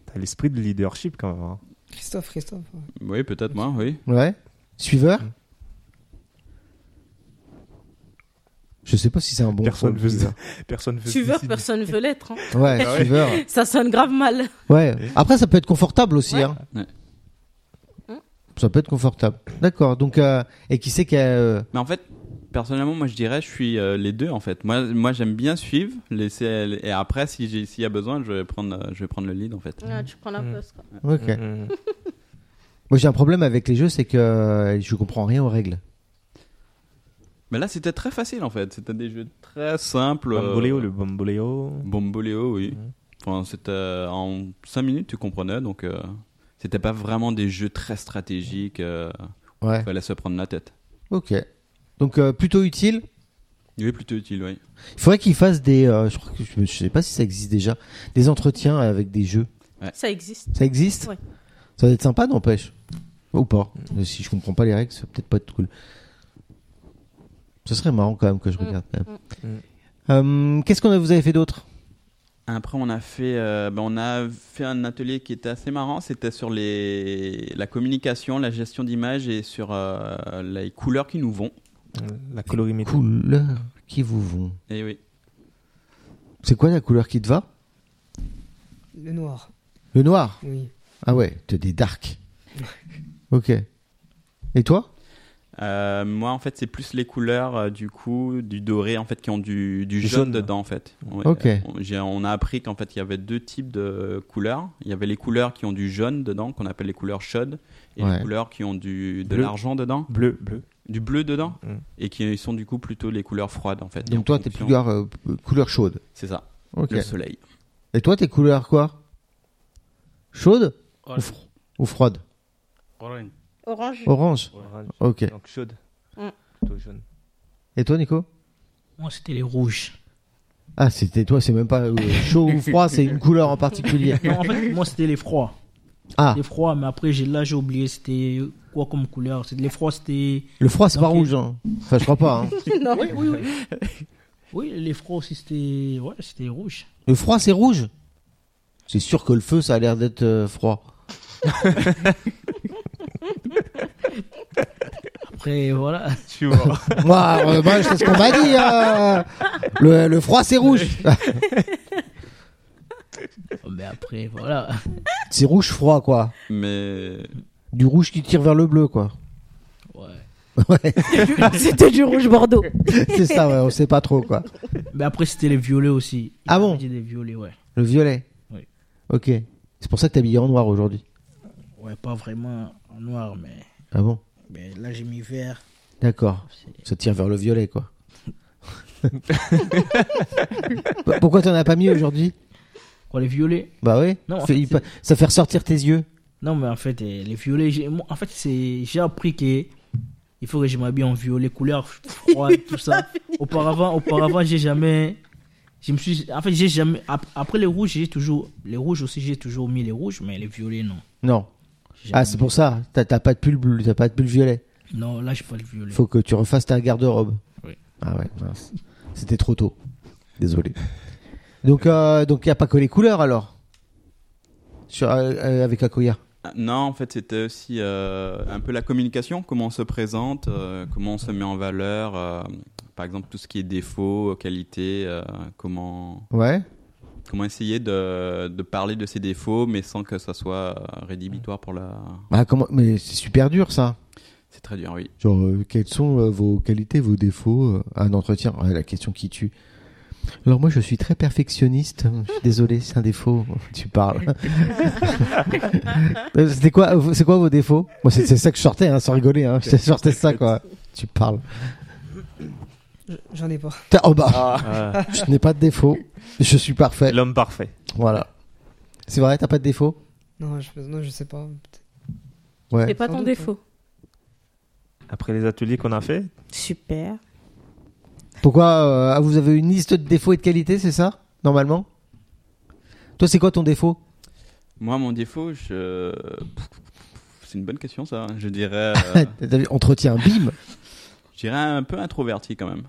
[SPEAKER 3] T'as l'esprit de leadership quand même. hein.
[SPEAKER 7] Christophe, Christophe. ouais.
[SPEAKER 1] oui peut-être moi oui
[SPEAKER 6] Ouais. Suiveur Je sais pas si c'est un bon
[SPEAKER 3] Personne
[SPEAKER 6] rôle,
[SPEAKER 3] veut Ah
[SPEAKER 6] suiveur.
[SPEAKER 3] Personne veut se
[SPEAKER 5] Suiveur,
[SPEAKER 3] décider.
[SPEAKER 5] personne veut l'être. hein.
[SPEAKER 6] Ouais, suiveur.
[SPEAKER 5] Ça sonne grave mal.
[SPEAKER 6] Ouais. Après, ça peut être confortable aussi. Hein. Mmh.
[SPEAKER 1] Ouais.
[SPEAKER 6] Ça peut être confortable. D'accord. Donc, euh, et qui c'est qui a. euh,
[SPEAKER 1] mais en fait personnellement moi je dirais je suis euh, les deux en fait moi moi j'aime bien suivre laisser elle- et après si j'ai s'il y a besoin je vais prendre euh, je vais prendre le lead en fait
[SPEAKER 5] Ouais, tu prends la
[SPEAKER 3] Mm.
[SPEAKER 5] place. quoi.
[SPEAKER 6] Ok.
[SPEAKER 1] Mmh.
[SPEAKER 3] Mm, mm.
[SPEAKER 6] Moi, j'ai un problème avec les jeux, c'est que euh, je comprends rien aux règles.
[SPEAKER 1] mais là c'était très facile en fait c'était des jeux très simples euh,
[SPEAKER 3] Bamboléo, le bamboléo.
[SPEAKER 1] Bamboléo, oui enfin c'était euh, en 5 minutes tu comprenais donc euh, c'était pas vraiment des jeux très stratégiques euh,
[SPEAKER 6] Ouais.
[SPEAKER 1] fallait se prendre la tête
[SPEAKER 6] Ok. Donc, euh, plutôt utile.
[SPEAKER 1] il est plutôt utile oui
[SPEAKER 6] Il faudrait qu'ils fassent des. euh, je, crois que- je sais pas si ça existe déjà. Des entretiens avec des jeux.
[SPEAKER 5] Ça existe.
[SPEAKER 6] Ça existe
[SPEAKER 5] Ouais.
[SPEAKER 6] Ça va être sympa, n'empêche. Ou pas. Mais Si je comprends pas les règles, ça va peut-être pas être cool. Ce serait marrant quand même que je regarde.
[SPEAKER 3] Mm.
[SPEAKER 6] Euh, Qu'est-ce qu'on a- vous avez fait d'autre
[SPEAKER 1] Après, on a fait, euh, ben, on a fait un atelier qui était assez marrant. C'était sur les, la communication, la gestion d'image et sur euh, les couleurs qui nous vont.
[SPEAKER 3] euh, La colorimétrie.
[SPEAKER 6] Couleurs qui vous vont.
[SPEAKER 1] Et oui.
[SPEAKER 6] C'est quoi la couleur qui te va
[SPEAKER 7] Le noir,
[SPEAKER 6] Le noir.
[SPEAKER 7] oui.
[SPEAKER 6] Ah ouais, t'es des dark. ok. Et toi
[SPEAKER 1] Euh, moi, en fait, c'est plus les couleurs euh, du coup, du doré, en fait, qui ont du, du jaune,
[SPEAKER 3] Jaune.
[SPEAKER 1] dedans, en fait. Ouais.
[SPEAKER 6] Ok.
[SPEAKER 1] Euh, on- j'ai- on a appris qu'en fait, il y avait deux types de couleurs. Il y avait les couleurs qui ont du jaune dedans, qu'on appelle les couleurs chaudes, et
[SPEAKER 6] Ouais.
[SPEAKER 1] les couleurs qui ont du, de
[SPEAKER 3] Bleu.
[SPEAKER 1] l'argent dedans,
[SPEAKER 3] Bleu, bleu.
[SPEAKER 1] du bleu dedans,
[SPEAKER 3] Mm.
[SPEAKER 1] et qui sont du coup plutôt les couleurs froides, en fait. Et en
[SPEAKER 6] Donc toi, t'es
[SPEAKER 1] fonction-
[SPEAKER 6] couleur, euh, couleur chaude.
[SPEAKER 1] C'est ça,
[SPEAKER 6] Ok.
[SPEAKER 1] le soleil.
[SPEAKER 6] Et toi, t'es couleur quoi Chaude ou, fr- ou froide
[SPEAKER 8] Orange.
[SPEAKER 5] Orange.
[SPEAKER 6] Orange. Ok.
[SPEAKER 3] Donc chaude.
[SPEAKER 5] Mm.
[SPEAKER 3] Plutôt jaune.
[SPEAKER 6] Et toi, Nico
[SPEAKER 2] Moi, c'était les rouges.
[SPEAKER 6] Ah, c'était toi, c'est même pas euh, chaud ou froid, c'est une couleur en particulier.
[SPEAKER 2] Non, en fait, moi, c'était les froids.
[SPEAKER 6] Ah,
[SPEAKER 2] Les froids, mais après, j'ai- là, j'ai oublié, c'était quoi comme couleur C'était- Les froids, c'était.
[SPEAKER 6] le froid, c'est pas
[SPEAKER 2] Ok.
[SPEAKER 6] rouge. Hein. Enfin, je crois pas. hein.
[SPEAKER 5] Non.
[SPEAKER 2] Oui, les froids aussi, c'était. Ouais, c'était rouge.
[SPEAKER 6] Le froid, c'est rouge C'est sûr que le feu, ça a l'air d'être euh, froid.
[SPEAKER 2] Après, voilà.
[SPEAKER 3] Tu vois.
[SPEAKER 6] Moi, euh, moi, c'est ce qu'on m'a dit. hein. Le, le froid, c'est rouge. Ah,
[SPEAKER 2] Mais après, voilà.
[SPEAKER 6] c'est rouge froid, quoi.
[SPEAKER 1] Mais
[SPEAKER 6] Du rouge qui tire vers le bleu, quoi.
[SPEAKER 2] Ouais.
[SPEAKER 6] Ouais,
[SPEAKER 5] C'était du rouge bordeaux.
[SPEAKER 6] c'est ça, ouais, on sait pas trop, quoi.
[SPEAKER 2] Mais après, c'était les violets aussi.
[SPEAKER 6] Ah bon
[SPEAKER 2] J'ai des violets, ouais.
[SPEAKER 6] Le violet.
[SPEAKER 2] Oui.
[SPEAKER 6] Ok. C'est pour ça que t'es habillé en noir aujourd'hui.
[SPEAKER 2] Ouais, pas vraiment en noir, mais.
[SPEAKER 6] Ah bon
[SPEAKER 2] mais là, j'ai mis vert.
[SPEAKER 6] D'accord.
[SPEAKER 2] C'est-
[SPEAKER 6] Ça tire vers le violet, quoi. Pourquoi t'en as pas mis aujourd'hui
[SPEAKER 2] Quoi, les violer
[SPEAKER 6] Bah oui.
[SPEAKER 2] Non, en
[SPEAKER 6] Fait-
[SPEAKER 2] fait,
[SPEAKER 6] il peut- ça fait ressortir tes yeux.
[SPEAKER 2] Non, mais en fait, euh, les violets, j'ai- moi, en fait, c'est, j'ai appris que il faut que je m'habille en violet, couleur froide, tout ça. Auparavant, auparavant, j'ai jamais, je me suis, en fait, j'ai jamais, ap- après les rouges, j'ai toujours, les rouges aussi, j'ai toujours mis les rouges, mais les violets, non.
[SPEAKER 6] Non.
[SPEAKER 2] J'ai
[SPEAKER 6] Ah,
[SPEAKER 2] jamais
[SPEAKER 6] c'est pour ça. T'as t'as pas de pull bleu, t'as pas de pull violet.
[SPEAKER 2] mis. Non, là, j'ai pas le violet.
[SPEAKER 6] Faut que tu refasses ta garde-robe.
[SPEAKER 2] Oui.
[SPEAKER 6] Ah ouais. mince. C'était trop tôt. Désolé. Donc, euh, donc y a pas que les couleurs alors. Sur, euh, euh, avec Akoya.
[SPEAKER 1] Ah, Non, en fait, c'était aussi euh, un peu la communication, comment on se présente, euh, comment on se met en valeur, euh, par exemple tout ce qui est défaut, qualité, euh, comment,
[SPEAKER 6] Ouais.
[SPEAKER 1] comment essayer de, de parler de ses défauts, mais sans que ça soit euh, rédhibitoire pour la...
[SPEAKER 6] Ah comment Mais c'est super dur ça.
[SPEAKER 1] C'est très dur, oui.
[SPEAKER 6] Genre, euh, quelles sont euh, vos qualités, vos défauts euh, à un entretien Ouais, La question qui tue. Alors moi, je suis très perfectionniste. Je suis désolé, c'est un défaut. Tu parles. Euh, C'était quoi euh, C'est quoi vos défauts Moi, c'est c'est ça que je sortais, hein, sans rigoler. Hein. Je sortais ça, quoi. Tu parles.
[SPEAKER 7] J'en ai pas.
[SPEAKER 6] T'as- Oh bah,
[SPEAKER 3] Ah,
[SPEAKER 6] je n'ai pas de défaut. Je suis parfait.
[SPEAKER 3] Euh, L'homme parfait.
[SPEAKER 6] Voilà. C'est vrai, t'as pas de défaut
[SPEAKER 7] Non, je, non, je sais pas.
[SPEAKER 5] C'est
[SPEAKER 6] Ouais.
[SPEAKER 5] pas
[SPEAKER 7] Sans
[SPEAKER 5] ton
[SPEAKER 7] doute,
[SPEAKER 5] défaut.
[SPEAKER 3] Après les ateliers qu'on a fait,
[SPEAKER 5] Super.
[SPEAKER 6] Pourquoi euh, ah, Vous avez une liste de défauts et de qualités, c'est ça Normalement Toi, c'est quoi ton défaut
[SPEAKER 1] Moi, mon défaut, je... C'est une bonne question, ça. Je dirais, euh,
[SPEAKER 6] T'as vu, Entretien, bim
[SPEAKER 1] je dirais un peu introverti quand même.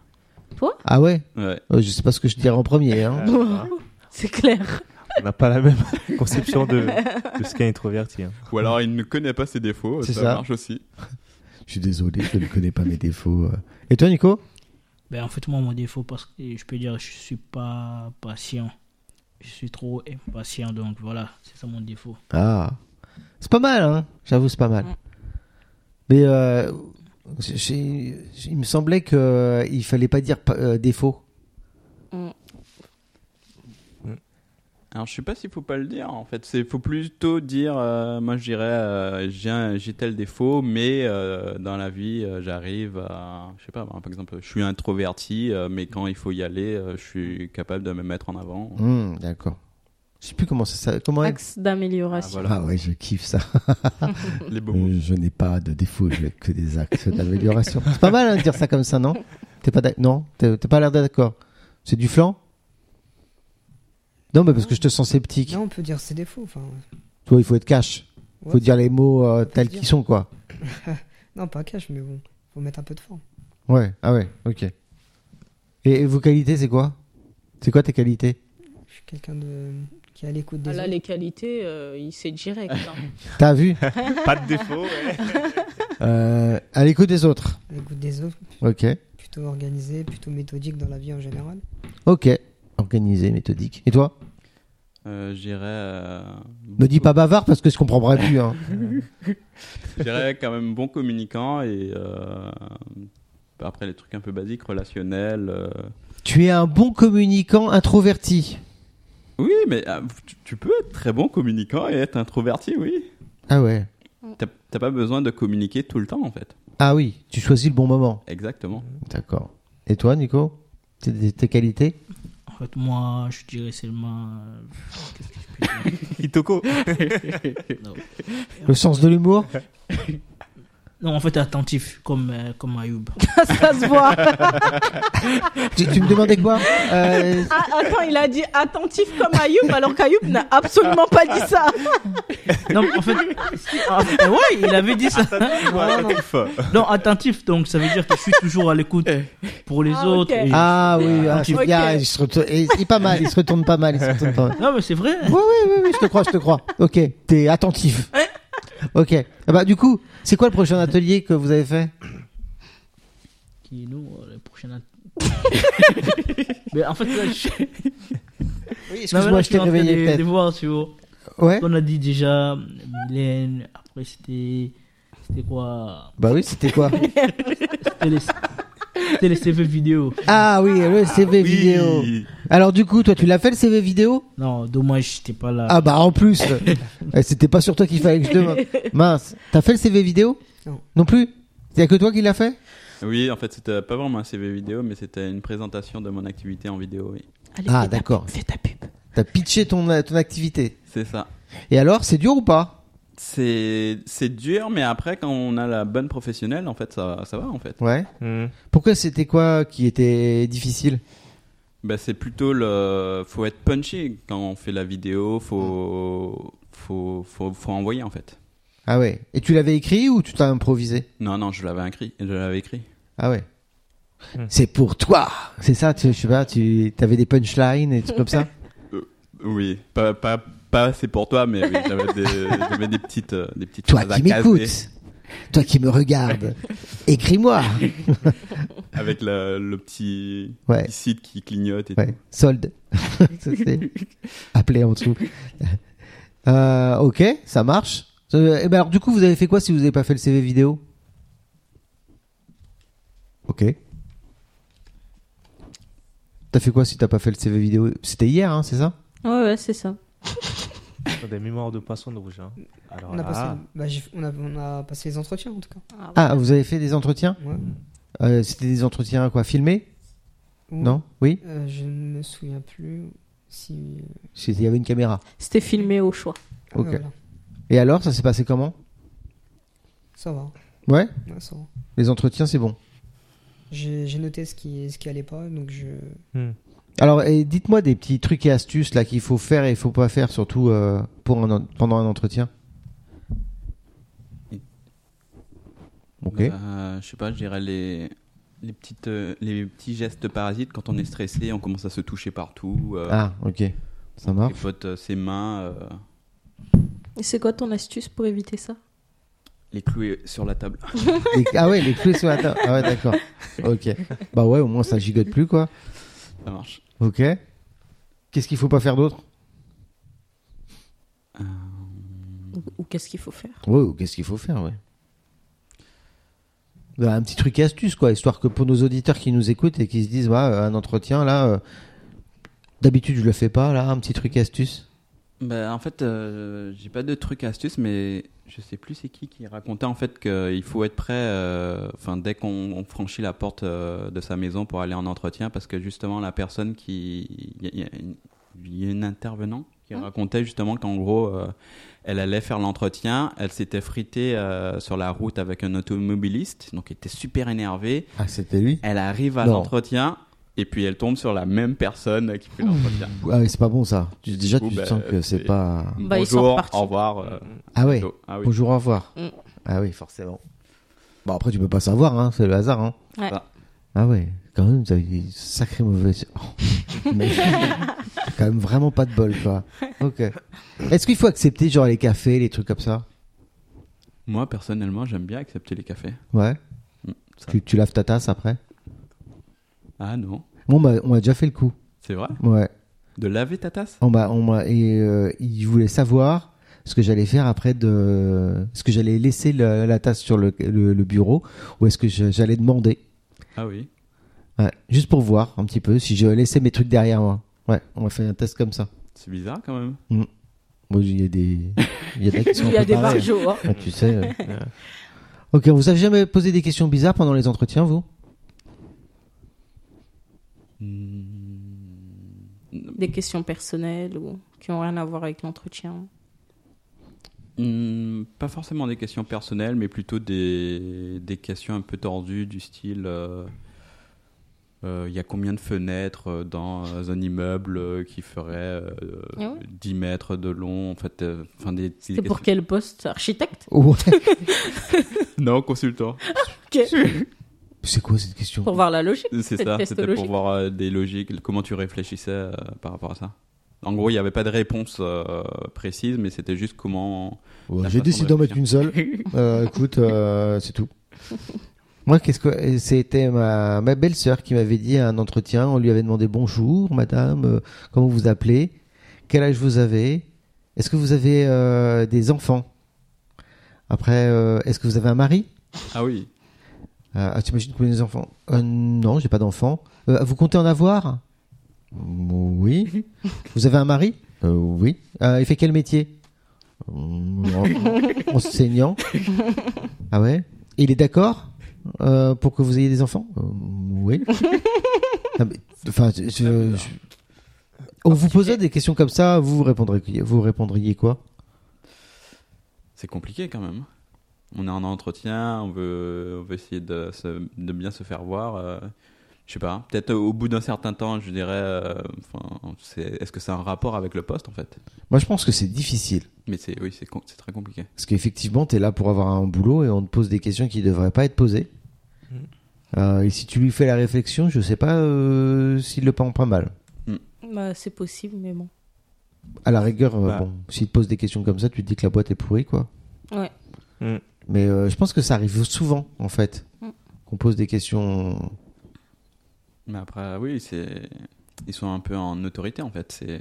[SPEAKER 6] Ah ouais
[SPEAKER 1] Ouais.
[SPEAKER 6] Euh, je sais pas ce que je dirais en premier.
[SPEAKER 5] Ah,
[SPEAKER 6] Hein.
[SPEAKER 5] C'est clair.
[SPEAKER 3] on n'a pas la même conception de, de ce qu'est introverti. hein.
[SPEAKER 1] Ou alors, il ne connaît pas ses défauts,
[SPEAKER 6] C'est
[SPEAKER 1] ça,
[SPEAKER 6] ça.
[SPEAKER 1] marche aussi.
[SPEAKER 6] Je suis désolé, je ne connais pas mes défauts. euh. Et toi, Nico
[SPEAKER 2] Ben, en fait, moi, mon défaut, parce que je peux dire, je suis pas patient. Je suis trop impatient, donc voilà, c'est ça mon défaut.
[SPEAKER 6] Ah, c'est pas mal, hein J'avoue, c'est pas mal. Mais euh, j'ai- j'ai- il me semblait que euh, il fallait pas dire pa- euh, défaut.
[SPEAKER 1] Alors, je sais pas s'il faut pas le dire, en fait. Il faut plutôt dire, euh, moi je dirais, euh, j'ai un- j'ai tel défaut, mais euh, dans la vie, euh, j'arrive à, je sais pas, par exemple, je suis introverti, euh, mais quand il faut y aller, euh, je suis capable de me mettre en avant.
[SPEAKER 6] Hmm, D'accord. Je sais plus comment ça. ça- Comment elle-
[SPEAKER 5] Axe d'amélioration.
[SPEAKER 1] Ah, voilà.
[SPEAKER 6] Ah ouais, je kiffe ça.
[SPEAKER 1] Les beaux mots.
[SPEAKER 6] Euh, je n'ai pas de défaut, je n'ai que des axes d'amélioration. c'est pas mal hein, de dire ça comme ça, non T'es pas d'ac- non T'es t'es pas l'air d'accord. C'est du flan Non, mais parce que je te sens sceptique.
[SPEAKER 7] Non, on peut dire ses défauts. Enfin,
[SPEAKER 6] Toi, il faut être cash. Il
[SPEAKER 7] ouais.
[SPEAKER 6] faut dire les mots euh,
[SPEAKER 7] faut
[SPEAKER 6] tels
[SPEAKER 7] dire.
[SPEAKER 6] qu'ils sont, quoi.
[SPEAKER 7] Non, pas cash, mais bon, faut mettre un peu de forme.
[SPEAKER 6] Ouais, ah ouais, ok. Et, et vos qualités, c'est quoi C'est quoi tes qualités
[SPEAKER 7] Je suis quelqu'un de qui est à l'écoute des
[SPEAKER 5] Ah là,
[SPEAKER 7] autres.
[SPEAKER 5] les qualités, euh, il sait direct. hein.
[SPEAKER 6] T'as vu
[SPEAKER 3] Pas de défaut. ouais.
[SPEAKER 6] Euh, À l'écoute des autres.
[SPEAKER 7] À l'écoute des autres,
[SPEAKER 6] Ok.
[SPEAKER 7] plutôt organisé, plutôt méthodique dans la vie en général.
[SPEAKER 6] Ok. Organisé, méthodique. Et toi
[SPEAKER 1] Euh, je dirais. euh,
[SPEAKER 6] Ne dis pas bavard parce que je comprendrai plus. hein.
[SPEAKER 1] Je dirais quand même bon communicant et. euh, après, les trucs un peu basiques, relationnels. euh.
[SPEAKER 6] tu es un bon communicant introverti.
[SPEAKER 1] Oui, mais euh, tu- tu peux être très bon communicant et être introverti, oui.
[SPEAKER 6] Ah ouais.
[SPEAKER 1] T'as t'as pas besoin de communiquer tout le temps, en fait.
[SPEAKER 6] Ah oui, tu choisis le bon moment.
[SPEAKER 1] Exactement.
[SPEAKER 6] D'accord. Et toi, Nico Tes- tes, tes qualités
[SPEAKER 2] En fait, moi, je dirais seulement. euh, qu'est-ce que je peux dire
[SPEAKER 3] Itoko.
[SPEAKER 6] Le sens de l'humour
[SPEAKER 2] Non, en fait, attentif, comme, euh, comme Ayoub.
[SPEAKER 5] Ça se voit.
[SPEAKER 6] tu, tu me demandais quoi Euh,
[SPEAKER 5] Ah, attends, il a dit attentif comme Ayoub, alors qu'Ayoub n'a absolument pas dit ça.
[SPEAKER 2] Non, mais en fait, si, ah, eh ouais, il avait dit ça.
[SPEAKER 7] Non, non,
[SPEAKER 2] Non, attentif, donc ça veut dire que je suis toujours à l'écoute pour les
[SPEAKER 5] Ah,
[SPEAKER 2] autres.
[SPEAKER 5] ok.
[SPEAKER 2] et-
[SPEAKER 6] Eh. Ah oui, ah, c'est
[SPEAKER 5] Ok.
[SPEAKER 6] bien, il se retourne, et- il est pas mal, il se retourne pas mal, il se retourne pas mal.
[SPEAKER 2] Non, mais c'est vrai.
[SPEAKER 6] Oui, oui, oui, oui, je te crois, je te crois. Ok, t'es attentif. Ok. Ah bah du coup, c'est quoi le prochain atelier que vous avez fait
[SPEAKER 2] Qui nous, euh, le prochain. at- mais en fait, là, je,
[SPEAKER 6] Oui,
[SPEAKER 2] non, mais
[SPEAKER 6] excuse-moi,
[SPEAKER 2] là,
[SPEAKER 6] je t'ai
[SPEAKER 2] suis en train
[SPEAKER 6] réveillé
[SPEAKER 2] de, de
[SPEAKER 6] peut-être. Eh?
[SPEAKER 2] voir sur.
[SPEAKER 6] Ouais.
[SPEAKER 2] On a dit déjà Mylène, après c'était. C'était quoi
[SPEAKER 6] Bah oui, c'était quoi
[SPEAKER 2] C'était les, c'était les CV vidéo.
[SPEAKER 6] Ah oui, le CV vidéo. Alors du coup, toi, tu l'as fait le CV vidéo
[SPEAKER 2] Non, dommage, j'étais pas là.
[SPEAKER 6] Ah bah en plus, Eh, c'était pas sur toi qu'il fallait que je demande. Mince, t'as fait le CV vidéo
[SPEAKER 7] Non.
[SPEAKER 6] Non plus Il y a que toi qui l'as fait
[SPEAKER 1] Oui, en fait, c'était pas vraiment un CV vidéo, mais c'était une présentation de mon activité en vidéo. Oui.
[SPEAKER 5] Allez,
[SPEAKER 6] Ah
[SPEAKER 5] fais ta
[SPEAKER 6] d'accord.
[SPEAKER 5] pub, Fais ta pub.
[SPEAKER 6] T'as- T'as pitché ton, ton activité.
[SPEAKER 1] C'est ça.
[SPEAKER 6] Et alors, c'est dur ou pas
[SPEAKER 1] C'est c'est dur, mais après, quand on a la bonne professionnelle, en fait, ça, ça va, en fait.
[SPEAKER 6] Ouais.
[SPEAKER 3] Hmm.
[SPEAKER 6] Pourquoi c'était quoi qui était difficile
[SPEAKER 1] Bah, c'est plutôt le. Faut être punchy quand on fait la vidéo, faut. Faut, faut, faut envoyer, en fait.
[SPEAKER 6] Ah ouais. Et tu l'avais écrit ou tu t'as improvisé
[SPEAKER 1] Non, non, je l'avais écrit. Je l'avais écrit.
[SPEAKER 6] Ah ouais.
[SPEAKER 3] Hmm.
[SPEAKER 6] C'est pour toi. C'est ça, tu, je sais pas, tu avais des punchlines et tout comme ça.
[SPEAKER 1] Oui, pas, pas, pas c'est pour toi, mais oui, j'avais des, j'avais des petites, euh, des petites
[SPEAKER 6] toi
[SPEAKER 1] phrases à
[SPEAKER 6] qui
[SPEAKER 1] caser
[SPEAKER 6] m'écoutes, toi qui me regardes, écris-moi.
[SPEAKER 1] Avec le, le petit,
[SPEAKER 6] Ouais.
[SPEAKER 1] petit site qui clignote et
[SPEAKER 6] Ouais, solde. Ça, c'est appelé en dessous. Euh, ok, ça marche. Euh, et ben alors du coup, vous avez fait quoi si vous n'avez pas fait le CV vidéo Ok. T'as fait quoi si t'as pas fait le CV vidéo C'était hier, hein, c'est ça
[SPEAKER 9] Ouais, ouais, c'est ça.
[SPEAKER 3] Oh, Des mémoires de poisson rouge. hein. Alors
[SPEAKER 7] On a,
[SPEAKER 3] là,
[SPEAKER 7] passé, bah, j'ai- on, a, on a passé les entretiens en tout cas.
[SPEAKER 6] Ah, vous avez fait des entretiens
[SPEAKER 7] Ouais.
[SPEAKER 6] Euh, C'était des entretiens quoi Filmés
[SPEAKER 7] Ou-
[SPEAKER 6] Non Oui
[SPEAKER 7] Euh, Je ne me souviens plus si.
[SPEAKER 6] Parce qu'il y avait une caméra.
[SPEAKER 9] C'était filmé au choix.
[SPEAKER 7] Ah, ouais,
[SPEAKER 6] Ok.
[SPEAKER 7] voilà.
[SPEAKER 6] Et alors, ça s'est passé comment
[SPEAKER 7] Ça va.
[SPEAKER 6] Ouais
[SPEAKER 7] ouais, ça va.
[SPEAKER 6] Les entretiens, c'est bon.
[SPEAKER 7] J'ai j'ai noté ce qui, ce qui allait pas, donc je.
[SPEAKER 6] Alors, et dites-moi des petits trucs et astuces là qu'il faut faire et il faut pas faire, surtout euh, pour un en- pendant un entretien.
[SPEAKER 1] tout.
[SPEAKER 6] Ok.
[SPEAKER 1] Euh, je sais pas, je dirais les, les, petites, euh, les petits gestes parasites. Quand on est stressé, on commence à se toucher partout. euh,
[SPEAKER 6] Ah, ok. Ça
[SPEAKER 1] on
[SPEAKER 6] marche.
[SPEAKER 1] tripote, euh, ses mains, euh,
[SPEAKER 9] Et c'est quoi ton astuce pour éviter ça
[SPEAKER 1] les clouer sur la table.
[SPEAKER 6] Les- ah ouais, les clés sur la table. Ah ouais, d'accord. Ok. Bah ouais, au moins ça gigote plus quoi.
[SPEAKER 1] Ça marche.
[SPEAKER 6] Ok. Qu'est-ce qu'il faut pas faire d'autre
[SPEAKER 1] Euh.
[SPEAKER 9] Ou, ou qu'est-ce qu'il faut faire
[SPEAKER 6] Ouais, ou Oh, qu'est-ce qu'il faut faire, ouais. Bah, un petit truc et astuce quoi, histoire que pour nos auditeurs qui nous écoutent et qui se disent, ouais, euh, un entretien là, euh, d'habitude je le fais pas là, un petit truc et astuce.
[SPEAKER 1] Bah, en fait, euh, j'ai pas de truc astuce, mais je sais plus c'est qui qui racontait en fait qu'il faut être prêt, euh, enfin dès qu'on on franchit la porte euh, de sa maison pour aller en entretien, parce que justement la personne qui, il y a- il y, a une- il y a une intervenante qui
[SPEAKER 9] Hein?
[SPEAKER 1] racontait justement qu'en gros, euh, elle allait faire l'entretien, elle s'était fritée euh, sur la route avec un automobiliste, donc elle était super énervée.
[SPEAKER 6] Ah, c'était lui
[SPEAKER 1] Elle arrive à
[SPEAKER 6] Non.
[SPEAKER 1] l'entretien et puis elle tombe sur la même personne qui fait l'entretien.
[SPEAKER 6] Ah oui, c'est pas bon ça. Tu- déjà,
[SPEAKER 1] Du coup,
[SPEAKER 6] tu
[SPEAKER 1] bah,
[SPEAKER 6] sens que c'est
[SPEAKER 1] c'est-
[SPEAKER 6] pas.
[SPEAKER 9] Bah, ils sont
[SPEAKER 1] Bonjour,
[SPEAKER 9] repartis.
[SPEAKER 1] au revoir. euh,
[SPEAKER 6] Ah ouais.
[SPEAKER 1] Ah oui.
[SPEAKER 6] Bonjour, au revoir.
[SPEAKER 9] Mm.
[SPEAKER 6] Ah oui, forcément. Bon, après, tu peux pas savoir, hein, c'est le hasard. Hein.
[SPEAKER 9] Ouais.
[SPEAKER 1] Ah.
[SPEAKER 6] Ah ouais, quand même, t'as eu une sacrée mauvaise. Oh. Mais quand même vraiment pas de bol, quoi. Ok. Est-ce qu'il faut accepter, genre, les cafés, les trucs comme ça
[SPEAKER 1] Moi, personnellement, j'aime bien accepter les cafés.
[SPEAKER 6] Ouais.
[SPEAKER 1] Mm, ça.
[SPEAKER 6] Tu, tu laves ta tasse après
[SPEAKER 1] Ah non,
[SPEAKER 6] Bon, bah, on a déjà fait le coup.
[SPEAKER 1] c'est vrai
[SPEAKER 6] Ouais.
[SPEAKER 1] De laver ta tasse
[SPEAKER 6] On m'a, on m'a, et euh, il voulait savoir ce que j'allais faire après de, ce que j'allais laisser la, la tasse sur le, le- le bureau ou est-ce que je- j'allais demander,
[SPEAKER 1] Ah oui.
[SPEAKER 6] Ouais, juste pour voir un petit peu si je laissais mes trucs derrière moi. Ouais, on va faire un test comme ça.
[SPEAKER 1] C'est bizarre quand même.
[SPEAKER 6] Bon, il y a des, il y a des qui sont
[SPEAKER 9] Il y a
[SPEAKER 6] un peu
[SPEAKER 9] des
[SPEAKER 6] pareils.
[SPEAKER 9] barjots. hein.
[SPEAKER 6] Ouais, tu sais. euh. Ok, on vous a jamais posé des questions bizarres pendant les entretiens, vous
[SPEAKER 1] Hmm,
[SPEAKER 9] Des questions personnelles ou qui ont rien à voir avec l'entretien.
[SPEAKER 1] Hmm, pas forcément des questions personnelles, mais plutôt des, des questions un peu tordues du style... euh, euh, Il y a combien de fenêtres euh, dans un immeuble euh, qui ferait euh,
[SPEAKER 9] Ah ouais
[SPEAKER 1] 10 mètres de long En fait, euh, enfin des, des
[SPEAKER 9] C'est pour
[SPEAKER 1] questions-
[SPEAKER 9] quel poste Architecte
[SPEAKER 6] Ouais.
[SPEAKER 1] Non, consultant.
[SPEAKER 6] C'est quoi cette question
[SPEAKER 9] Pour voir la logique.
[SPEAKER 1] C'est
[SPEAKER 9] Cette
[SPEAKER 1] ça,
[SPEAKER 9] peste
[SPEAKER 1] c'était pour
[SPEAKER 9] logique.
[SPEAKER 1] voir euh, des logiques, comment tu réfléchissais euh, par rapport à ça. En gros, il n'y avait pas de réponse euh, précise, mais c'était juste comment.
[SPEAKER 6] Ouais,
[SPEAKER 1] La
[SPEAKER 6] J'ai
[SPEAKER 1] façon
[SPEAKER 6] décidé
[SPEAKER 1] de
[SPEAKER 6] d'en mettre une seule. Euh, écoute, euh, c'est tout. Moi, qu'est-ce que c'était ma, ma belle-sœur qui m'avait dit à un entretien. On lui avait demandé bonjour, madame, euh, comment vous appelez, quel âge vous avez, est-ce que vous avez euh, des enfants. Après, euh, est-ce que vous avez un mari
[SPEAKER 1] Ah oui,
[SPEAKER 6] euh, ah, T'imagines combien des enfants Euh, Non, j'ai pas d'enfants. Euh, vous comptez en avoir Oui. vous avez un mari Euh, Oui. Euh, il fait quel métier Hum, en- Enseignant. Ah ouais Et Il est d'accord euh, pour que vous ayez des enfants Euh, Oui. Ah, mais- Enfin, je- je- On vous posait des questions comme ça, vous répondriez, vous répondriez quoi
[SPEAKER 1] C'est compliqué quand même. On est en entretien, on veut, on veut essayer de, se- de bien se faire voir. euh, je sais pas. Peut-être au bout d'un certain temps, je dirais. euh, enfin, c'est- Est-ce que c'est un rapport avec le poste en fait
[SPEAKER 6] Moi, je pense que c'est difficile.
[SPEAKER 1] Mais c'est oui, c'est com- c'est très compliqué.
[SPEAKER 6] Parce qu'effectivement, tu es là pour avoir un boulot et on te pose des questions qui ne devraient pas être posées.
[SPEAKER 3] Mhm.
[SPEAKER 6] Euh, et si tu lui fais la réflexion, je sais pas euh, s'il le prend pas mal.
[SPEAKER 9] Bah, c'est possible, mais bon.
[SPEAKER 6] À la rigueur, euh,
[SPEAKER 3] Bah.
[SPEAKER 6] bon, s'il te pose des questions comme ça, tu te dis que la boîte est pourrie, quoi.
[SPEAKER 9] Ouais.
[SPEAKER 3] Mhm.
[SPEAKER 6] Mais euh, je pense que ça arrive souvent, en fait,
[SPEAKER 9] Mhm.
[SPEAKER 6] qu'on pose des questions.
[SPEAKER 1] Mais après, oui, c'est ils sont un peu en autorité en fait. C'est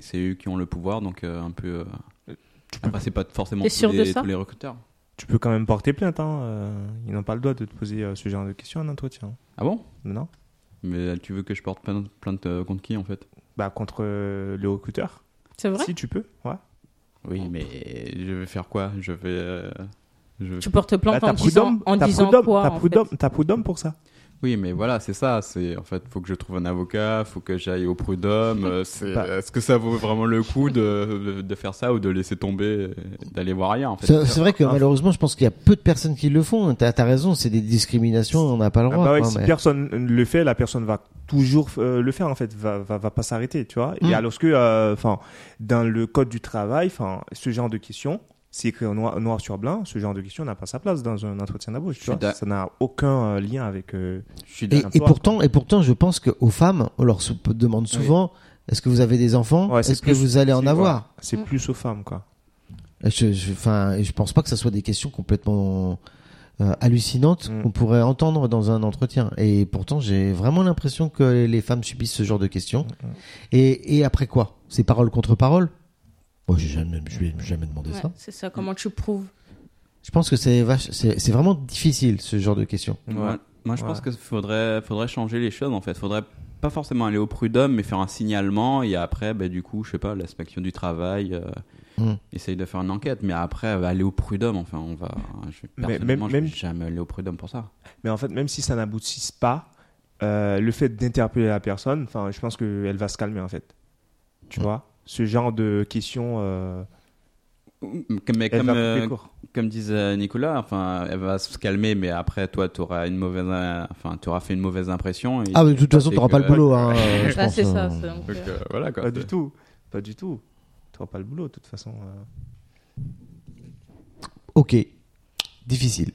[SPEAKER 1] c'est eux qui ont le pouvoir, donc euh, un peu. euh, Après, c'est pas forcément
[SPEAKER 9] T'es sûr
[SPEAKER 1] tous
[SPEAKER 9] de
[SPEAKER 1] les,
[SPEAKER 9] ça
[SPEAKER 1] tous les recruteurs.
[SPEAKER 3] Tu peux quand même porter plainte. Hein. euh, ils n'ont pas le droit de te poser euh, ce genre de questions à un entretien.
[SPEAKER 1] Ah bon
[SPEAKER 3] Non
[SPEAKER 1] Mais tu veux que je porte plainte, plainte, euh, contre qui en fait
[SPEAKER 3] Bah, contre euh, le recruteur.
[SPEAKER 9] C'est vrai
[SPEAKER 3] Si tu peux, ouais.
[SPEAKER 1] Oui, mais je vais faire quoi Je vais. euh, je-
[SPEAKER 9] Tu portes
[SPEAKER 3] Bah,
[SPEAKER 9] plainte
[SPEAKER 3] t'as
[SPEAKER 9] en disant,
[SPEAKER 3] prud'homme,
[SPEAKER 9] en
[SPEAKER 3] t'as
[SPEAKER 9] disant
[SPEAKER 3] prud'homme,
[SPEAKER 9] quoi
[SPEAKER 3] t'as
[SPEAKER 9] en fait
[SPEAKER 3] prud'homme, t'as prud'homme pour ça.
[SPEAKER 1] Oui, mais voilà, c'est ça. C'est en fait, faut que je trouve un avocat, faut que j'aille au prud'homme. euh, c'est-
[SPEAKER 6] Bah.
[SPEAKER 1] Est-ce que ça vaut vraiment le coup de, de- de faire ça ou de laisser tomber, euh, d'aller voir rien en fait
[SPEAKER 6] C'est c'est vrai que
[SPEAKER 3] Ah.
[SPEAKER 6] malheureusement, je pense qu'il y a peu de personnes qui le font. T'as as raison, c'est des discriminations, on n'a pas le
[SPEAKER 3] Ah
[SPEAKER 6] droit.
[SPEAKER 3] bah ouais,
[SPEAKER 6] quoi,
[SPEAKER 3] si
[SPEAKER 6] mais-
[SPEAKER 3] personne le fait, la personne va toujours euh, le faire en fait, va va, va pas s'arrêter, tu vois.
[SPEAKER 6] Mm.
[SPEAKER 3] Et alors que, euh, enfin, dans le code du travail, enfin, ce genre de questions, c'est écrit en noir, noir sur blanc, ce genre de questions n'a pas sa place dans un entretien d'embauche,
[SPEAKER 1] Je
[SPEAKER 3] tu
[SPEAKER 1] suis
[SPEAKER 3] vois.
[SPEAKER 1] d'a-
[SPEAKER 3] Ça n'a aucun euh, lien avec. euh,
[SPEAKER 1] Je suis
[SPEAKER 6] Et,
[SPEAKER 1] d'accord.
[SPEAKER 6] et
[SPEAKER 3] Toi,
[SPEAKER 6] pourtant, et pourtant, je pense qu'aux femmes, on leur sou- demande souvent est-ce que vous avez des enfants
[SPEAKER 3] Ouais, c'est
[SPEAKER 6] Est-ce que
[SPEAKER 3] plus-
[SPEAKER 6] vous allez en
[SPEAKER 3] c'est-
[SPEAKER 6] avoir
[SPEAKER 3] C'est
[SPEAKER 9] Mm.
[SPEAKER 3] plus aux femmes, quoi.
[SPEAKER 6] Et je, je, enfin, et je pense pas que ça soit des questions complètement euh, hallucinantes
[SPEAKER 3] Mm.
[SPEAKER 6] qu'on pourrait entendre dans un entretien. Et pourtant, j'ai vraiment l'impression que les femmes subissent ce genre de questions.
[SPEAKER 3] Mm,
[SPEAKER 6] Et, et après quoi C'est parole contre parole Moi, j'ai jamais, je lui ai jamais demandé
[SPEAKER 9] Ouais,
[SPEAKER 6] ça.
[SPEAKER 9] c'est ça, comment tu prouves
[SPEAKER 6] Je pense que c'est vache, c'est c'est vraiment difficile ce genre de questions.
[SPEAKER 1] Ouais.
[SPEAKER 3] Ouais.
[SPEAKER 1] Moi, je pense
[SPEAKER 3] Ouais.
[SPEAKER 1] que faudrait, faudrait changer les choses en fait. Faudrait pas forcément aller au prud'homme, mais faire un signalement et après, bah, du coup, je sais pas, l'inspection du travail. euh,
[SPEAKER 3] Hmm.
[SPEAKER 6] Mm.
[SPEAKER 1] Essaye de faire une enquête, mais après euh, aller au prud'homme, enfin on va. Je,
[SPEAKER 3] Mais-
[SPEAKER 1] personnellement,
[SPEAKER 3] même-
[SPEAKER 1] je vais
[SPEAKER 3] même-
[SPEAKER 1] jamais aller au prud'homme pour ça.
[SPEAKER 3] Mais en fait, même si ça n'aboutisse pas, euh, le fait d'interpeller la personne, enfin, je pense qu'elle va se calmer en fait. Tu
[SPEAKER 6] Mm.
[SPEAKER 3] vois, ce genre de questions, euh,
[SPEAKER 1] Mais
[SPEAKER 3] Hmm. elle
[SPEAKER 1] comme,
[SPEAKER 3] va
[SPEAKER 1] euh,
[SPEAKER 3] couper court.
[SPEAKER 1] comme disait Nicolas, enfin, elle va se calmer, mais après, toi, tu auras une mauvaise, euh, enfin, tu auras fait une mauvaise impression. et-
[SPEAKER 6] Ah, mais de toute façon,
[SPEAKER 1] c'est
[SPEAKER 6] t'auras
[SPEAKER 1] que-
[SPEAKER 6] pas le boulot. Hein, euh, je
[SPEAKER 9] Là,
[SPEAKER 6] pense,
[SPEAKER 9] Bah, c'est
[SPEAKER 6] hein.
[SPEAKER 9] ça. c'est- donc,
[SPEAKER 1] Donc,
[SPEAKER 9] euh,
[SPEAKER 1] euh, voilà quoi.
[SPEAKER 3] Pas du tout. Pas du tout. Tu n'auras pas le boulot, de toute façon. euh.
[SPEAKER 6] Ok. Difficile.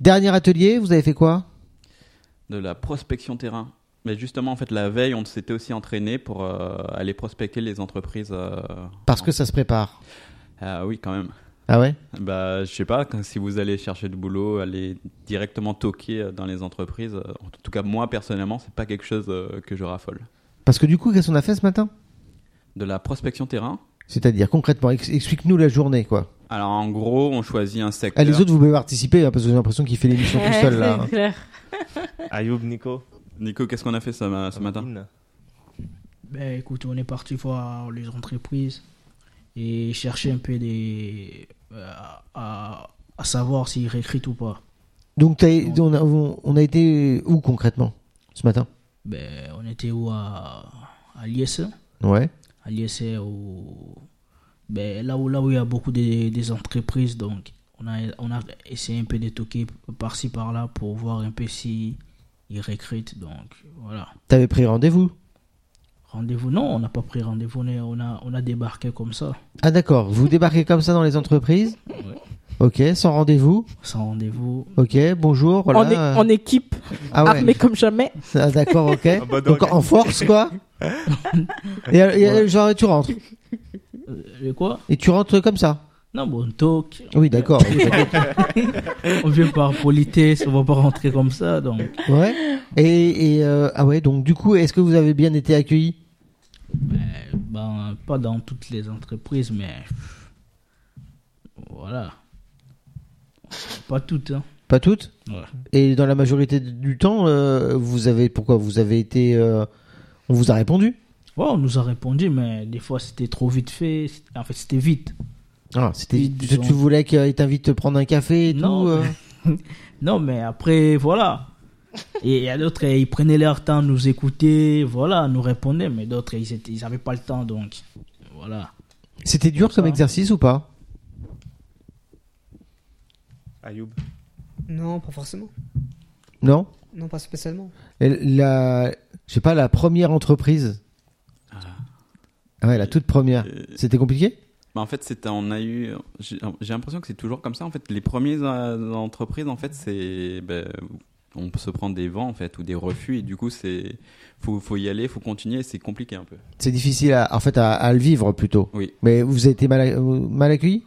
[SPEAKER 6] Dernier atelier, vous avez fait quoi
[SPEAKER 1] De la prospection terrain. Mais justement, en fait, la veille, on s'était aussi entraîné pour euh, aller prospecter les entreprises. euh,
[SPEAKER 6] Parce
[SPEAKER 1] en-
[SPEAKER 6] que ça se prépare.
[SPEAKER 1] Ah oui, quand même.
[SPEAKER 6] Ah ouais
[SPEAKER 1] Bah, je sais pas, quand- si vous allez chercher du boulot, aller directement toquer euh, dans les entreprises. euh, En tout cas, moi, personnellement, c'est pas quelque chose euh, que je raffole.
[SPEAKER 6] Parce que du coup, qu'est-ce qu'on a fait ce matin
[SPEAKER 1] De la prospection terrain.
[SPEAKER 6] C'est-à-dire, concrètement, ex- explique-nous la journée, quoi.
[SPEAKER 1] Alors, en gros, on choisit un secteur.
[SPEAKER 6] Ah, les autres, vous pouvez participer, hein, parce que j'ai l'impression qu'il fait l'émission tout seul, là.
[SPEAKER 9] Ouais,
[SPEAKER 6] hein.
[SPEAKER 9] c'est clair.
[SPEAKER 3] Ayoub, Nico.
[SPEAKER 1] Nico, qu'est-ce qu'on a fait ce, ma- ce matin
[SPEAKER 3] Amine.
[SPEAKER 2] Ben écoute, on est parti voir les entreprises et chercher un peu des. euh, à, à savoir s'ils recrutent ou pas.
[SPEAKER 6] Donc, t'as- on a, on- on a été où concrètement ce matin
[SPEAKER 2] Ben, on était où à, à l'ISE
[SPEAKER 6] Ouais.
[SPEAKER 2] À l'ISE, où, ben, là, où, là où il y a beaucoup de, des entreprises, donc on a, on a essayé un peu de toquer par-ci par-là pour voir un peu si ils recrutent. Donc voilà.
[SPEAKER 6] T'avais pris rendez-vous
[SPEAKER 2] Rendez-vous Non, on n'a pas pris rendez-vous, on est- on a, on a débarqué comme ça,
[SPEAKER 6] Ah, d'accord. Vous débarquez comme ça dans les entreprises
[SPEAKER 2] Ouais.
[SPEAKER 6] Ok, sans rendez-vous.
[SPEAKER 2] sans rendez-vous.
[SPEAKER 6] Ok, bonjour. Voilà.
[SPEAKER 5] en, é- en équipe,
[SPEAKER 6] ah ouais.
[SPEAKER 5] armée comme jamais.
[SPEAKER 6] Ah, d'accord, ok.
[SPEAKER 3] En mode
[SPEAKER 6] Donc en force, quoi. et, et- genre, tu rentres.
[SPEAKER 2] Euh, le quoi
[SPEAKER 6] Et tu rentres comme ça.
[SPEAKER 2] Non, bon, on toque.
[SPEAKER 6] Oui, d'accord.
[SPEAKER 2] on vient par politesse, on va pas rentrer comme ça. Donc,
[SPEAKER 6] ouais. Et, et, euh, ah ouais, donc du coup, est-ce que vous avez bien été accueillis
[SPEAKER 2] euh, ben, pas dans toutes les entreprises, mais voilà. Pas toutes, hein.
[SPEAKER 6] Pas toutes
[SPEAKER 2] Ouais.
[SPEAKER 6] Et dans la majorité du temps, euh, vous avez. Pourquoi Vous avez été. euh, on vous a répondu
[SPEAKER 2] Ouais, on nous a répondu, mais des fois c'était trop vite fait. C'était- En fait, c'était vite.
[SPEAKER 6] ah, c'était,
[SPEAKER 2] Ils
[SPEAKER 6] tu,
[SPEAKER 2] ont-
[SPEAKER 6] tu voulais qu'ils t'invitent te prendre un café et
[SPEAKER 2] Non.
[SPEAKER 6] tout euh
[SPEAKER 2] Non, mais après, voilà. Et il y a d'autres, eh, ils prenaient leur temps, nous écoutaient, voilà, nous répondaient, mais d'autres, eh, ils n'avaient pas le temps, donc voilà.
[SPEAKER 6] C'était dur comme
[SPEAKER 2] Ça.
[SPEAKER 6] exercice ou pas
[SPEAKER 3] Ayoub.
[SPEAKER 7] Non, pas forcément.
[SPEAKER 6] Non
[SPEAKER 7] Non, pas spécialement.
[SPEAKER 6] Et la, je sais pas, la première entreprise. Ah Ouais, la toute première.
[SPEAKER 1] Euh,
[SPEAKER 6] C'était compliqué
[SPEAKER 1] Bah, en fait, c'était, on a eu, j'ai j'ai l'impression que c'est toujours comme ça. En fait, les premières euh, entreprises, en fait, c'est, ben, on se prend des vents en fait ou des refus et du coup, c'est, faut, faut y aller, faut continuer. et C'est compliqué un peu.
[SPEAKER 6] C'est difficile à, en fait à, à le vivre plutôt.
[SPEAKER 1] Oui.
[SPEAKER 6] Mais vous avez été mal, euh, mal accueilli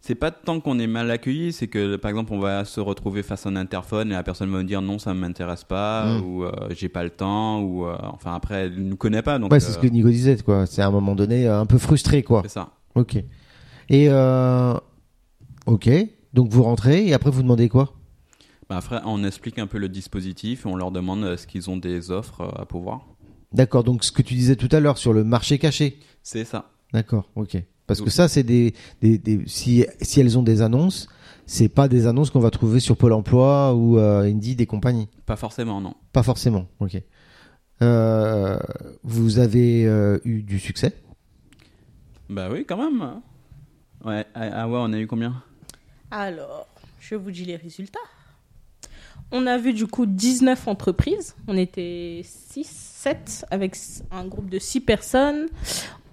[SPEAKER 1] C'est pas tant qu'on est mal accueilli, c'est que par exemple, on va se retrouver face à un interphone et la personne va nous dire non, ça m'intéresse pas
[SPEAKER 6] Mm.
[SPEAKER 1] ou euh, j'ai pas le temps ou euh, enfin après, elle nous connaît pas donc.
[SPEAKER 6] Ouais, c'est
[SPEAKER 1] euh,
[SPEAKER 6] ce que Nico disait quoi. C'est à un moment donné euh, un peu frustré quoi.
[SPEAKER 1] c'est ça.
[SPEAKER 6] Ok. Et euh, ok. Donc vous rentrez et après vous demandez quoi
[SPEAKER 1] Bah, après, on explique un peu le dispositif et on leur demande euh, ce qu'ils ont des offres euh, à pouvoir.
[SPEAKER 6] D'accord. Donc ce que tu disais tout à l'heure sur le marché caché.
[SPEAKER 1] C'est ça.
[SPEAKER 6] D'accord. Ok. Parce que
[SPEAKER 1] Oui.
[SPEAKER 6] ça c'est des, des, des- si si elles ont des annonces, c'est pas des annonces qu'on va trouver sur Pôle Emploi ou euh, Indeed et compagnie.
[SPEAKER 1] Pas forcément, non.
[SPEAKER 6] Pas forcément, ok. Euh, vous avez euh, eu du succès
[SPEAKER 1] Bah oui, quand même. Ouais, ah ah ouais, on a eu combien
[SPEAKER 5] Alors, je vous dis les résultats. On a vu du coup 19 entreprises. On était 6, 7 avec s- un groupe de 6 personnes.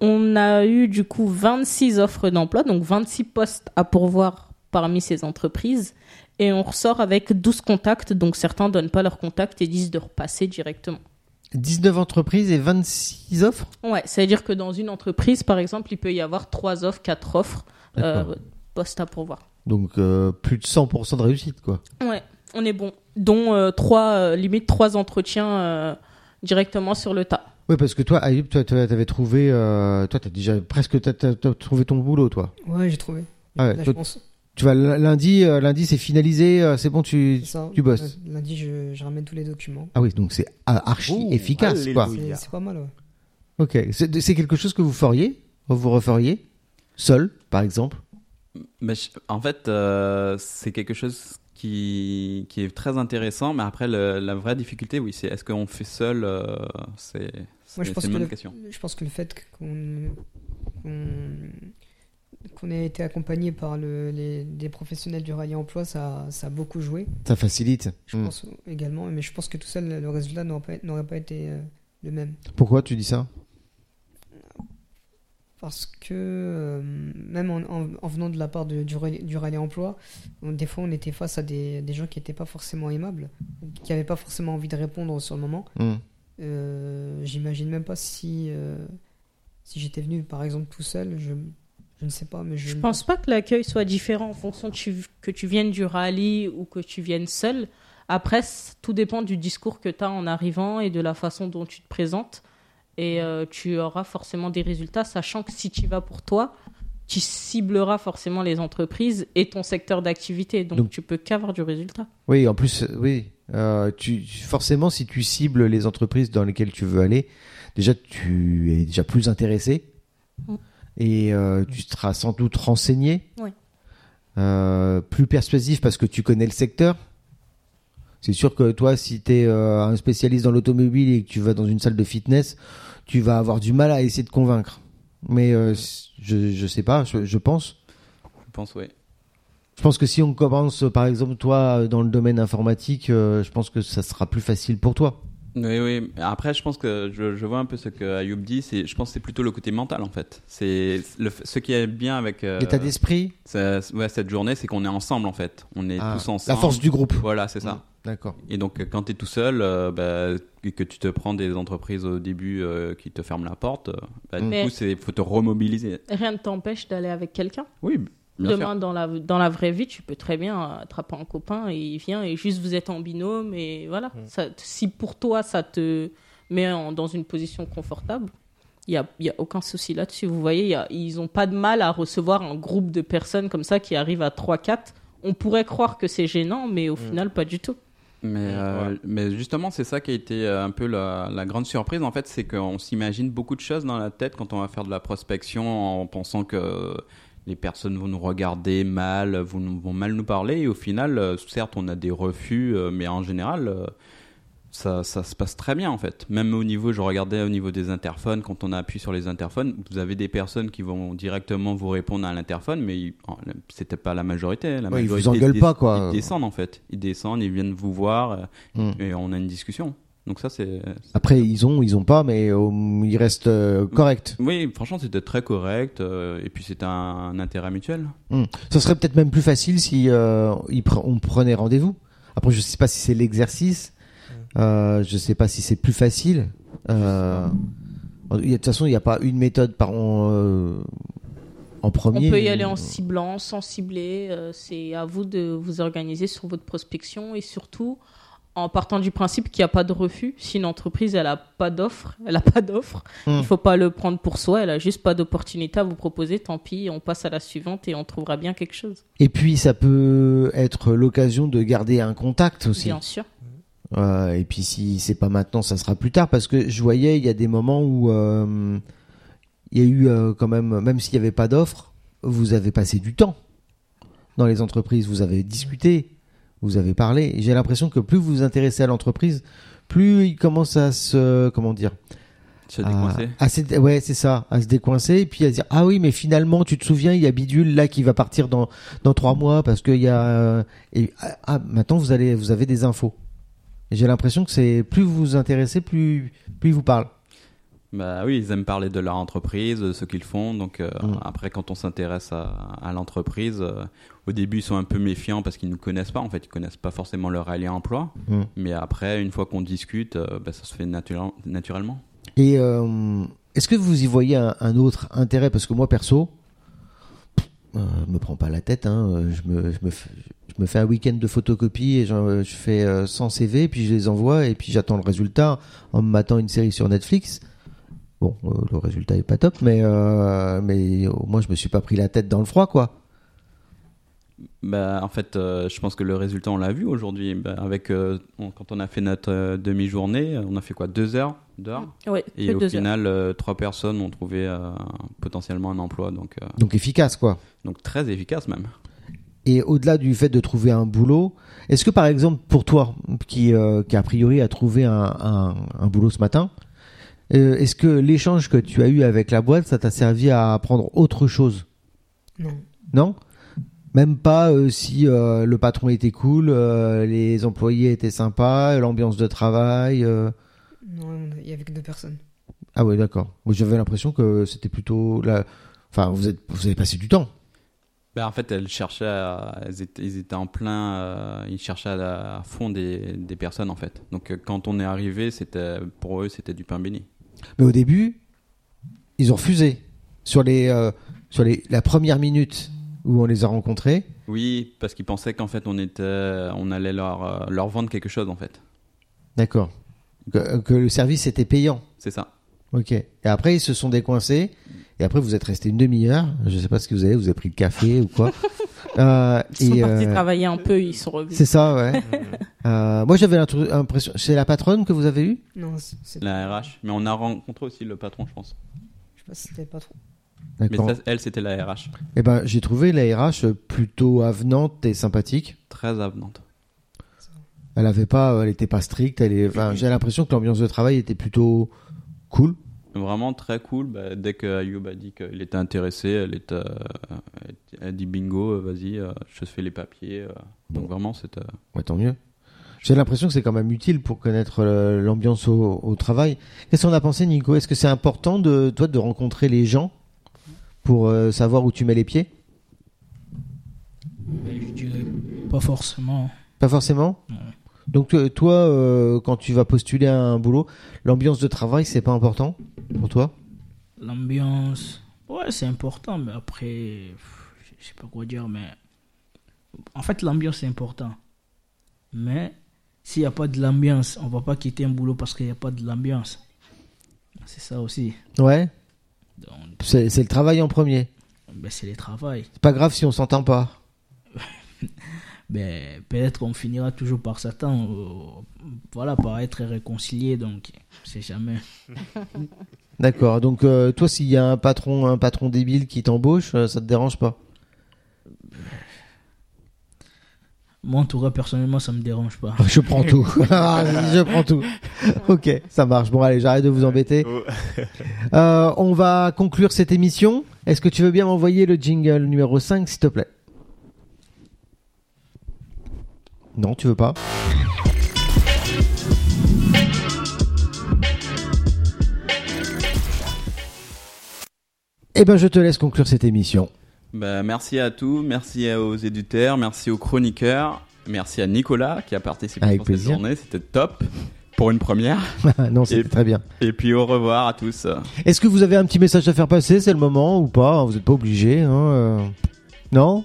[SPEAKER 5] On a eu du coup 26 offres d'emploi, donc 26 postes à pourvoir parmi ces entreprises. Et on ressort avec 12 contacts, donc certains donnent pas leurs contacts et disent de repasser directement.
[SPEAKER 6] 19 entreprises et 26 offres
[SPEAKER 5] Ouais, c'est-à-dire que dans une entreprise, par exemple, il peut y avoir 3 offres, 4 offres, euh,
[SPEAKER 6] D'accord.
[SPEAKER 5] postes à pourvoir.
[SPEAKER 6] Donc euh, plus de 100% de réussite, quoi.
[SPEAKER 5] Ouais, on est bon. Dont euh, trois, euh, limite trois entretiens euh, directement sur le tas.
[SPEAKER 6] Oui, parce que toi, Ayoub, toi, toi, t'avais trouvé... euh, toi, t'as déjà presque t'as, t'as- t'as trouvé ton boulot, toi.
[SPEAKER 7] Ouais, j'ai trouvé.
[SPEAKER 6] Ah ouais,
[SPEAKER 7] Là, je
[SPEAKER 6] toi,
[SPEAKER 7] pense.
[SPEAKER 6] tu vas l- lundi, euh, lundi c'est finalisé, euh, c'est bon, tu...
[SPEAKER 7] C'est ça. Euh,
[SPEAKER 6] tu bosses.
[SPEAKER 7] Lundi, je, je ramène tous les documents.
[SPEAKER 6] Ah oui, donc c'est euh, archi
[SPEAKER 3] Ouh,
[SPEAKER 6] efficace, quoi.
[SPEAKER 3] alléluia.
[SPEAKER 7] C'est c'est pas mal, ouais.
[SPEAKER 6] Ok, c'est, c'est quelque chose que vous feriez Vous referiez Seul, par exemple
[SPEAKER 1] Mais Bah, je- En fait, euh, c'est quelque chose qui, qui est très intéressant, mais après, le- la vraie difficulté, oui, c'est est-ce qu'on fait seul euh, C'est c'est-
[SPEAKER 7] Moi, je
[SPEAKER 1] c'est
[SPEAKER 7] pense
[SPEAKER 1] une
[SPEAKER 7] que
[SPEAKER 1] bonne
[SPEAKER 7] le-
[SPEAKER 1] question.
[SPEAKER 7] Je pense que le fait qu'on qu'on- qu'on ait été accompagné par le, les, des professionnels du rallye emploi, ça, ça a beaucoup joué.
[SPEAKER 6] Ça facilite.
[SPEAKER 7] Je
[SPEAKER 6] Hmm.
[SPEAKER 7] pense également, mais je pense que tout seul, le résultat n'aurait pas, n'aurait pas été euh, le même.
[SPEAKER 6] Hmm. Pourquoi tu dis ça
[SPEAKER 7] Parce que euh, même en, en- en venant de la part de- du, relais- du rallye emploi, on- des fois on était face à des, des gens qui n'étaient pas forcément aimables, qui n'avaient pas forcément envie de répondre sur le moment.
[SPEAKER 6] Hmm.
[SPEAKER 7] Euh, J'imagine même pas si, euh, si j'étais venu par exemple tout seul, je, je ne sais pas, mais je,
[SPEAKER 5] Je pense pas que l'accueil soit différent en fonction de tu- que tu viennes du rallye ou que tu viennes seul. Après, c- tout dépend du discours que tu as en arrivant et de la façon dont tu te présentes. Et euh, tu auras forcément des résultats, sachant que si tu vas pour toi, tu cibleras forcément les entreprises et ton secteur d'activité. Donc,
[SPEAKER 6] Donc-
[SPEAKER 5] tu peux qu'avoir du résultat.
[SPEAKER 6] Oui, en plus, euh, oui. Euh, tu, forcément, si tu cibles les entreprises dans lesquelles tu veux aller, déjà, tu es déjà plus intéressé
[SPEAKER 5] Mm.
[SPEAKER 6] et euh, tu seras sans doute renseigné,
[SPEAKER 5] Ouais.
[SPEAKER 6] Euh, plus persuasif parce que tu connais le secteur. C'est sûr que toi, si tu es un spécialiste dans l'automobile et que tu vas dans une salle de fitness, tu vas avoir du mal à essayer de convaincre. Mais euh, je, je sais pas, je- je pense.
[SPEAKER 1] Je pense, oui.
[SPEAKER 6] Je pense que si on commence, euh, par exemple, toi, euh, dans le domaine informatique, euh, je pense que ça sera plus facile pour toi.
[SPEAKER 1] Oui, oui. Après, je pense que je, je vois un peu ce que Ayoub dit. c'est- Je pense que c'est plutôt le côté mental, en fait. C'est le f- ce qui est bien avec euh,
[SPEAKER 6] L'état d'esprit,
[SPEAKER 1] ça- ouais, cette journée, c'est qu'on est ensemble, en fait. On est
[SPEAKER 6] ah,
[SPEAKER 1] tous ensemble.
[SPEAKER 6] la force du groupe.
[SPEAKER 1] Voilà, c'est ça.
[SPEAKER 6] D'accord.
[SPEAKER 1] Et donc, euh, quand tu es tout seul, euh, bah, que- que tu te prends des entreprises au début euh, qui te ferment la porte, euh, bah,
[SPEAKER 6] Mm.
[SPEAKER 1] du
[SPEAKER 5] Mais-
[SPEAKER 1] coup, il faut te remobiliser.
[SPEAKER 5] Rien ne t'empêche d'aller avec quelqu'un.
[SPEAKER 1] Oui, bien
[SPEAKER 5] Demain, dans la, dans la vraie vie, tu peux très bien euh, attraper un copain et il vient et juste vous êtes en binôme et voilà. Ça- si pour toi, ça te met en- dans une position confortable, il n'y a, il y a aucun souci là-dessus. Vous voyez, il y a- ils n'ont pas de mal à recevoir un groupe de personnes comme ça qui arrivent à 3-4. On pourrait croire que c'est gênant, mais au final, pas du tout.
[SPEAKER 1] Mais, euh, mais justement, c'est ça qui a été euh, un peu la, la grande surprise, en fait, c'est qu'on s'imagine beaucoup de choses dans la tête quand on va faire de la prospection en pensant que les personnes vont nous regarder mal, vont, nous- vont mal nous parler. Et au final, euh, certes, on a des refus, euh, mais en général, euh, ça, ça se passe très bien en fait. Même au niveau, je regardais au niveau des interphones, quand on appuie sur les interphones, vous avez des personnes qui vont directement vous répondre à l'interphone, mais ils- oh, la- c'était pas la majorité. hein. La
[SPEAKER 6] Ouais, ils vous
[SPEAKER 1] majorité
[SPEAKER 6] engueulent
[SPEAKER 1] dé-
[SPEAKER 6] pas, quoi.
[SPEAKER 1] Ils descendent en fait. Ils descendent, ils viennent vous voir
[SPEAKER 6] Hmm.
[SPEAKER 1] euh, et on a une discussion. Donc ça, c'est.
[SPEAKER 6] Après, ils ont, ils ont pas, mais euh, ils restent euh, corrects.
[SPEAKER 1] Oui, franchement, c'était très correct. euh, et puis, c'était un, un intérêt mutuel.
[SPEAKER 6] Hmm. Ce serait peut-être même plus facile si euh, ils pre- on prenait rendez-vous. Après, je sais pas si c'est l'exercice. Euh, je sais pas si c'est plus facile. Euh, il y a- de toute façon, il n'y a pas une méthode par en, euh, en premier. euh,
[SPEAKER 9] On peut y aller en ciblant, sans cibler. euh, c'est à vous de vous organiser sur votre prospection et surtout en partant du principe qu'il n'y a pas de refus. Si une entreprise elle a pas d'offre, elle a pas d'offre.
[SPEAKER 6] Hmm.
[SPEAKER 9] Il faut pas le prendre pour soi. Elle a juste pas d'opportunité à vous proposer. Tant pis, on passe à la suivante et on trouvera bien quelque chose.
[SPEAKER 6] Et puis, ça peut être l'occasion de garder un contact aussi.
[SPEAKER 9] Bien sûr.
[SPEAKER 6] Euh, et puis si c'est pas maintenant, ça sera plus tard parce que je voyais il y a des moments où euh, il y a eu euh, quand même, même s'il n'y avait pas d'offre, vous avez passé du temps dans les entreprises, vous avez discuté, vous avez parlé. Et J'ai l'impression que plus vous vous intéressez à l'entreprise, plus il commence à se, comment dire,
[SPEAKER 1] Se
[SPEAKER 6] à-
[SPEAKER 1] décoincer.
[SPEAKER 6] à se- ouais, Ah, c'est ça, à se décoincer et puis à se dire ah oui, mais finalement tu te souviens, il y a Bidule là qui va partir dans dans trois mois parce qu'il y a euh, et ah, ah, maintenant vous allez vous avez des infos. Et J'ai l'impression que c'est plus vous vous intéressez, plus plus ils vous parle.
[SPEAKER 1] Bah oui, ils aiment parler de leur entreprise, de ce qu'ils font. Donc, euh,
[SPEAKER 6] Mm.
[SPEAKER 1] après, quand on s'intéresse à, à l'entreprise, euh, au début, ils sont un peu méfiants parce qu'ils ne nous connaissent pas. En fait, ils connaissent pas forcément leur allié emploi.
[SPEAKER 6] Mm.
[SPEAKER 1] Mais après, une fois qu'on discute, euh, bah, ça se fait naturel- naturellement.
[SPEAKER 6] Et euh, est-ce que vous y voyez un, un autre intérêt Parce que moi, perso, euh, je me prends pas la tête. hein, euh, je, me, je, me, f- je me fais un week-end de photocopie et j'en- je, fais euh, 100 CV, puis je les envoie et puis j'attends le résultat en me matant une série sur Netflix. Bon, euh, le résultat est pas top, mais, euh, mais au moins, je me suis pas pris la tête dans le froid, quoi.
[SPEAKER 1] Bah, en fait, euh, je pense que le résultat, on l'a vu aujourd'hui. Bah, avec, euh, on- quand on a fait notre euh, demi-journée, on a fait quoi Deux heures d'heures
[SPEAKER 9] Ouais,
[SPEAKER 1] Et
[SPEAKER 9] que
[SPEAKER 1] au
[SPEAKER 9] Ah, deux heures.
[SPEAKER 1] final, euh, trois personnes ont trouvé euh, potentiellement un emploi, donc, euh,
[SPEAKER 6] Donc efficace, quoi.
[SPEAKER 1] donc très efficace même.
[SPEAKER 6] Et au-delà du fait de trouver un boulot, est-ce que par exemple pour toi, qui, euh, qui a priori a trouvé un, un- un boulot ce matin, euh, est-ce que l'échange que tu as eu avec la boîte, ça t'a servi à apprendre autre chose
[SPEAKER 7] Non.
[SPEAKER 6] Non Même pas euh, si euh, le patron était cool, euh, les employés étaient sympas, l'ambiance de travail. euh,
[SPEAKER 7] Non, il y avait que deux personnes.
[SPEAKER 6] Ah oui, d'accord. Moi j'avais l'impression que c'était plutôt la... Enfin, vous, êtes, vous avez passé du temps.
[SPEAKER 1] Bah, en fait, elles cherchaient, à- elles étaient, ils étaient en plein, euh, ils cherchaient à, à fond des, des personnes en fait. Donc euh, quand on est arrivé, c'était pour eux, c'était du pain béni.
[SPEAKER 6] Mais au début, ils ont refusé. Sur, les, euh, sur les, la première minute où on les a rencontrés,
[SPEAKER 1] Oui, parce qu'ils pensaient qu'en fait on était, on allait leur, euh, leur vendre quelque chose en fait.
[SPEAKER 6] d'accord, que, que le service était payant.
[SPEAKER 1] C'est ça.
[SPEAKER 6] Ok. Et après, ils se sont décoincés. Et après, vous êtes resté une demi-heure. Je sais pas ce que vous avez. Vous avez pris le café ou quoi. Euh,
[SPEAKER 9] Ils sont
[SPEAKER 6] et,
[SPEAKER 9] partis
[SPEAKER 6] euh,
[SPEAKER 9] travailler un peu, ils sont revenus.
[SPEAKER 6] c'est ça, ouais. Euh, moi, j'avais l'intru- l'impression. C'est la patronne que vous avez eue
[SPEAKER 7] Non, c'est- c'est-
[SPEAKER 1] La RH. Mais on a rencontré aussi le patron, je pense.
[SPEAKER 7] Je sais pas si c'était pas trop.
[SPEAKER 1] Mais
[SPEAKER 6] D'accord.
[SPEAKER 1] ça, elle, c'était la RH.
[SPEAKER 6] Eh ben, j'ai trouvé la RH plutôt avenante et sympathique.
[SPEAKER 1] Très avenante.
[SPEAKER 6] Elle avait pas, elle était pas stricte. Elle est, enfin, j'ai l'impression que l'ambiance de travail était plutôt cool.
[SPEAKER 1] Vraiment très cool. Bah, dès que Ayoub a dit qu'il était intéressé, elle, est, euh, elle- elle dit bingo, euh, vas-y, euh, je fais les papiers. euh. Donc vraiment, c'était.
[SPEAKER 6] Ouais, tant mieux. J'ai l'impression que c'est quand même utile pour connaître euh, l'ambiance au, au travail. Qu'est-ce qu'on a pensé, Nico Est-ce que c'est important de toi de rencontrer les gens pour euh, savoir où tu mets les pieds
[SPEAKER 2] Je dirais pas forcément.
[SPEAKER 6] Pas forcément. Donc euh, toi, euh, quand tu vas postuler à un boulot, l'ambiance de travail c'est pas important pour toi
[SPEAKER 2] L'ambiance, ouais, c'est important, mais après, pff, je sais pas quoi dire, mais en fait, l'ambiance c'est important. Mais s'il n'y a pas de l'ambiance, on va pas quitter un boulot parce qu'il n'y a pas de l'ambiance. C'est ça aussi.
[SPEAKER 6] Ouais.
[SPEAKER 2] Donc,
[SPEAKER 6] C'est c'est le travail en premier.
[SPEAKER 2] ben, c'est le travail.
[SPEAKER 6] C'est pas grave si on s'entend pas.
[SPEAKER 2] ben, peut-être qu'on finira toujours par s'attendre, euh, voilà, par être réconcilié, donc c'est jamais.
[SPEAKER 6] D'accord. Donc, euh, toi, s'il y a un patron, un patron débile qui t'embauche, euh, ça te dérange pas
[SPEAKER 2] Moi, en tout cas, personnellement, ça me dérange pas.
[SPEAKER 6] Ah, Je prends tout. Ah, je prends tout. Ok, ça marche. Bon, allez, j'arrête de vous embêter.
[SPEAKER 3] Oh.
[SPEAKER 6] Euh, on va conclure cette émission. Est-ce que tu veux bien m'envoyer le jingle numéro 5, s'il te plaît Non, tu veux pas Eh ben, je te laisse conclure cette émission.
[SPEAKER 1] Bah, merci à tous, merci aux éditeurs, merci aux chroniqueurs, merci à Nicolas qui a participé
[SPEAKER 6] Avec
[SPEAKER 1] pour
[SPEAKER 6] plaisir.
[SPEAKER 1] cette journée, c'était top pour une première.
[SPEAKER 6] non, c'était
[SPEAKER 1] Et-
[SPEAKER 6] très bien.
[SPEAKER 1] Et puis au revoir à tous.
[SPEAKER 6] Est-ce que vous avez un petit message à faire passer C'est le moment ou pas Vous n'êtes pas obligé. hein, euh. Non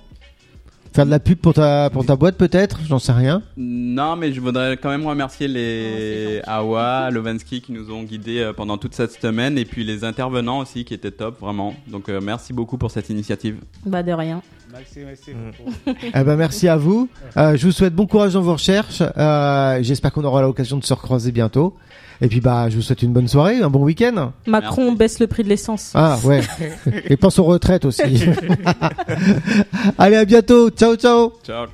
[SPEAKER 6] Faire de la pub pour ta, pour ta boîte peut-être J'en sais rien.
[SPEAKER 1] Non, mais je voudrais quand même remercier les Awa, Lovansky qui nous ont guidés euh, pendant toute cette semaine et puis les intervenants aussi qui étaient top vraiment. Donc euh, merci beaucoup pour cette initiative.
[SPEAKER 9] Bah de rien.
[SPEAKER 8] Merci, merci.
[SPEAKER 3] Mm.
[SPEAKER 8] beaucoup.
[SPEAKER 6] Eh ben, merci à vous. Euh, je vous souhaite bon courage dans vos recherches. Euh, J'espère qu'on aura l'occasion de se recroiser bientôt. Et puis bah, je vous souhaite une bonne soirée, un bon week-end.
[SPEAKER 9] Macron
[SPEAKER 1] Merci.
[SPEAKER 9] baisse le prix de l'essence.
[SPEAKER 6] Ah ouais. Et pense aux retraites aussi. Allez, à bientôt. Ciao, ciao.
[SPEAKER 1] Ciao.